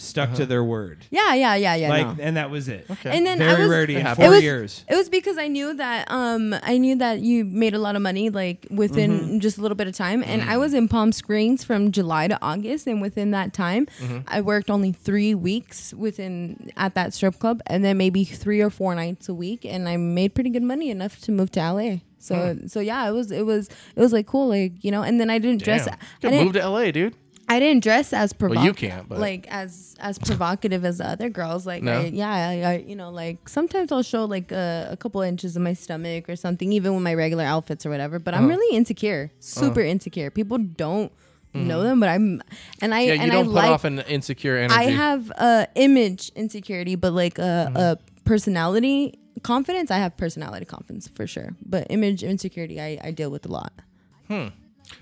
stuck
Uh-huh.
to their word.
Yeah, yeah, yeah, yeah.
Like
no.
and that was it. Okay.
And then
Very
I was,
rarely in
it
four
was-
years.
It was because I knew that um I knew that you made a lot of money like within
Mm-hmm.
just a little bit of time, and I was in Palm Springs from July to August, and within that time,
Mm-hmm.
I worked only three weeks within at that strip club, and then maybe three or four nights a week, and I made pretty good money enough to move to LA. So
Hmm.
so yeah, it was it was it was like cool, like you know, and then I didn't dress.
Damn.
I
You
didn't,
moved to LA, dude.
I didn't dress as provocative.
you can't, but-
like as as provocative as the other girls. Like,
No?
I, yeah, I, I, you know, like sometimes I'll show like a, a couple inches of my stomach or something, even with my regular outfits or whatever. But
Uh-huh.
I'm really insecure, super insecure. People don't know them, but I'm, and I
Mm-hmm. Yeah, you
and I
don't put
like
off an insecure energy. Mm-hmm.
I have uh, image insecurity, but like a, a personality confidence. I have personality confidence for sure, but image insecurity I, I deal with a lot.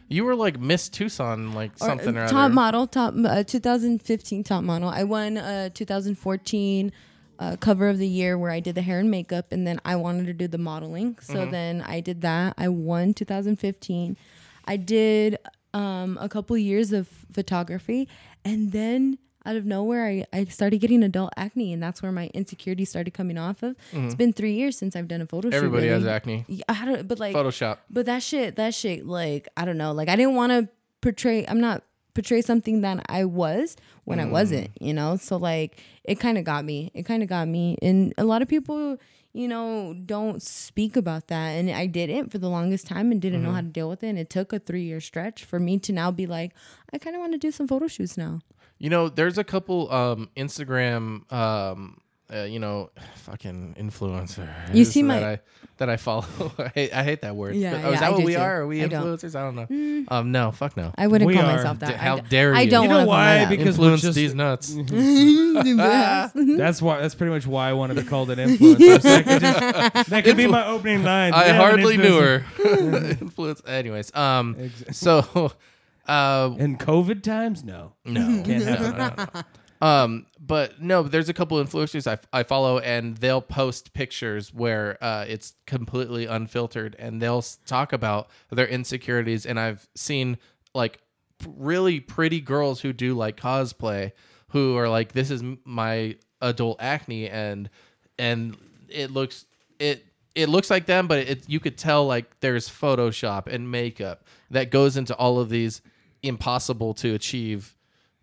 you were like Miss Tucson, like
Or,
something or
uh,
other.
top model, top uh, 2015 top model. I won uh, 2014 uh, cover of the year where I did the hair and makeup, and then I wanted to do the modeling. So
Mm-hmm.
then I did that. I won 2015. I did um, a couple years of photography, and then out of nowhere, I, I started getting adult acne, and that's where my insecurity started coming off of. It's been three years since I've done a photo shoot.
Mm-hmm. Everybody has
really.
acne.
Yeah, I don't, but like
Photoshop.
but that shit, that shit, like I don't know, like I didn't want to portray. I'm not portray something that I was when
Mm.
I wasn't, you know. So like it kind of got me. It kind of got me, and a lot of people, you know, don't speak about that, and I didn't for the longest time, and didn't know
Mm-hmm.
how to deal with it. And it took a three year stretch for me to now be like, I kind of want to do some photo shoots now.
You know, there's a couple um, Instagram, um, uh, you know, fucking influencer.
You see
that
my-
I, that I follow. (laughs) I, hate, I hate that word.
Yeah,
But-
yeah,
oh, is
I
that what
do
we
too.
are? Are we
I don't. Mm.
influencers? I don't know. Um, no, fuck no.
I wouldn't
We
call
are-
myself that.
D-
I
how
d-
dare
I
you.
don't
You
know
want to
why?
Call
Because we're
Influence
just-
these
(laughs)
nuts.
that.
That's why. That's pretty much why I wanted to call it
(laughs)
influencer. So I could just- that could be my opening line.
I
Yeah, I'm an
hardly knew
influencer.
her. (laughs) Influence. Anyways, um, so, (laughs) uh,
In COVID times, no,
no.
can't happen.
(laughs) Um, but no, but there's a couple influencers I, I follow, and they'll post pictures where uh, it's completely unfiltered, and they'll s- talk about their insecurities. And I've seen like p- really pretty girls who do like cosplay, who are like, "This is m- my adult acne," and and it looks it it looks like them, but it you could tell like there's Photoshop and makeup that goes into all of these impossible to achieve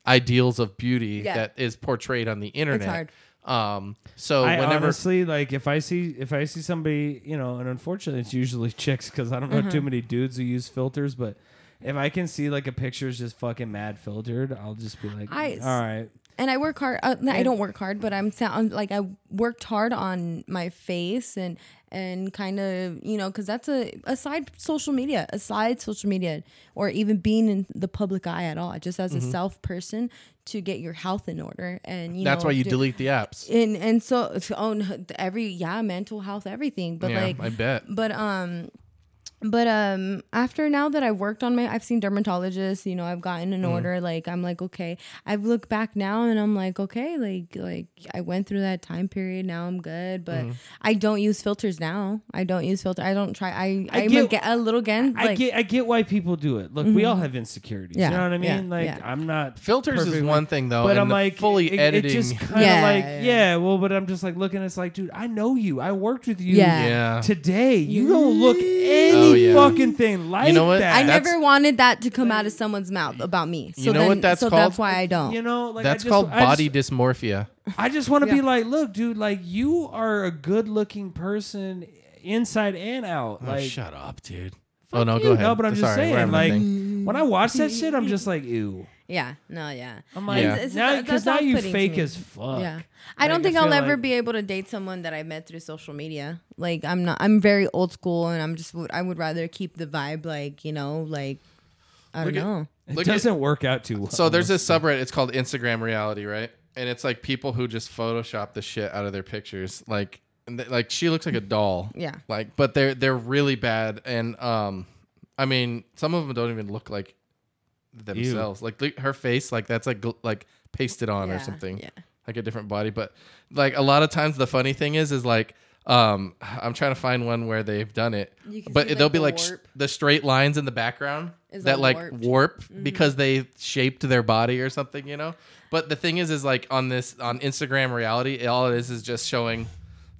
ideals of beauty
Yeah.
that is portrayed on the internet.
hard.
Um, so
I
whenever
honestly like if I see if I see somebody, you know, and unfortunately it's usually (laughs) chicks because I don't know
Mm-hmm.
too many dudes who use filters, but if I can see like a picture is just fucking mad filtered, I'll just be like,
I-
all right,
and I work hard. Uh, no, I don't work hard, but I'm sound like I worked hard on my face and and kind of you know because that's a aside social media, aside social media, or even being in the public eye at all, just as
Mm-hmm.
a self person to get your health in order. And you
that's
know,
why you
do-
delete the apps.
and and so oh, no, every yeah mental health everything, but
Yeah,
like
I bet.
but um but um after now that i've worked on my i've seen dermatologists you know i've gotten
Mm-hmm.
an order like i'm like okay i've looked back now and i'm like okay like like i went through that time period now i'm good but
Mm-hmm.
i don't use filters now i don't use filter i don't try i,
I
I am
get-
a, ge- a little again
I
like Mm-hmm.
get I get why people do it. Look, we all have insecurities.
Yeah,
You know what I
yeah,
mean? like
yeah.
I'm not
Filters is
perfectly-
one thing, though,
but
and
I'm
the
like
fully
it,
editing-
It just kind of
(laughs) Yeah,
like
yeah.
yeah. well, but I'm just like looking. It's like, dude, I know you. I worked with you.
Yeah.
Yeah.
Today, you don't look any
Oh, yeah.
fucking thing like
know what?
that.
i
That's-
never wanted that to come out of someone's mouth about me so
You know
then,
what that's
so
called?
that's why i don't
you know, like I
That's
just-
called
I just-
body dysmorphia.
I just want to be
Yeah.
like, look, dude, like you are a good looking person inside and out. like,
Oh, Shut up, dude. Oh no,
you
go ahead.
know, but I'm just
Sorry, we're
saying,
having a
like,
thing.
when I watch that shit, I'm just like,
(laughs)
ew.
yeah no yeah
I'm like,
Yeah.
yeah.
It's-
now
that-
because now
that's
you
off-putting to
fake
me.
as fuck.
Yeah. I don't
Like, I
think I will
feel
ever
like-
be able to date someone that I met through social media. Like I'm not I'm very old school and I'm just I would rather keep the vibe like, you know, like I don't
Look at-
know.
It
Look at-
doesn't work out too well.
So
(laughs)
there's this subreddit. It's called Instagram Reality, right? And it's like people who just Photoshop the shit out of their pictures. Like, and they- like she looks like a doll.
Yeah.
Like, but they're they're really bad. And um, I mean, some of them don't even look like themselves. Like look- her face, like that's like gl- like pasted on or
Yeah,
something.
yeah.
Like a different body. But like a lot of times, the funny thing is, is like. Um, I'm trying to find one where they've done it,
You can
but
see,
it- they'll
like,
be
the
like sh-
warp.
the straight lines in the background
Is
that
all
like
warped. Mm-hmm.
warp because they shaped their body or something, you know. But the thing is, is like on this on Instagram reality, it- all it is is just showing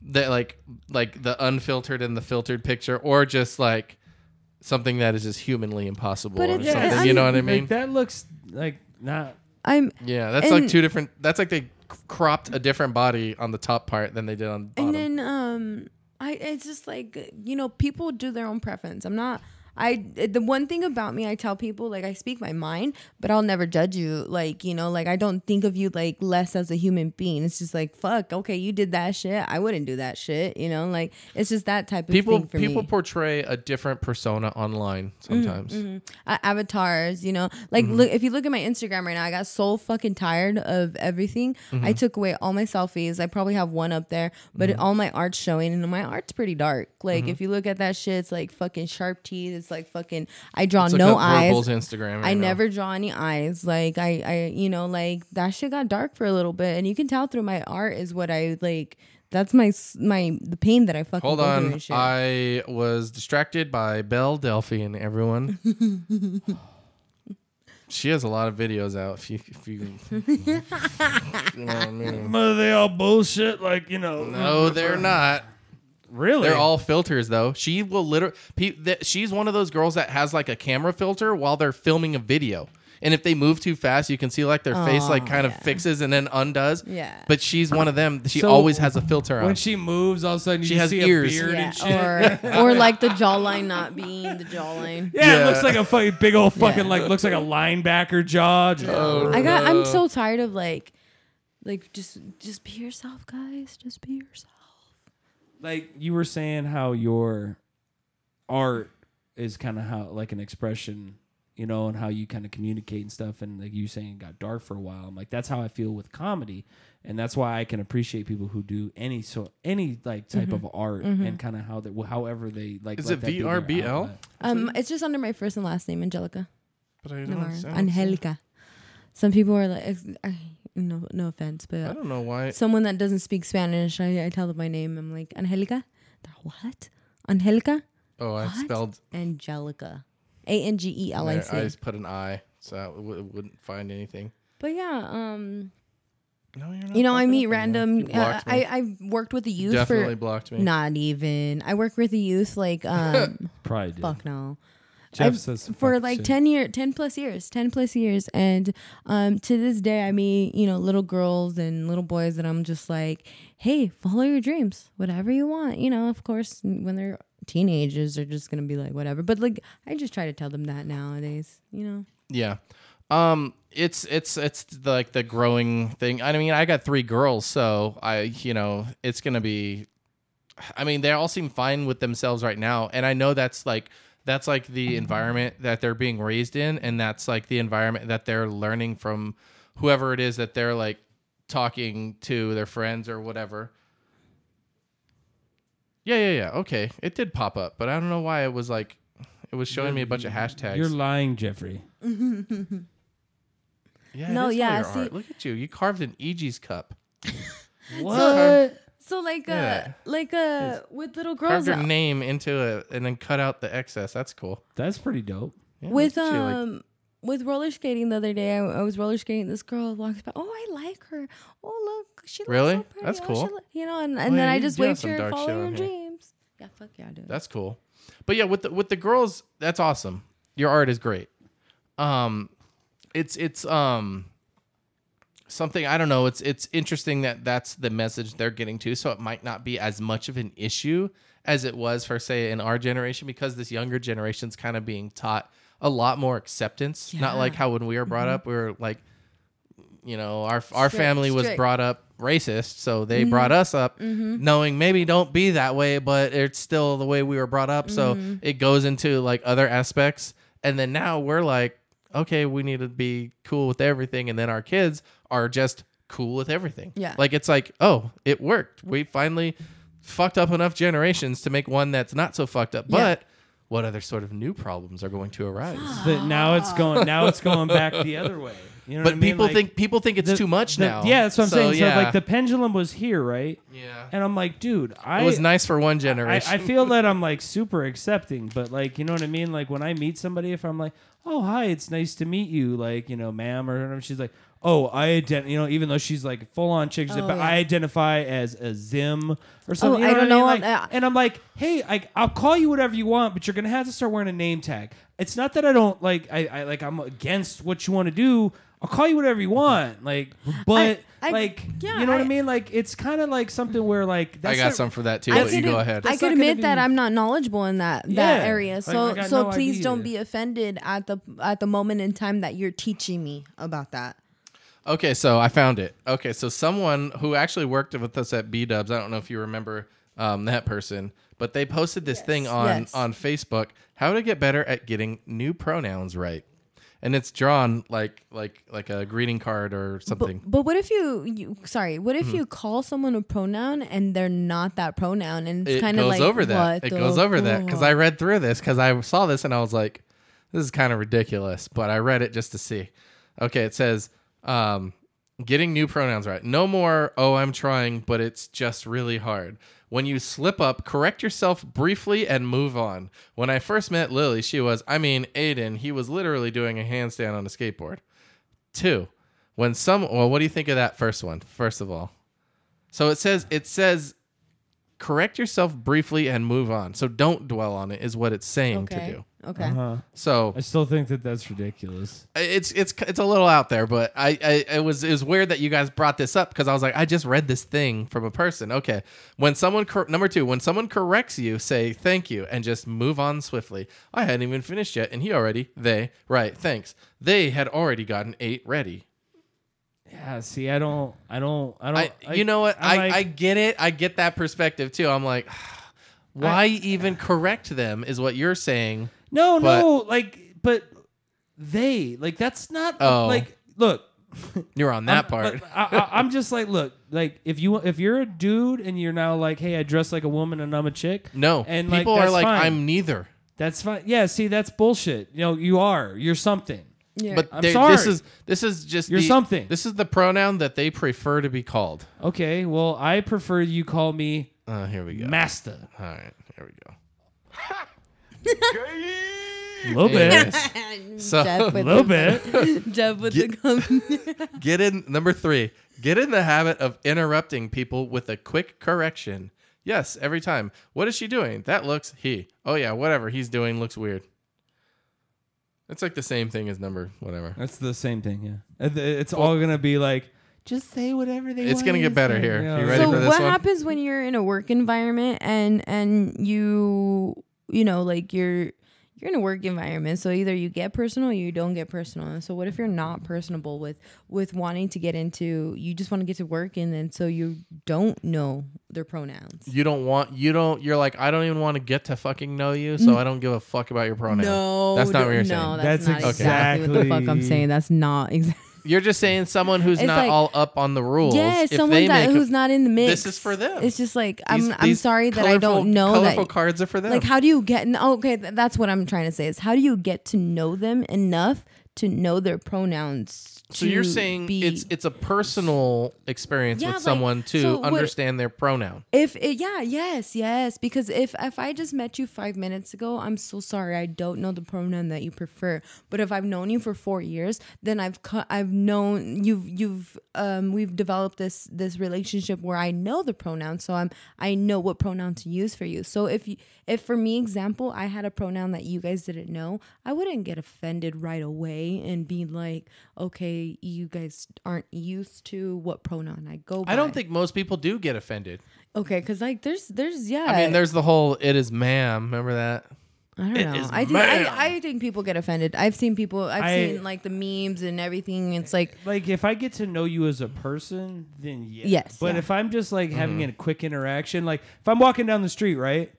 that like like the unfiltered and the filtered picture, or just like something that is just humanly impossible
But
or
it's-
something.
I
you know what I
Like,
mean?
that looks like not.
I'm
yeah, that's like
and-
two different. That's like they cropped a different body on the top part than they did on the bottom.
and then um I it's just like, you know, people do their own preference. I'm not I the one thing about me I tell people like I speak my mind, but I'll never judge you. Like, you know, like I don't think of you like less as a human being. It's just like, fuck, okay, you did that shit. I wouldn't do that shit, you know? Like it's just that type of
People
thing for
people
me.
portray a different persona online sometimes.
uh, avatars, you know. Like
Mm-hmm.
look if you look at my Instagram right now, I got so fucking tired of everything. I
Mm-hmm.
took away all my selfies. I probably have one up there, but all my art's showing and my art's pretty dark. Like
Mm-hmm.
if you look at that shit, it's like fucking sharp teeth. It's like fucking I draw
It's like
no
a
eyes.
Verbal's Instagram. right
I
now.
never draw any eyes. Like I, I, you know, like that shit got dark for a little bit, and you can tell through my art is what I like. That's my s- my the pain that I fucking
Hold
go through
on.
and shit.
I was distracted by Belle Delphi and
(laughs)
everyone. she has a lot of videos out. If you, if you,
(laughs)
you know what I mean.
Mother, they all bullshit. Like you know,
No, they're not.
really.
They're all filters, though. She will literally. She's one of those girls that has like a camera filter while they're filming a video, and if they move too fast, you can see like their face like kind of fixes and then undoes.
Yeah.
But she's one of them. She
So,
always has a filter on.
When she moves, all of a sudden you
She
just
has
see
ears.
a beard
yeah,
and shit.
(laughs)
or or like the jawline not being the jawline.
yeah,
Yeah.
it looks like a fucking big old fucking
(laughs) Yeah.
like looks like a linebacker jaw. Just-
Oh,
I got. I'm so tired of like, like just just be yourself, guys. Just be yourself.
like you were saying how your art is kind of how like an expression you know and how you kind of communicate and stuff and like you saying it got dark for a while i'm like that's how i feel with comedy and that's why i can appreciate people who do any sort any like type
Mm-hmm.
of art and kind of how that well, however they like
Is
let
it
that be their
VRBL?
outlet.
Um, it's just under my first and last name, Angelica.
but I
Navarro.
understand.
Angelica. Some people are like, ex- I, no, no offense, but
I don't know why.
someone that doesn't speak Spanish, I, I tell them my name. I'm like, Angelica? They're, what? Angelica?
Oh, I
What?
spelled.
Angelica. A N G E L I
I, I
C.
just put an I, so I w- wouldn't find anything.
But yeah, um,
No, you're not.
you know, I
fucking
meet
up anymore. You
random. Uh,
blocked me.
I I've worked with the youth
definitely
for
blocked me.
not even. I work with the
(laughs)
youth like um,
probably did.
fuck no.
jeff
I've-
says some
for
fucking
like
shit.
10 year 10 plus years 10 plus years and um to this day i meet you know little girls and little boys that i'm just like hey follow your dreams whatever you want you know of course when they're teenagers they're just gonna be like whatever but like i just try to tell them that nowadays you know
Yeah. Um it's it's it's the, like the growing thing. I mean, I got 3 girls, so I you know, it's going to be I mean, they all seem fine with themselves right now, and I know that's like that's like the environment that they're being raised in and that's like the environment that they're learning from whoever it is that they're like talking to their friends or whatever. Yeah, yeah, yeah. Okay. It did pop up, but I don't know why it was like it was showing me a bunch of hashtags.
you're lying jeffrey
Yeah, it
No,
is
yeah,
clear
see-
art. Look at you. You carved an EG's cup.
what
so like
Yeah.
uh like uh with little girls uh,
Carved your name into it and then cut out the excess. That's cool.
that's pretty dope
Yeah,
with
look at you, like-
um with roller skating the other day, I, I was roller skating. This girl walks by. Oh, I like her. Oh, look, she looks
Really?
so pretty.
That's
Oh,
cool.
she loo- you know, and, and
yeah,
then I
you
just
do have
waved to
some
her.
dark
Follow
shit
your
on here."
dreams. Yeah, fuck yeah, dude.
that's cool. But yeah, with the with the girls, that's awesome. Your art is great. Um it's it's um something I don't know, it's it's interesting that that's the message they're getting to, so it might not be as much of an issue as it was for say in our generation because this younger generation's kind of being taught a lot more acceptance. Not like
Yeah. Mm-hmm.
how when we were brought up, we were like you know, our our
Strict,
family was
strict.
brought up racist, so
Mm-hmm.
they brought us up knowing maybe don't be that way, but it's still the way we were brought up.
Mm-hmm.
So it goes into like other aspects, and then now we're like, okay, we need to be cool with everything, and then our kids are just cool with everything.
Yeah.
like it's like, oh, it worked. We finally fucked up enough generations to make one that's not so fucked up,
Yeah.
but. What other sort of new problems are going to arise?
that now it's going now it's going back the other way. You know what I
But
mean?
people
Like,
think people think it's
the-
too much
the-
now.
Yeah, that's what I'm
So,
saying. So
yeah.
like the pendulum was here, right?
Yeah.
And I'm like, dude, I
it was nice for one
I,
generation.
I feel that I'm like super accepting, but like you know what I mean. Like when I meet somebody, if I'm like, "Oh hi, it's nice to meet you," like you know, ma'am or whatever, she's like, "Oh, I ident," you know, even though she's like full on chick, she's like,
Oh,
but
yeah. Oh,
I identify as a Zim or something.
I
you know what
don't know,
I mean?
I'm-
Like,
uh,
and I'm like, "Hey, I, I'll call you whatever you want, but you're gonna have to start wearing a name tag." It's not that I don't like I, I like I'm against what you want to do. I'll call you whatever you want, like, but
I-
like,
yeah,
you know what I
I-
mean? Like, it's kind of like something where like that's
I got
not-
some for that too,
I
but you
could-
go ahead.
I
That's not
could
gonna
admit that
be-
I'm not knowledgeable in that that
Yeah.
area.
Like,
So
I got
so
no
please
idea.
don't be offended at the at the moment in time that you're teaching me about that.
Okay, so I found it. Okay, so someone who actually worked with us at B Dubs, I don't know if you remember um, that person, but they posted this thing on
Yes.
on Facebook, how to get better at getting new pronouns right. And it's drawn like like like a greeting card or something.
But what if you, you sorry, what
Mm-hmm.
if you call someone a pronoun and they're not that pronoun and it's
it
kind of
goes
like
over that.
what
It
the
goes over that because
fuck?
I read through this because I saw this and I was like, this is kind of ridiculous, but I read it just to see. Okay, it says, um, getting new pronouns right. No more, oh, I'm trying, but it's just really hard. When you slip up, correct yourself briefly and move on. When I first met Lily, she was, I mean, Aiden, he was literally doing a handstand on a skateboard. Two, when some, well, what do you think of that first one? First of all, so it says, it says, correct yourself briefly and move on. So don't dwell on it is what it's saying
okay.
to do.
Okay.
Uh-huh.
So
I still think that that's ridiculous.
it's it's it's a little out there, but I, I it was it was weird that you guys brought this up because I was like I just read this thing from a person. Okay, when someone cor- number two, when someone corrects you, say thank you and just move on swiftly. I hadn't even finished yet, and he already they right thanks they had already gotten eight ready.
Yeah, see, I don't, I don't, Oh, I don't.
I, you know what I,
I'm like-
I get it I get that perspective too. I'm like, (sighs) why
(sighs)
even correct them is what you're saying.
No,
But-
no, like, but they like that's not
Oh.
like. Look,
You're on that part.
but I, I, I'm just like, look, like if you if you're a dude and you're now like, hey, I dress like a woman and I'm a chick.
No,
and
people
like,
are
that's
like,
fine.
I'm neither.
That's fine. Yeah, see, that's bullshit. You know, you are. You're something.
Yeah.
But
(laughs)
I'm
they-
sorry.
this is this is just
You're
the-
something.
This is the pronoun that they prefer to be called.
Okay, well, I prefer you call me
Uh, here we go.
Master
All right, here we go.
Lopez.
Yes. So-
Jeff with (laughs) the,
Lopez.
Jeff with the company.
Get in number three. Get in the habit of interrupting people with a quick correction. Yes, every time. What is she doing? That looks he. Oh yeah, whatever he's doing looks weird. It's like the same thing as number whatever.
That's the same thing. Yeah, It- it's all gonna be like, just say whatever they.
It's
want
gonna
you
get
to
better
say.
here.
Yeah.
You (laughs) ready
so
for this
what
one?
happens when you're in a work environment and and you you know like you're you're in a work environment so either you get personal or you don't get personal and so what if you're not personable with with wanting to get into you just want to get to work and then so you don't know their pronouns
You don't want you don't you're like I don't even want to get to fucking know you, so I don't give a fuck about your pronoun.
Mm. no
that's not
no,
what you're saying.
no, that's,
That's
not exactly, what the fuck i'm
exactly-
saying that's not exactly
You're just saying someone who's
It's
not
like-
all up on the rules.
yeah,
if
someone
they
that
make a-
who's not in the mix.
This is for them.
It's just like
these-
I'm. I'm
these
sorry that I
colorful-
don't know that.
colorful cards are for them.
Like, how do you get? oh, okay, th- that's what I'm trying to say. Is how do you get to know them enough to know their pronouns?
so you're
to
saying
be-
it's it's a personal experience
Yeah,
with
like,
someone to
so what-
understand their pronoun.
If it, yeah, yes, yes. Because if if I just met you five minutes ago, I'm so sorry. I don't know the pronoun that you prefer. But if I've known you for four years, then I've cu- I've known you've you've um we've developed this this relationship where I know the pronoun, so I'm I know what pronoun to use for you. So if you if for me example, I had a pronoun that you guys didn't know, I wouldn't get offended right away and be like, okay, you guys aren't used to what pronoun I go. By.
I don't think most people do get offended.
Okay, because like there's there's yeah.
I mean, there's the whole "it is ma'am." Remember that?
I don't
it
know.
is
I think
ma'am.
I, I think people get offended. I've seen people. I've
I-
seen like the memes and everything. It's like
Like if I get to know you as a person, then yeah.
Yes,
But
yeah.
if I'm just like having
Mm-hmm.
a quick interaction, like if I'm walking down the street, right,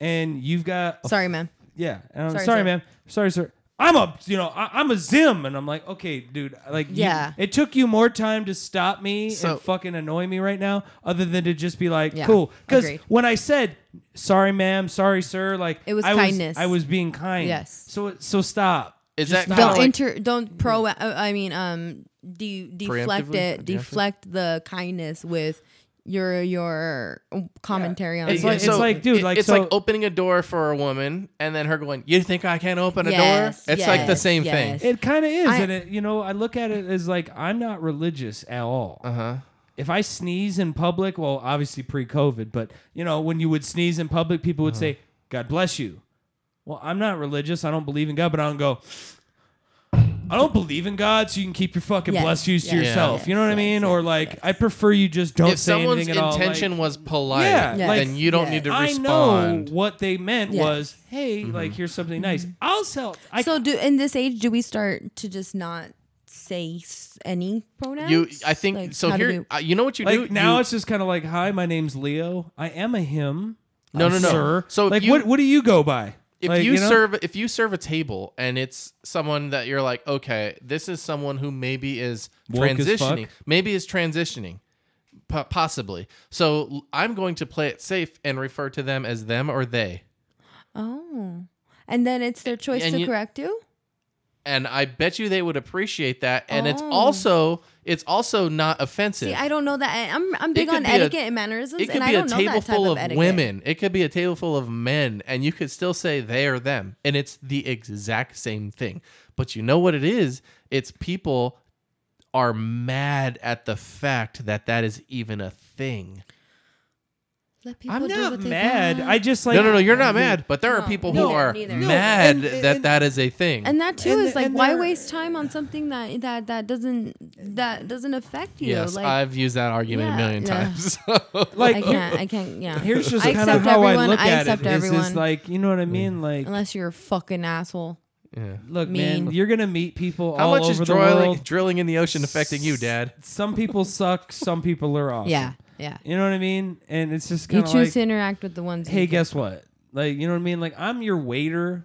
and you've got a
sorry, man.
Yeah. And I'm sorry,
Sorry, sir.
ma'am. Sorry, sir. I'm a, you know, I, I'm a Zim, and I'm like, okay, dude, like, you-
Yeah.
it took you more time to stop me
So-
and fucking annoy me right now, other than to just be like,
Yeah,
cool. Because
agreed.
when I said, sorry, ma'am, sorry, sir, like,
It was
I
kindness.
I was being kind.
Yes.
So, so stop.
Is
Just
that
stop.
Don't
kinda like-
inter. Don't pro. uh, I mean, um, de- deflect
Preemptively?
it. Deflect the kindness with your your commentary on.
It's
it.
like- it's like, dude,
it-
like,
it's
so-
like opening a door for a woman, and then her going, "You think I can't open a
Yes,
door?" It's like the
yes,
same
yes.
thing.
It kind of is,
I-
and it, you know, I look at it as like I'm not religious at all. Uh
Uh-huh.
huh. If I sneeze in public, well, obviously pre-COVID, but you know, when you would sneeze in public, people would
Uh-huh.
say, "God bless you." Well, I'm not religious. I don't believe in God, but I don't go. I don't believe in God, so you can keep your fucking
Yes,
bless yous to
yes,
yourself.
yes,
you know what I
yes,
mean?
yes,
or like,
yes.
I prefer you just don't
if
say
someone's
anything at all.
intention
like,
was polite,
Yeah,
Yeah.
then you don't
yeah.
need to
I
respond. Mm-hmm.
know what they meant
Yeah.
was, hey, like here's something nice.
Mm-hmm.
I'll sell. I,
so do in this age do we start to just not say s- any pronouns?
You, I think
Like,
so.
how do
Here,
we-
uh, you know what you
like
do
now
You-
it's just kind of like, hi, my name's Leo. I am a him.
No,
uh,
no, no.
Sir.
So if
like,
you-
what what do you go by?
if
Like,
you,
know?
serve if you serve a table and it's someone that you're like okay this is someone who maybe is
Woke as
transitioning
fuck?
maybe is transitioning po- possibly so l- i'm going to play it safe and refer to them as them or they
Oh. And then it's their choice
and
to
you-
correct you?
and i bet you they would appreciate that and it's
Oh.
also it's also not offensive
See, I don't know that. I- I'm I'm big
could
on
be a-
etiquette and mannerisms,
it could
and I
be a
don't know
table
that type
full
of,
of,
etiquette.
women it could be a table full of men and you could still say they or them and it's the exact same thing but you know what it is it's people are mad at the fact that that is even a thing
Let people
I'm
do
not
what they
mad.
want.
I just like
no no no you're not mad but there are
No,
people
neither,
who are
neither. No,
mad
and-
that
and-
that is a thing
and that too
And-
is like
and
why
there-
waste time on something that that that doesn't that doesn't affect you.
yes
like
i've used that argument a
Yeah,
million
yeah.
times (laughs)
Like oh,
I can't. I can't. Yeah.
(laughs) here's just
I
kind of
accept
how I
everyone,
look
I
at
accept
it. Is
everyone. Mm.
this like you know what I mean? Like,
Unless you're a fucking asshole.
Yeah.
look, man,
mean.
you're gonna meet people
how
all
much
over
is
the
drilling,
world.
drilling in the ocean affecting you dad
Some people suck. Some people are awesome.
Yeah. Yeah.
You know what I mean? And it's just
You
kind of
choose
like,
to interact with the ones.
hey,
you
guess what? Like, you know what I mean? Like, I'm your waiter.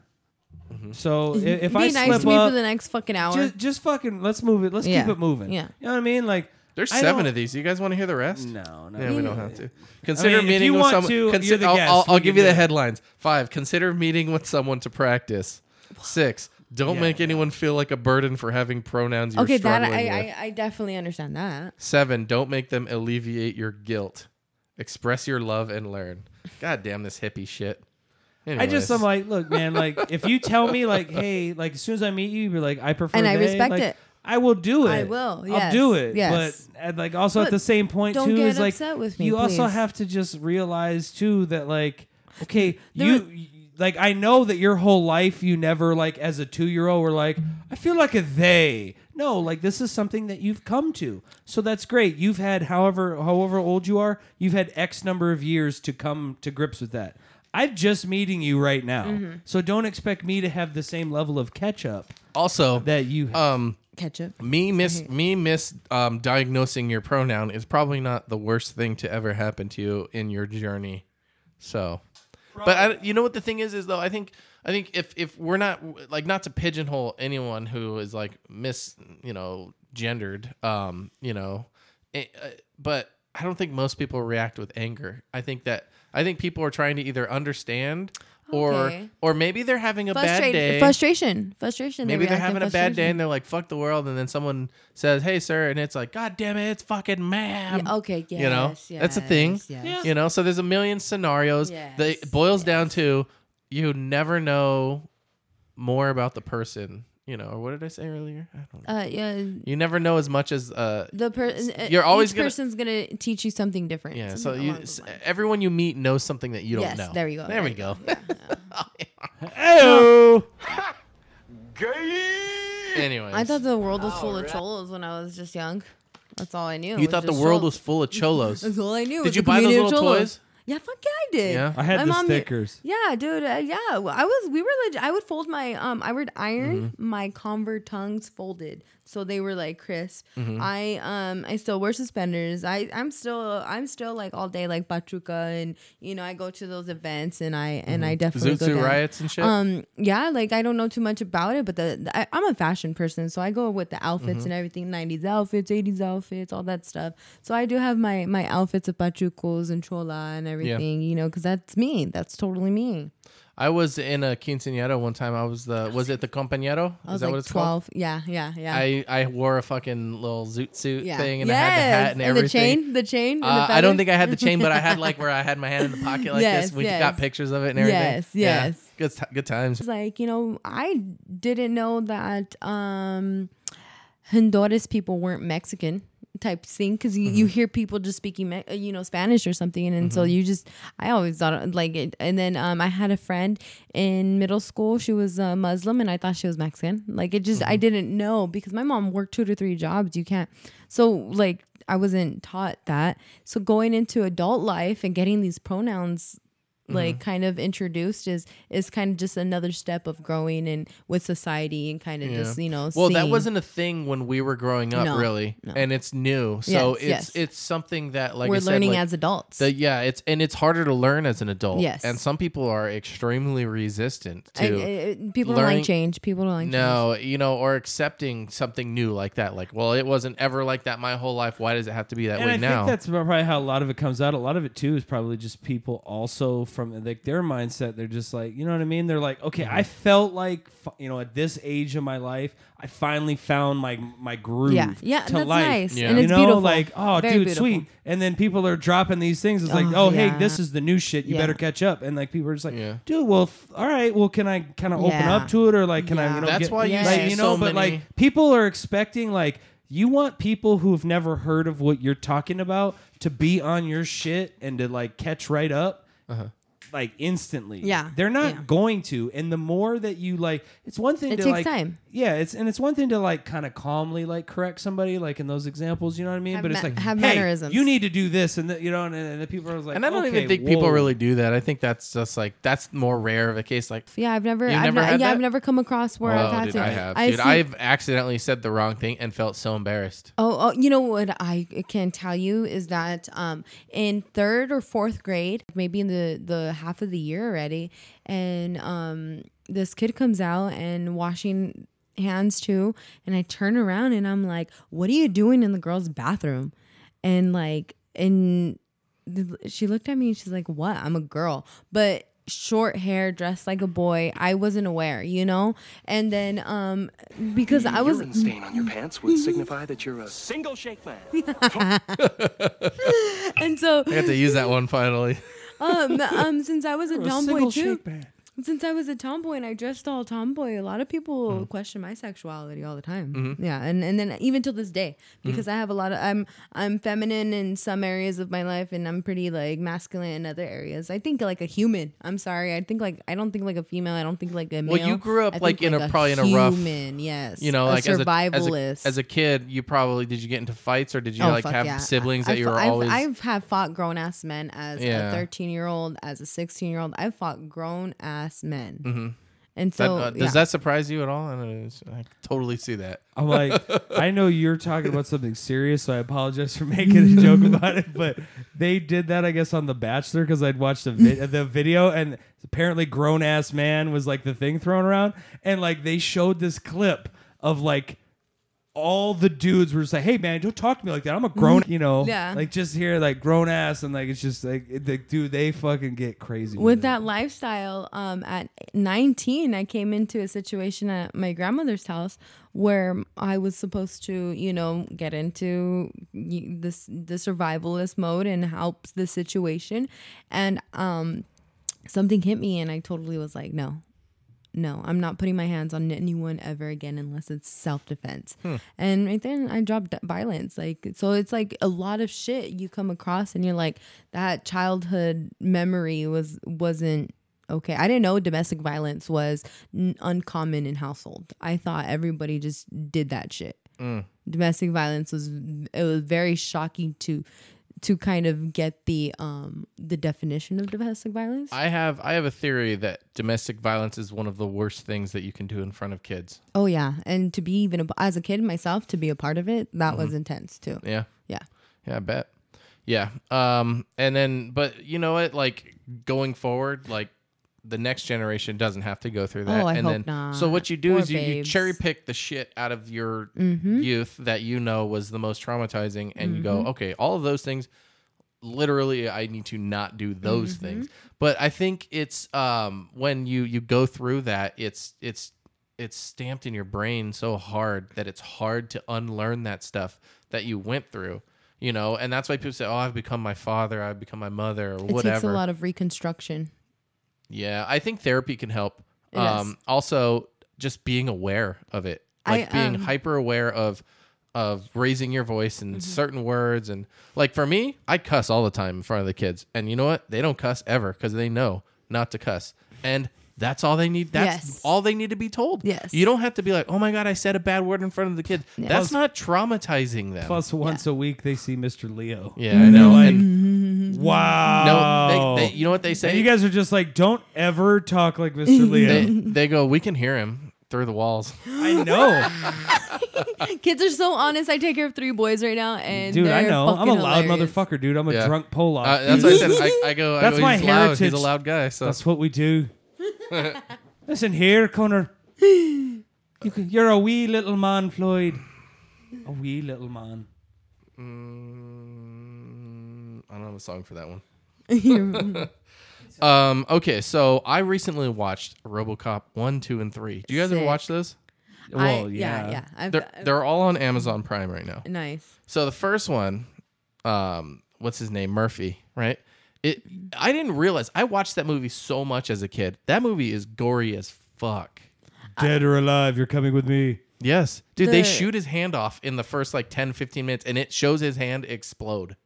Mm-hmm.
(laughs)
So i- if
be
I
nice
slip
to me
up,
for the next fucking hour.
just, just fucking let's move it. Let's
Yeah.
keep it moving.
Yeah.
You know what I mean? Like,
there's
I
seven
don't-
of these you guys want to hear the rest
No, no.
Yeah, we don't have to. Consider
mean, if
meeting
you
with
want
someone.
to, you're
consider,
the
I'll-
guest.
I'll,
We
I'll
can
give you
do
the
it.
headlines. Five. Consider meeting with someone to practice. Six. Don't
Yeah,
make
yeah.
anyone feel like a burden for having pronouns you're
okay, that
struggling
I,
with.
I I definitely understand that.
Seven. Don't make them alleviate your guilt. Express your love and learn. God damn this hippie shit.
I just I'm
Anyways.
like, look, man, like if you tell me like, (laughs) hey, like as soon as I meet you, you're like, I prefer
And I
they,
respect
like,
it.
I will do it.
I will,
I'll
yes,
do it.
yes.
But and like also at
But
the same point
don't
too
get
is like
upset with me,
you also
please.
have to just realize too that like okay,
There
you
was-
like I know that your whole life you never like as a 2-year-old were like I feel like a they. No, like this is something that you've come to. So that's great. You've had however however old you are, you've had X number of years to come to grips with that. I'm just meeting you right now.
Mm-hmm.
So don't expect me to have the same level of catch up
also
that you have.
um
Ketchup.
me miss
Mm-hmm.
me miss um diagnosing your pronoun is probably not the worst thing to ever happen to you in your journey so but I, you know what the thing is is though i think i think if if we're not like not to pigeonhole anyone who is like mis you know gendered um you know eh, uh, but i don't think most people react with anger i think that i think people are trying to either understand
Okay.
or or maybe they're having a bad day
Frustrated. Frustration. Frustration. They
Maybe they're
react in
having a bad day
frustration.
and they're like, fuck the world. And then someone says, hey, sir. And it's like, God damn it, it's fucking ma'am.
Yeah, okay. Yes,
Um, you know, that's a thing.
yes, yes.
You know, so there's a million scenarios.
Yes,
that it boils down to you never know more about the person, you know, or what did I say earlier? I don't know.
Uh, yeah.
You never know as much as, uh,
The per-
you're always
each
gonna-
person's gonna teach you something different.
yeah. So
something
you,
along those lines.
everyone you meet knows something that you don't
yes,
know.
there you go.
There, we go.
Yeah, yeah.
(laughs)
oh,
Gay!
Anyways,
I thought the world was full of trolls when I was just young. That's all I knew.
you
was
thought the
just
world
trolls.
was full of
(laughs)
cholos.
That's all I knew.
Did
was
you
the
buy those
community of
little
cholos.
toys?
Yeah, fuck yeah, I did.
Yeah.
I had
My
the
mom-
stickers.
Yeah, dude. Uh, yeah, Well, I was. We were. Legit, I would fold my. Um, I would iron
Mm-hmm.
my Convert tongues folded, so they were like crisp.
Mm-hmm.
I um, I still wear suspenders. I I'm still I'm still like all day like Pachuca, and you know I go to those events, and I and I definitely go
Zootsu
down.
Mm-hmm. riots and shit.
Um, yeah, like I don't know too much about it, but the, the I, I'm a fashion person, so I go with the
Mm-hmm.
outfits and everything, 90s outfits, 80s outfits, all that stuff. So I do have my my outfits of pachucos and chola and everything, you know, because that's me. That's totally me.
I was in a quinceañera one time. I was the was it the compañero? Is
I was
that
like
what it's called?
12. Yeah, yeah, yeah.
I I wore a fucking little zoot suit
yeah.
thing and I
Yes,
had the hat and, everything.
the chain, the chain. and the
Uh, I don't
feathers.
think I had the chain, but I had
(laughs)
like where I had my hand in the pocket like
Yes,
this. We
yes.
got pictures of it and everything.
Yes,
Yeah.
yes.
Good ti- good times.
It's like you know i didn't know that um honduras people weren't mexican type thing because you,
Mm-hmm.
you hear people just speaking Me- uh, you know spanish or something and, and so you just i always thought uh, like it and then um i had a friend in middle school she was uh, muslim and i thought she was mexican like it just i
Mm-hmm.
didn't know because my mom worked two to three jobs you can't so like i wasn't taught that so going into adult life and getting these pronouns like
Mm-hmm.
kind of introduced is is kind of just another step of growing and with society and kind of just you know
Well, that
seeing-
wasn't a thing when we were growing up,
No,
really,
no.
and it's new. So
Yes,
it's
yes.
it's something that like
we're
I said,
learning
like,
as adults
the- yeah, it's and it's harder to learn as an adult.
Yes.
and some people are extremely resistant
I-
to.
I- I- people don't
learning-
like change. People don't like
no, you know, or accepting something new like that. Like, well, it wasn't ever like that my whole life. Why does it have to be that
and
way
I
now?
think that's probably how a lot of it comes out. A lot of it too is probably just people also from like their mindset. They're just like, you know what I mean? They're like, okay, I
Mm-hmm.
felt like f- you know at this age of my life, I finally found my my groove.
Yeah. Yeah,
to
that's
life.
nice.
Yeah.
And
You
it's
know,
beautiful.
like oh,
Very
dude,
beautiful.
sweet. And then people are dropping these things. It's like,
Oh,
oh, hey,
yeah.
this is the new shit. You
Yeah.
better catch up. And like people are just like,
Yeah.
dude, well, f- all right, well, can I kind of open
Yeah.
up to it or like can I?
Yeah.
You know,
That's
get-
why you
Yes.
see
like, you know,
so
but
many.
like people are expecting like you want people who've never heard of what you're talking about to be on your shit and to like catch right up.
Uh-huh.
Like instantly,
Yeah.
They're not
Yeah.
going to, and the more that you like, it's one thing
It
to
takes
like,
time.
yeah. It's and it's one thing to like kind of calmly like correct somebody, like in those examples, you know what I mean?
Have
but it's
ma-
like,
have
hey,
mannerisms.
you need to do this, and the, you know, and, and the people are like,
and I don't
okay,
even think people
whoa.
really do that. I think that's just like that's more rare of a case. Like,
Yeah, I've never,
You
I've
never
not,
had
yeah, I've
that?
never come across where I've
oh,
had
dude,
to.
I have,
I
dude.
see-
I've accidentally said the wrong thing and felt so embarrassed.
Oh, oh, you know what I can tell you is that um, in third or fourth grade, maybe in the the half of the year already, and um, this kid comes out and washing hands too, and I turn around and I'm like, "What are you doing in the girls' bathroom?" And like, and th- she looked at me and she's like, "What? I'm a girl." But short hair, dressed like a boy. I wasn't aware, you know. And then um because I was
urine stain on your pants would signify that you're a single shake man.
(laughs) and so
I had to use that one finally. (laughs)
um, um, since I was a tomboy
Single
too.
shake man.
Since I was a tomboy and I dressed all tomboy, a lot of people
Hmm.
question my sexuality all the time.
Mm-hmm.
Yeah, and, and then even till this day, because I have a lot of I'm I'm feminine in some areas of my life, and I'm pretty like masculine in other areas. I think like a human. I'm sorry, I think like I don't think like a female. I don't think like a male.
Well, you grew up,
I think
like, in a- probably in a rough,
human. Yes,
you know,
a
like as a- as a,
survivalist
as a kid, you probably did you get into fights or did you
Oh,
like
fuck
have
yeah.
siblings
I-
that you were
I've,
always?
I've have fought grown ass men as
Yeah.
a thirteen year old, as a sixteen year old. I've fought grown ass men, and so
Mm-hmm. that, uh, does
yeah.
that surprise you at all? I, don't know, it's- I totally see that.
I'm
(laughs)
like, I know you're talking about something serious, so I apologize for (laughs) making a
(laughs)
joke about it. But they did that, I guess, on The Bachelor because I'd watched the vid- the video, and apparently, grown ass man was like the thing thrown around, and like they showed this clip of like all the dudes were just like, "Hey man, don't talk to me like that. I'm a grown, you know,
Mm-hmm. Yeah.
like just here, like grown ass, and like it's just like, it- like dude, they fucking get crazy
with
it.
that lifestyle, um, at 19, I came into a situation at my grandmother's house where I was supposed to, you know, get into y- this the survivalist mode and help the situation, and um, something hit me, and I totally was like, no. No, I'm not putting my hands on anyone ever again unless it's self defense. And right then I dropped violence. Like, so it's like a lot of shit you come across and you're like, that childhood memory was, wasn't okay. I didn't know domestic violence was n- uncommon in household. I thought everybody just did that shit. Domestic violence was, it was very shocking to, to kind of get the, um, the definition of domestic violence.
I have I have a theory that domestic violence is one of the worst things that you can do in front of kids.
Oh yeah, and to be even a, as a kid myself to be a part of it, that was intense too.
Mm-hmm. Yeah.
Yeah.
Yeah, I bet. Yeah. Um and then but you know what like going forward like the next generation doesn't have to go through that.
Oh, I
and
hope
then
not.
so what you do
Poor
is you, you
babes. Mm-hmm.
cherry pick the shit out of your youth that you know was the most traumatizing and you go, okay, all of those things literally I need to not do those
Mm-hmm.
things. But I think it's um when you you go through that it's it's it's stamped in your brain so hard that it's hard to unlearn that stuff that you went through, you know, and that's why people say, "Oh, I've become my father, I've become my mother," or
It
whatever.
takes a lot of reconstruction. (laughs)
yeah, I think therapy can help.
It
um
does.
also just being aware of it.
I,
Like being
um, Mm-hmm.
hyper aware of of raising your voice and certain words and like for me, I cuss all the time in front of the kids. And you know what? They don't cuss ever because they know not to cuss. And that's all they need. That's
Yes.
all they need to be told.
Yes.
You don't have to be like, oh my God, I said a bad word in front of the kids. That's not traumatizing them.
Plus, once a week they see Mr. Leo.
yeah, I know. And
Mm-hmm.
no,
Wow.
they, they, you know what they say?
and you guys are just like, don't ever talk like
(laughs)
Mr. Leo.
they, they go, we can hear him through the walls.
I know,
Kids are so honest. I take care of three boys right now, and
dude.
They're
I know. I'm a
fucking
loud
hilarious.
motherfucker, dude. I'm a
Yeah.
drunk Polak.
Uh, that's
dude.
what I said. I, I go. I
That's
go,
my
he's loud. He's a
heritage.
loud guy. So
That's what we do.
(laughs)
Listen here, Connor. You can, you're a wee little man, Floyd. A wee little man.
Mm, I don't have a song for that one.
(laughs) You're-
Um. Okay. So I recently watched RoboCop one, two, and three. Do you guys ever
Sick.
watch those?
I- yeah, yeah. I've,
They're
I've-
they're all on Amazon Prime right now.
nice.
So the first one, um, what's his name? Murphy, right? It. I didn't realize I watched that movie so much as a kid. That movie is gory as fuck.
Dead or alive, you're coming with me.
Yes. Dude, they
The-
shoot his hand off in the first like 10, 15 minutes and it shows his hand explode.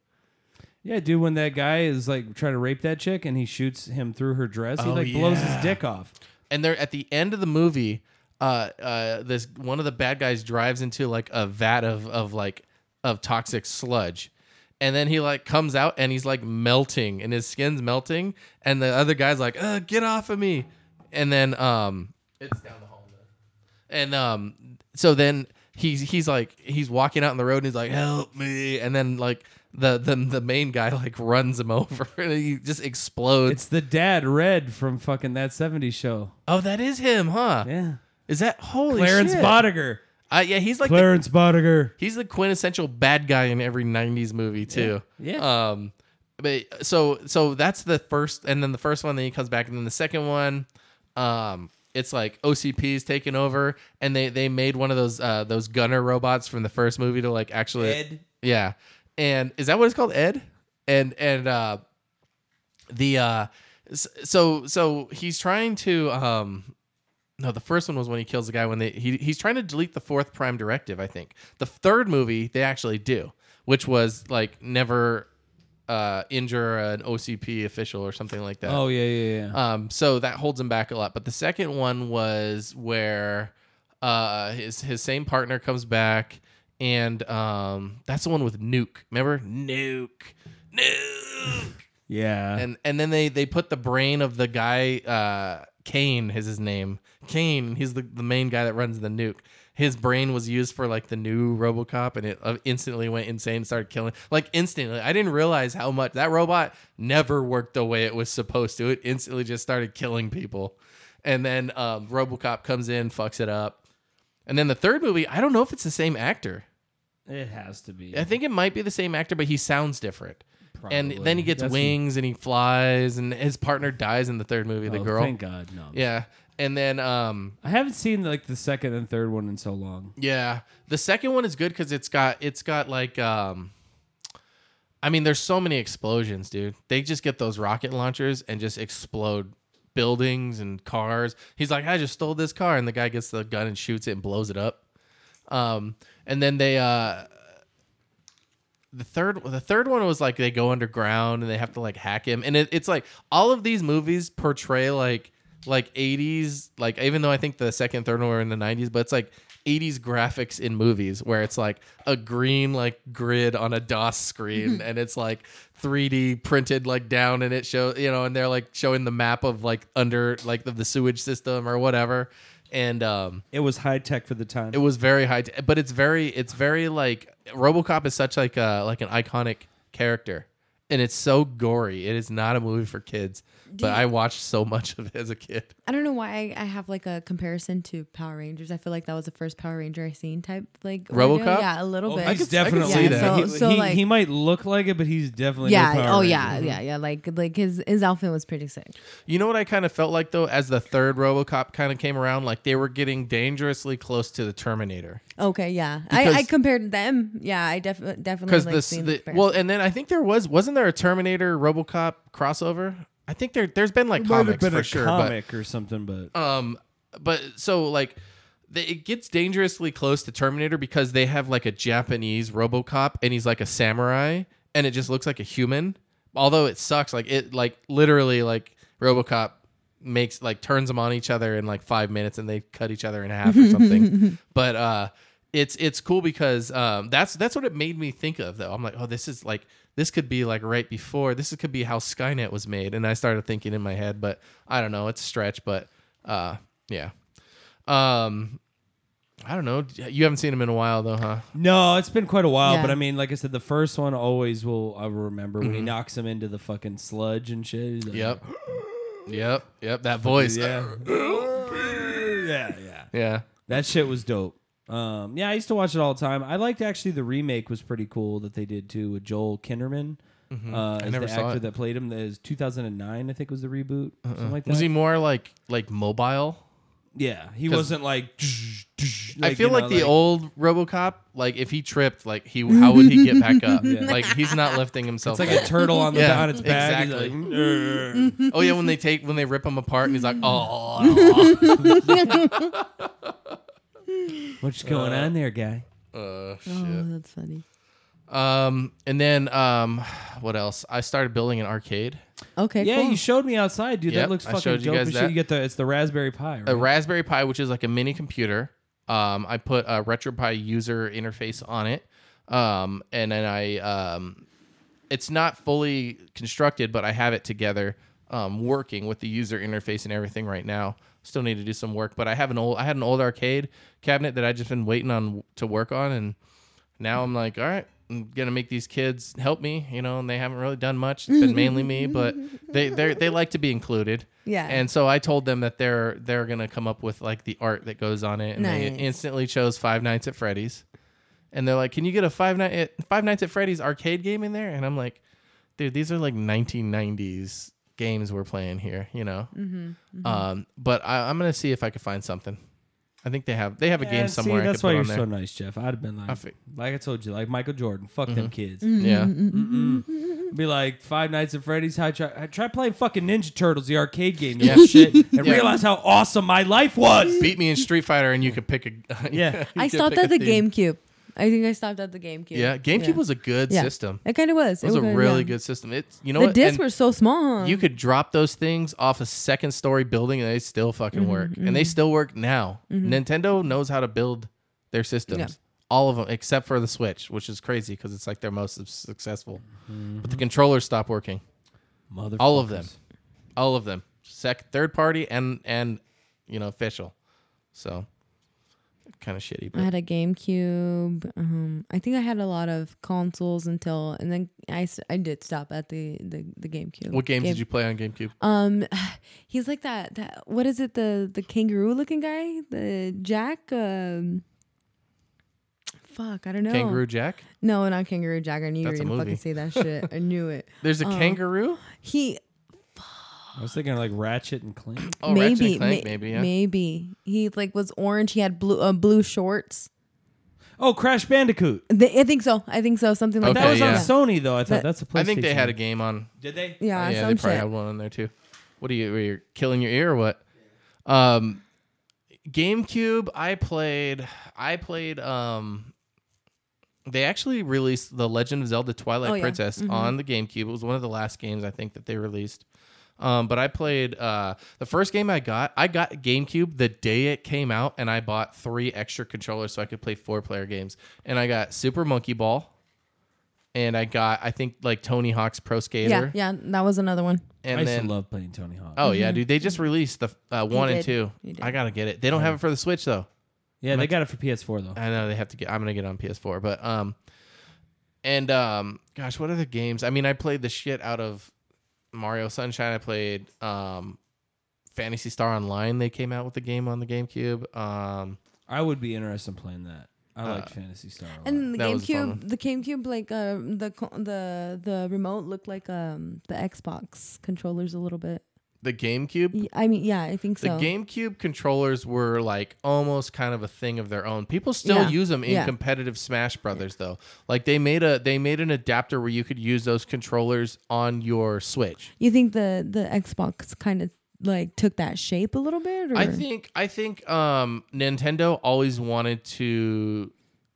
Yeah, dude, when that guy is like trying to rape that chick and he shoots him through her dress, he
Oh,
like blows his
yeah.
dick off.
and they're at the end of the movie uh uh this one of the bad guys drives into like a vat of of like of toxic sludge and then he like comes out and he's like melting and his skin's melting and the other guy's like uh get off of me and then um it's down the hall and um so then he's he's like he's walking out on the road and he's like help me and then like the the, the main guy like (laughs) runs him over and he just explodes
It's the dad Red from fucking that 70s show.
oh that is him huh
Yeah.
is that holy
Clarence
shit.
Bodiger.
Uh, yeah, he's like the,
Clarence Bodiger.
he's the quintessential bad guy in every '90s movie too.
Yeah.
Um, but so so that's the first, and then the first one, then he comes back, and then the second one, um, it's like OCP's taking over, and they they made one of those uh those gunner robots from the first movie to like actually yeah, and is that what it's called Ed? And and uh, the uh, s- so so he's trying to um no, the first one was when he kills the guy when they he, he's trying to delete the fourth prime directive, I think. The third movie they actually do, which was like never uh injure an OCP official or something like that.
Oh, yeah, yeah, yeah.
Um, so that holds him back a lot. But the second one was where uh, his his same partner comes back, and um, that's the one with Nuke. Remember Nuke, Nuke,
yeah.
and and then they they put the brain of the guy uh, Kane is his name. Kane, he's the the main guy that runs the Nuke. His brain was used for like the new RoboCop, and it uh, instantly went insane, and started killing like instantly. I didn't realize how much that robot never worked the way it was supposed to. It instantly just started killing people, and then um, RoboCop comes in, fucks it up, and then the third movie. I don't know if it's the same actor.
it has to be.
I think it might be the same actor, but he sounds different. And then
Probably.
he gets
That's-
wings and he flies, and his partner dies in the third movie, the
Oh,
girl.
Thank God. No.
Yeah. And then, um,
I haven't seen like the second and third one in so long.
yeah, the second one is good because it's got it's got like, um, I mean, there's so many explosions, dude. They just get those rocket launchers and just explode buildings and cars. He's like, I just stole this car, and the guy gets the gun and shoots it and blows it up. Um, and then they, uh, the third the third one was like they go underground and they have to like hack him and it, it's like all of these movies portray like like 80s like even though i think the second third one were in the 90s but it's like 80s graphics in movies where it's like a green like grid on a dos screen and it's like 3d printed like down and it shows you know and they're like showing the map of like under like the, the sewage system or whatever and um
It was high tech for the time.
it was very high, t- but it's very, it's very like RoboCop is such like a like an iconic character, and it's so gory. It is not a movie for kids, but I watched so much of it as a kid.
I don't know why I, I have like a comparison to Power Rangers. I feel like that was the first Power Ranger I seen type like video.
RoboCop? Oh,
Yeah, a little bit.
I could-
Oh, he's definitely
see
that.
that.
He,
Yeah, so- so,
he-
like-
he might look like it, but he's definitely no
yeah.
Power
Oh
Ranger.
yeah. Yeah. Yeah. Like like his his outfit was pretty sick.
You know what I kind of felt like though, as the third RoboCop kind of came around, like they were getting dangerously close to the Terminator.
Okay. Yeah.
Because-
I, I compared them. Yeah. I def- definitely
because
like,
this
seen
the,
comparison.
well, and then I think there was wasn't there a Terminator RoboCop crossover? I think there there's been like
Might
comics
have been
for
a
sure, but
comic or something, but
um but so like th- they- it gets dangerously close to Terminator because they have like a Japanese RoboCop and he's like a samurai and it just looks like a human. Although it sucks, like it like literally like RoboCop makes like turns them on each other in like five minutes and they cut each other in half or something. but uh, it's it's cool because um, that's that's what it made me think of though. I'm like, oh, this is like this could be like right before this could be how Skynet was made, and I started thinking in my head, but I don't know, it's a stretch, but uh, yeah. Um, I don't know. You haven't seen him in a while though, huh?
No, it's been quite a while,
Yeah.
but I mean, like I said, the first one always will I will remember when he
Mm-hmm.
knocks him into the fucking sludge and shit. He's like,
Yep. Yep. Yep. That voice.
Yeah.
(laughs)
yeah, yeah.
Yeah.
That shit was dope. Um, yeah, I used to watch it all the time. I liked actually the remake was pretty cool that they did too with Joel Kinnerman. Uh, as
Mm-hmm. never
the
saw it.
actor
Uh-uh.
that played him. That is 2009, I think was the reboot. Something like that.
Was he more like like mobile?
yeah, he
'Cause-
wasn't like. (laughs)
I feel
you
like
know,
the old RoboCop, like if he tripped, like he how would he get back
(laughs)
up? Like he's not lifting himself.
It's like
(laughs)
a
up.
turtle on the
Yeah,
on its back. He's
exactly.
like, "Mm, "Urgh."
oh yeah, when they take when they rip him apart and he's like,
(laughs)
oh,
mm." What's going on there, guy?
uh,
Oh,
shit.
that's funny.
Um, and then um, what else? I started building an arcade.
Okay.
Yeah,
cool.
you showed me outside, dude.
Yep,
that looks
I
fucking
showed you
dope.
guys
as shit.
that.
You get the it's the Raspberry Pi, right?
a Raspberry Pi, which is like a mini computer. Um, I put a RetroPie user interface on it, um, and then I um, it's not fully constructed, but I have it together, um, working with the user interface and everything right now. Still need to do some work, but I have an old I had an old arcade cabinet that I just been waiting on to work on, and now I'm like, all right, I'm gonna make these kids help me, you know, and they haven't really done much. It's been mainly me, but they they
(laughs)
they like to be included.
Yeah.
And so I told them that they're they're gonna come up with like the art that goes on it, and
Nice.
they instantly chose Five Nights at Freddy's. And they're like, "Can you get a Five Night at, Five Nights at Freddy's arcade game in there?" And I'm like, "Dude, these are like 1990s games we're playing here, you know."
Mm-hmm,
Um, but I, I'm gonna see if I can find something. I think they have they have a game
And
somewhere.
Eh, See, that's
I
why
could
you're
put on
so
there.
nice, Jeff. I'd have been like,
I Mm-hmm. fi-
like I told you, like Michael Jordan. Fuck them kids.
yeah.
Mm-hmm,
Be like Five Nights at Freddy's. Hi, try, try playing fucking Ninja Turtles, the arcade game,
Yeah.
yeah. shit, and
Yeah.
realize how awesome my life was.
beat
(laughs)
me in Street Fighter and you could pick a (laughs)
Yeah.
you
I
could
stopped
pick
at
a
the
theme.
GameCube. I think I stopped at the GameCube.
Yeah, GameCube was a good
Yeah.
system. It
It kind of was.
was a
kinda-
really
yeah.
good system. It's you know
the
what?
discs
And
were so small. huh?
you could drop those things off a second story building and they still fucking work. And
Mm-hmm.
they still work now. Nintendo knows how to build their systems. All of them except for the Switch, which is crazy because it's like their most su- successful. But the controllers stopped working.
Motherfuckers.
All of them. All of them. Sec third party and and you know official. So kind of shitty.
I
But
had a GameCube. Um, I think I had a lot of consoles until, and then I, s- I did stop at the the, the GameCube.
what games
Game-
did you play on GameCube?
Um, he's like that that what is it the the kangaroo looking guy the Jack. Um, fuck, I don't know.
Kangaroo Jack.
No, not kangaroo Jack. I knew you were
That's a
gonna fucking
movie. (laughs)
say that shit. I knew it.
There's a kangaroo.
He
I was thinking like Ratchet and Clank.
Oh, Ratchet and
maybe
Clank,
may-
maybe. Yeah.
maybe he like was orange. He had blue uh, blue shorts.
Oh, Crash Bandicoot.
They, I think so. I think so. Something like
Okay,
that was on
yeah.
Sony though. I thought
But-
that's a PlayStation.
I think they had a game on.
Did they?
Yeah,
Oh, yeah, they
some
probably
shit.
had one on there too. What are you? Were you killing your ear or what? Um, GameCube. I played. I played. Um, they actually released the Legend of Zelda: Twilight
Oh, yeah.
Princess on the GameCube. It was one of the last games I think that they released. Um, but I played uh, the first game I got. I got GameCube the day it came out, and I bought three extra controllers so I could play four player games. And I got Super Monkey Ball, and I got I think like Tony Hawk's Pro
Yeah,
Skater.
yeah, that was another one.
And
I used
then
to love playing Tony Hawk.
oh yeah, dude, they just released the uh, one and
did.
two.
You did.
I gotta get it. They don't have it for the Switch though.
yeah, they got it for PS4 though.
I know they have to get. I'm gonna get it on PS4, but um, and um, gosh, what other games? I mean, I played the shit out of Mario Sunshine. I played um, Fantasy Star Online. They came out with the game on the GameCube. Um,
I would be interested in playing that. I liked Fantasy Star. a lot.
And the
That was a fun one.
GameCube, the GameCube, like uh, the co- the the remote looked like um the Xbox controllers a little bit.
the GameCube.
Y- I mean, yeah, I think
The
so.
GameCube controllers were like almost kind of a thing of their own. People still
Yeah.
use them in
Yeah.
competitive Smash Brothers though. Like they made a they made an adapter where you could use those controllers on your Switch.
you think the the Xbox kind of like took that shape a little bit? Or?
I think I think um, Nintendo always wanted to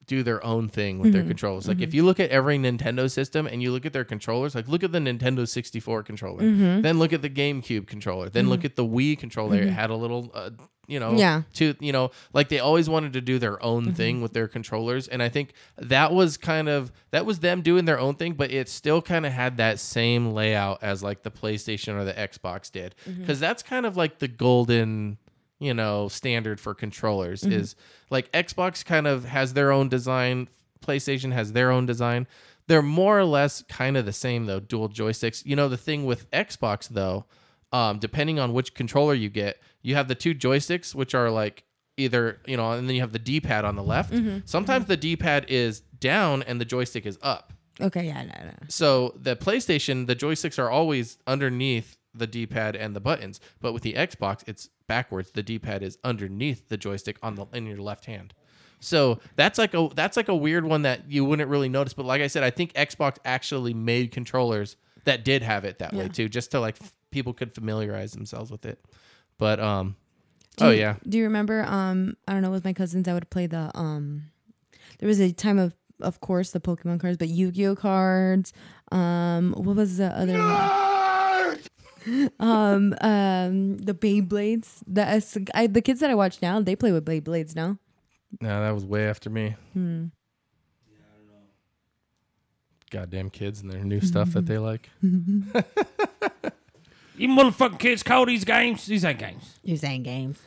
do their own thing with their
Mm-hmm.
controllers. Like if you look at every Nintendo system and you look at their controllers, like look at the Nintendo 64 controller,
Mm-hmm.
then look at the GameCube controller, then look at the Wii controller. It had a little uh, you know,
Yeah.
to you know, like they always wanted to do their own thing with their controllers, and I think that was kind of that was them doing their own thing, but it still kind of had that same layout as like the PlayStation or the Xbox did, because that's kind of like the golden you know standard for controllers is like Xbox kind of has their own design, PlayStation has their own design. They're more or less kind of the same though, dual joysticks. You know the thing with Xbox though, um, depending on which controller you get, you have the two joysticks which are like either you know, and then you have the D-pad on the left. Sometimes the D-pad is down and the joystick is up.
Okay, yeah, no, no.
So the PlayStation, the joysticks are always underneath the D-pad and the buttons, but with the Xbox, it's backwards. The D-pad is underneath the joystick on the in your left hand. So that's like a that's like a weird one that you wouldn't really notice. But like I said, I think Xbox actually made controllers that did have it that way too, just to like f- people could familiarize themselves with it. But um,
Do
oh
you-
yeah,
Do you remember? Um, I don't know. With my cousins, I would play the um. There was a time of, of course, the Pokemon cards, but Yu-Gi-Oh cards. Um, what was the other one? (laughs) um, um, the Beyblades. The S- I, the kids that I watch now, they play with Beyblades now.
no, that was way after me.
Hmm.
Goddamn kids and their new stuff
(laughs)
that they like.
You motherfucking kids call these games? These ain't games.
You're saying games.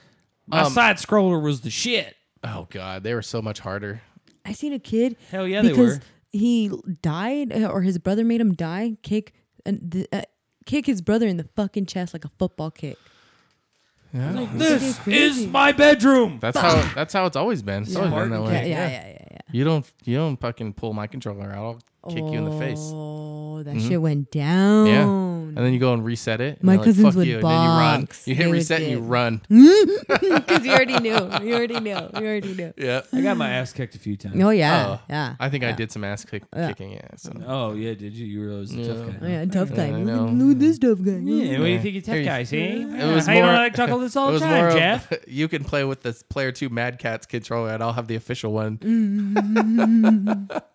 My side scroller was the shit.
Oh god, they were so much harder.
I seen a kid.
Hell yeah, they
because
were.
He died, uh, or his brother made him die. Kick and th- uh, kick his brother in the fucking chest like a football kick.
This
crazy.
is my bedroom.
That's how that's how it's always been. It's always been that
Yeah,
way.
yeah, yeah, yeah. yeah.
You don't you don't fucking pull my controller out. I'll kick you in the face. Mm-hmm.
Oh, that shit went down.
Yeah.
(laughs)
And then you go and reset it. and
My
they're like,
cousins
"Fuck
would
you," and then you run.
box.
You
They
hit
would
reset and you
get- (laughs)
run.
Because you already knew. You already knew. You already knew.
Yeah.
I got my ass kicked a few times.
Oh yeah,
Oh,
yeah.
I think I did some ass kick, kicking. Yeah. So.
Oh yeah, did you? You were always a tough guy.
Oh, Yeah, tough guy.
I
Look
know.
at- Look at this tough guy.
Yeah, what do you think
Here
you tough
you-
guys? Eh?
It was
How you
more-
don't like talk all this all
It
the
was
time,
more.
Jeff?
Of, (laughs) you can play with this player two Mad Cats controller, and I'll have the official one.
(laughs)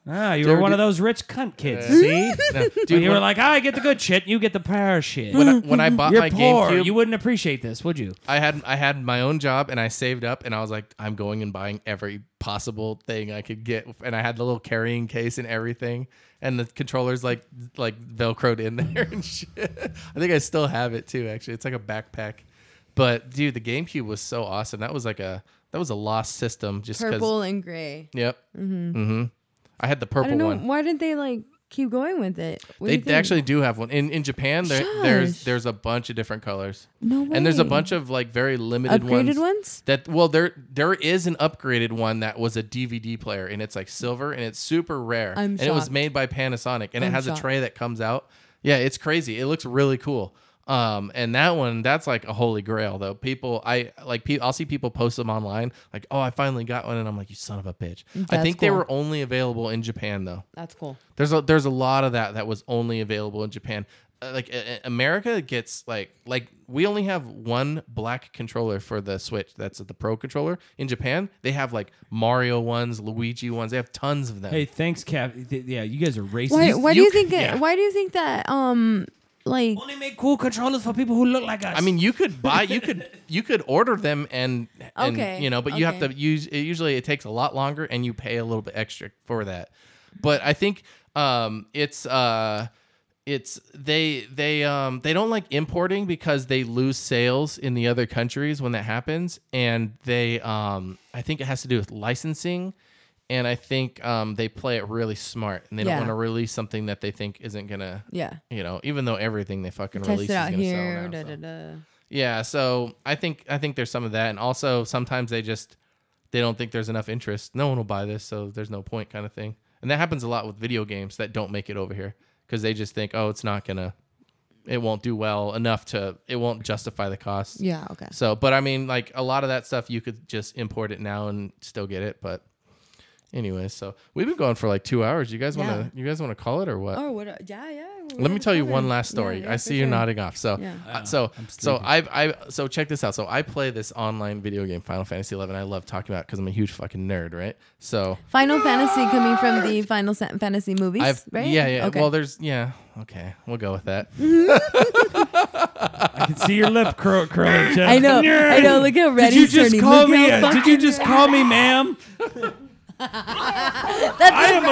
Ah,
Do
you
you
were
ever
one of
get-
those rich cunt kids. See,
(laughs) No,
dude,
dude,
you
when,
were like, "Ah, I get the good shit, and you get the power shit. Mm.
when I, when I bought
You're
my
poor.
GameCube,
You wouldn't appreciate this, would you?
I had I had my own job and I saved up and I was like, I'm going and buying every possible thing I could get. And I had the little carrying case and everything. And the controllers like like velcroed in (laughs) there and shit. I think I still have it too, actually. It's like a backpack. But dude, the GameCube was so awesome. That was like a that was a lost system just because
Purple and gray.
Yep. Mm-hmm. I had the
I
purple
don't know
one.
why didn't they like keep going with it. What do
They,
you
they
think?
actually do have one in in Japan. There,
Shush.
there's there's a bunch of different colors,
no
and there's a
way.
bunch of like very limited
upgraded ones.
That well, there there is an upgraded one that was a DVD player, and it's like silver, and it's super rare.
I'm
and it was
shocked.
made by Panasonic, and
I'm
it has
shocked.
a tray that comes out. Yeah, it's crazy. It looks really cool. Um, and that one, that's like a holy grail though. People, I like, pe- I'll see people post them online, like, oh, I finally got one, and I'm like, you son of a bitch. I
That's
think they
cool.
were only available in Japan though.
That's cool.
There's a there's a lot of that that was only available in Japan. Uh, like uh, uh, America gets like like we only have one black controller for the Switch. That's the Pro controller. In Japan, they have like Mario ones, Luigi ones. They have tons of them.
Hey, thanks, Cap. Th- yeah, you guys are racist.
Why? Why do
you
you
can-
think? it-
yeah.
Why do you think that? Um, like
only make cool controllers for people who look like us.
I mean, you could buy, you
(laughs)
could, you could order them, and, and
Okay,
you know, but you have
okay.
to use. It usually, it takes a lot longer, and you pay a little bit extra for that. But I think um, it's uh, it's they they um, they don't like importing because they lose sales in the other countries when that happens, and they um, I think it has to do with licensing. And I think um, they play it really smart, and they
Yeah.
don't want to release something that they think isn't gonna,
yeah,
you know, even though everything they fucking
test
release
it out
is gonna
here.
sell now,
da,
so.
da, da.
Yeah, so I think I think there's some of that, and also sometimes they just they don't think there's enough interest. No one will buy this, so there's no point, kind of thing. And that happens a lot with video games that don't make it over here because they just think, oh, it's not gonna, it won't do well enough to, it won't justify the cost.
Yeah. Okay.
So, but I mean, like a lot of that stuff, you could just import it now and still get it, but Anyway, so we've been going for like two hours. You guys want to? You guys want to call it or what?
Oh, what? Yeah, yeah.
Let me tell you one last story. I see you nodding off. So,
Yeah.
uh, so, so I, I, so check this out. So I play this online video game, Final Fantasy Eleven. I love talking about because I'm a huge fucking nerd, right? So
Final Fantasy coming from the Final Sa- Fantasy movies,
I've,
right?
yeah, yeah.
Okay.
Well, there's, yeah, okay, we'll go with
(laughs)
that.
I can see your lip
(laughs)
curl curling. Jeff.
I know. I know. Look how red
Did you
he's
just
turning.
call
Look
me?
how
A, did
(laughs)
you
fucking
just
red-
call me,
(laughs)
ma'am? I am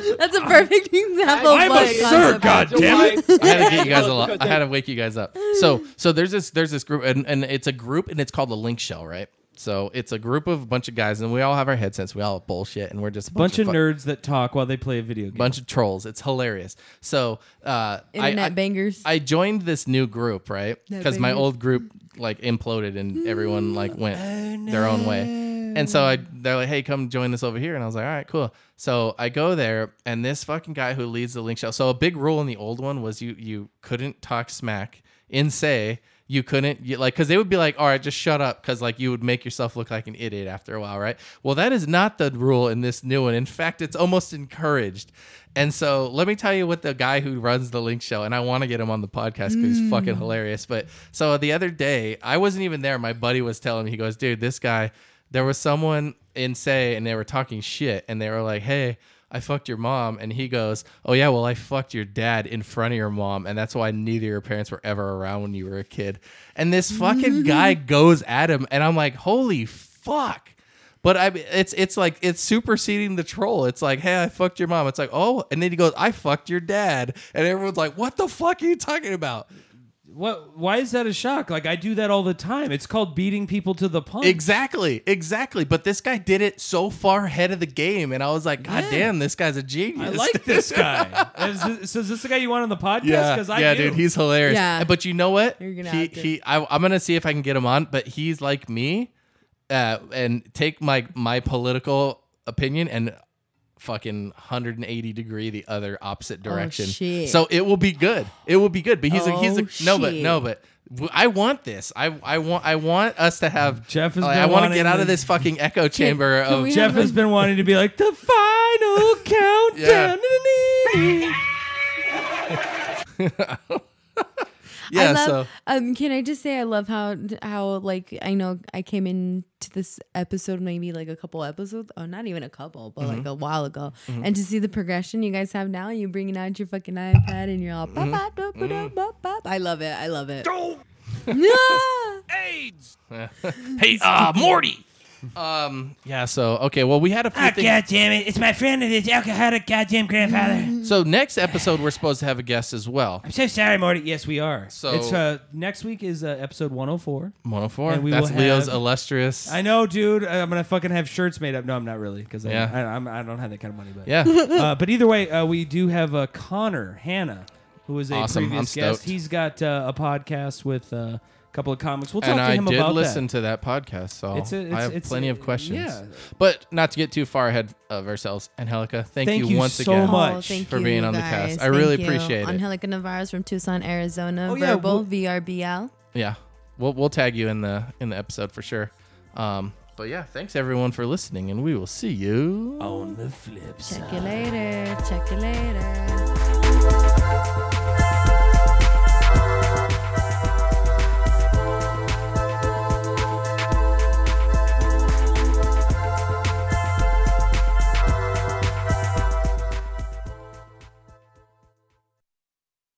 a-
That's a perfect example. of
I'm
what
a
it
sir.
concept-
God damn it!
I had to get you guys a
(laughs)
lot. I had to wake you guys up. So so there's this there's this group and, and it's a group and it's called the Link Shell, right? So it's a group of a bunch of guys and we all have our headsets. We all have bullshit and we're just a bunch,
Bunch of
fu-
nerds that talk while they play a video game.
bunch of trolls. It's hilarious. So uh,
Internet
I, I,
bangers.
I joined this new group, right?
That
Because my
bangers.
old group like imploded and everyone like went their own way. And so I they're like, hey, come join this over here. And I was like, all right, cool. So I go there and this fucking guy who leads the link shell. So a big rule in the old one was you you couldn't talk smack in say you couldn't you, like because they would be like all right just shut up because like you would make yourself look like an idiot after a while right well that is not the rule in this new one in fact it's almost encouraged and so let me tell you what the guy who runs the link show and i want to get him on the podcast because he's fucking hilarious but so the other day i wasn't even there my buddy was telling me he goes dude this guy there was someone in say and they were talking shit and they were like hey I fucked your mom. And he goes, Oh, yeah, well, I fucked your dad in front of your mom. And that's why neither of your parents were ever around when you were a kid. And this fucking guy goes at him. And I'm like, Holy fuck. But I, it's it's like it's superseding the troll. It's like, hey, I fucked your mom. It's like, oh, and then he goes, I fucked your dad, and everyone's like, what the fuck are you talking about?
What? Why is that a shock? Like I do that all the time. It's called beating people to the punch.
Exactly, exactly. But this guy did it so far ahead of the game, and I was like, god
Yeah.
damn, this guy's a genius.
I
(laughs)
like this guy. is this, so is this the guy you want on the podcast?
Yeah,
'Cause I
yeah,
do.
dude, he's hilarious.
Yeah.
But you know what?
You're gonna
he
have to.
he. I, I'm gonna see if I can get him on. But he's like me, uh, and take my my political opinion and fucking 180 degree the other opposite direction.
Oh, shit.
So it will be good. It will be good. But he's a, he's a,
Oh,
no, but
shit.
no, but. w- I want this. I I want I want us to have
Jeff has
like,
been
I want to
wanting
get out of
to-
this fucking echo chamber
can
of
we
Jeff has been wanting to be like the
(laughs)
final countdown.
yeah.
I love,
so
um, can I just say I love how how like I know I came into this episode maybe like a couple episodes, oh not even a couple, but
Mm-hmm.
like a while ago, and to see the progression you guys have now, you bringing out your fucking iPad and you're all
Mm-hmm.
bop, bop, dop, dop, bop, bop. I love it, I love it. Ah! Yeah.
(laughs) hey, uh, Morty. Um. Yeah. So okay. Well, we had a few things.
Ah, damn it! It's my friend and his alcoholic goddamn grandfather.
So next episode, we're supposed to have a guest as well.
I'm so sorry, Morty. Yes, we are.
So-
it's uh, next week is uh,
(laughs)
episode 104.
104.
And we
That's
will
Leo's
have-
illustrious.
I know, dude. I'm gonna fucking have shirts made up. No, I'm not really because
Yeah.
I, I'm- I don't have that kind of money. But (laughs)
yeah.
uh, but either way, uh, we do have uh, Connor Hannah, who was a
Awesome.
previous
I'm
guest.
stoked.
He's got uh, a podcast with uh, a couple of comics. We'll talk
and
to
I
him
did
about
listen
that.
to that podcast, so
It's a- it's-
I have
it's
plenty
a-
of questions.
yeah.
But not to get too far ahead of ourselves, Angelica, thank,
Thank you
once
so
again.
much.
Oh, thank
for
you
being on the
guys.
cast. I really
Thank you.
appreciate it.
Angelica Navarro's from Tucson, Arizona.
Oh, yeah,
Verbal
we-
VRBL.
Yeah, we'll we'll tag you in the in the episode for sure. Um, but yeah, thanks everyone for listening, and we will see you.
Oh, On the flip side.
Check you later. Check you later.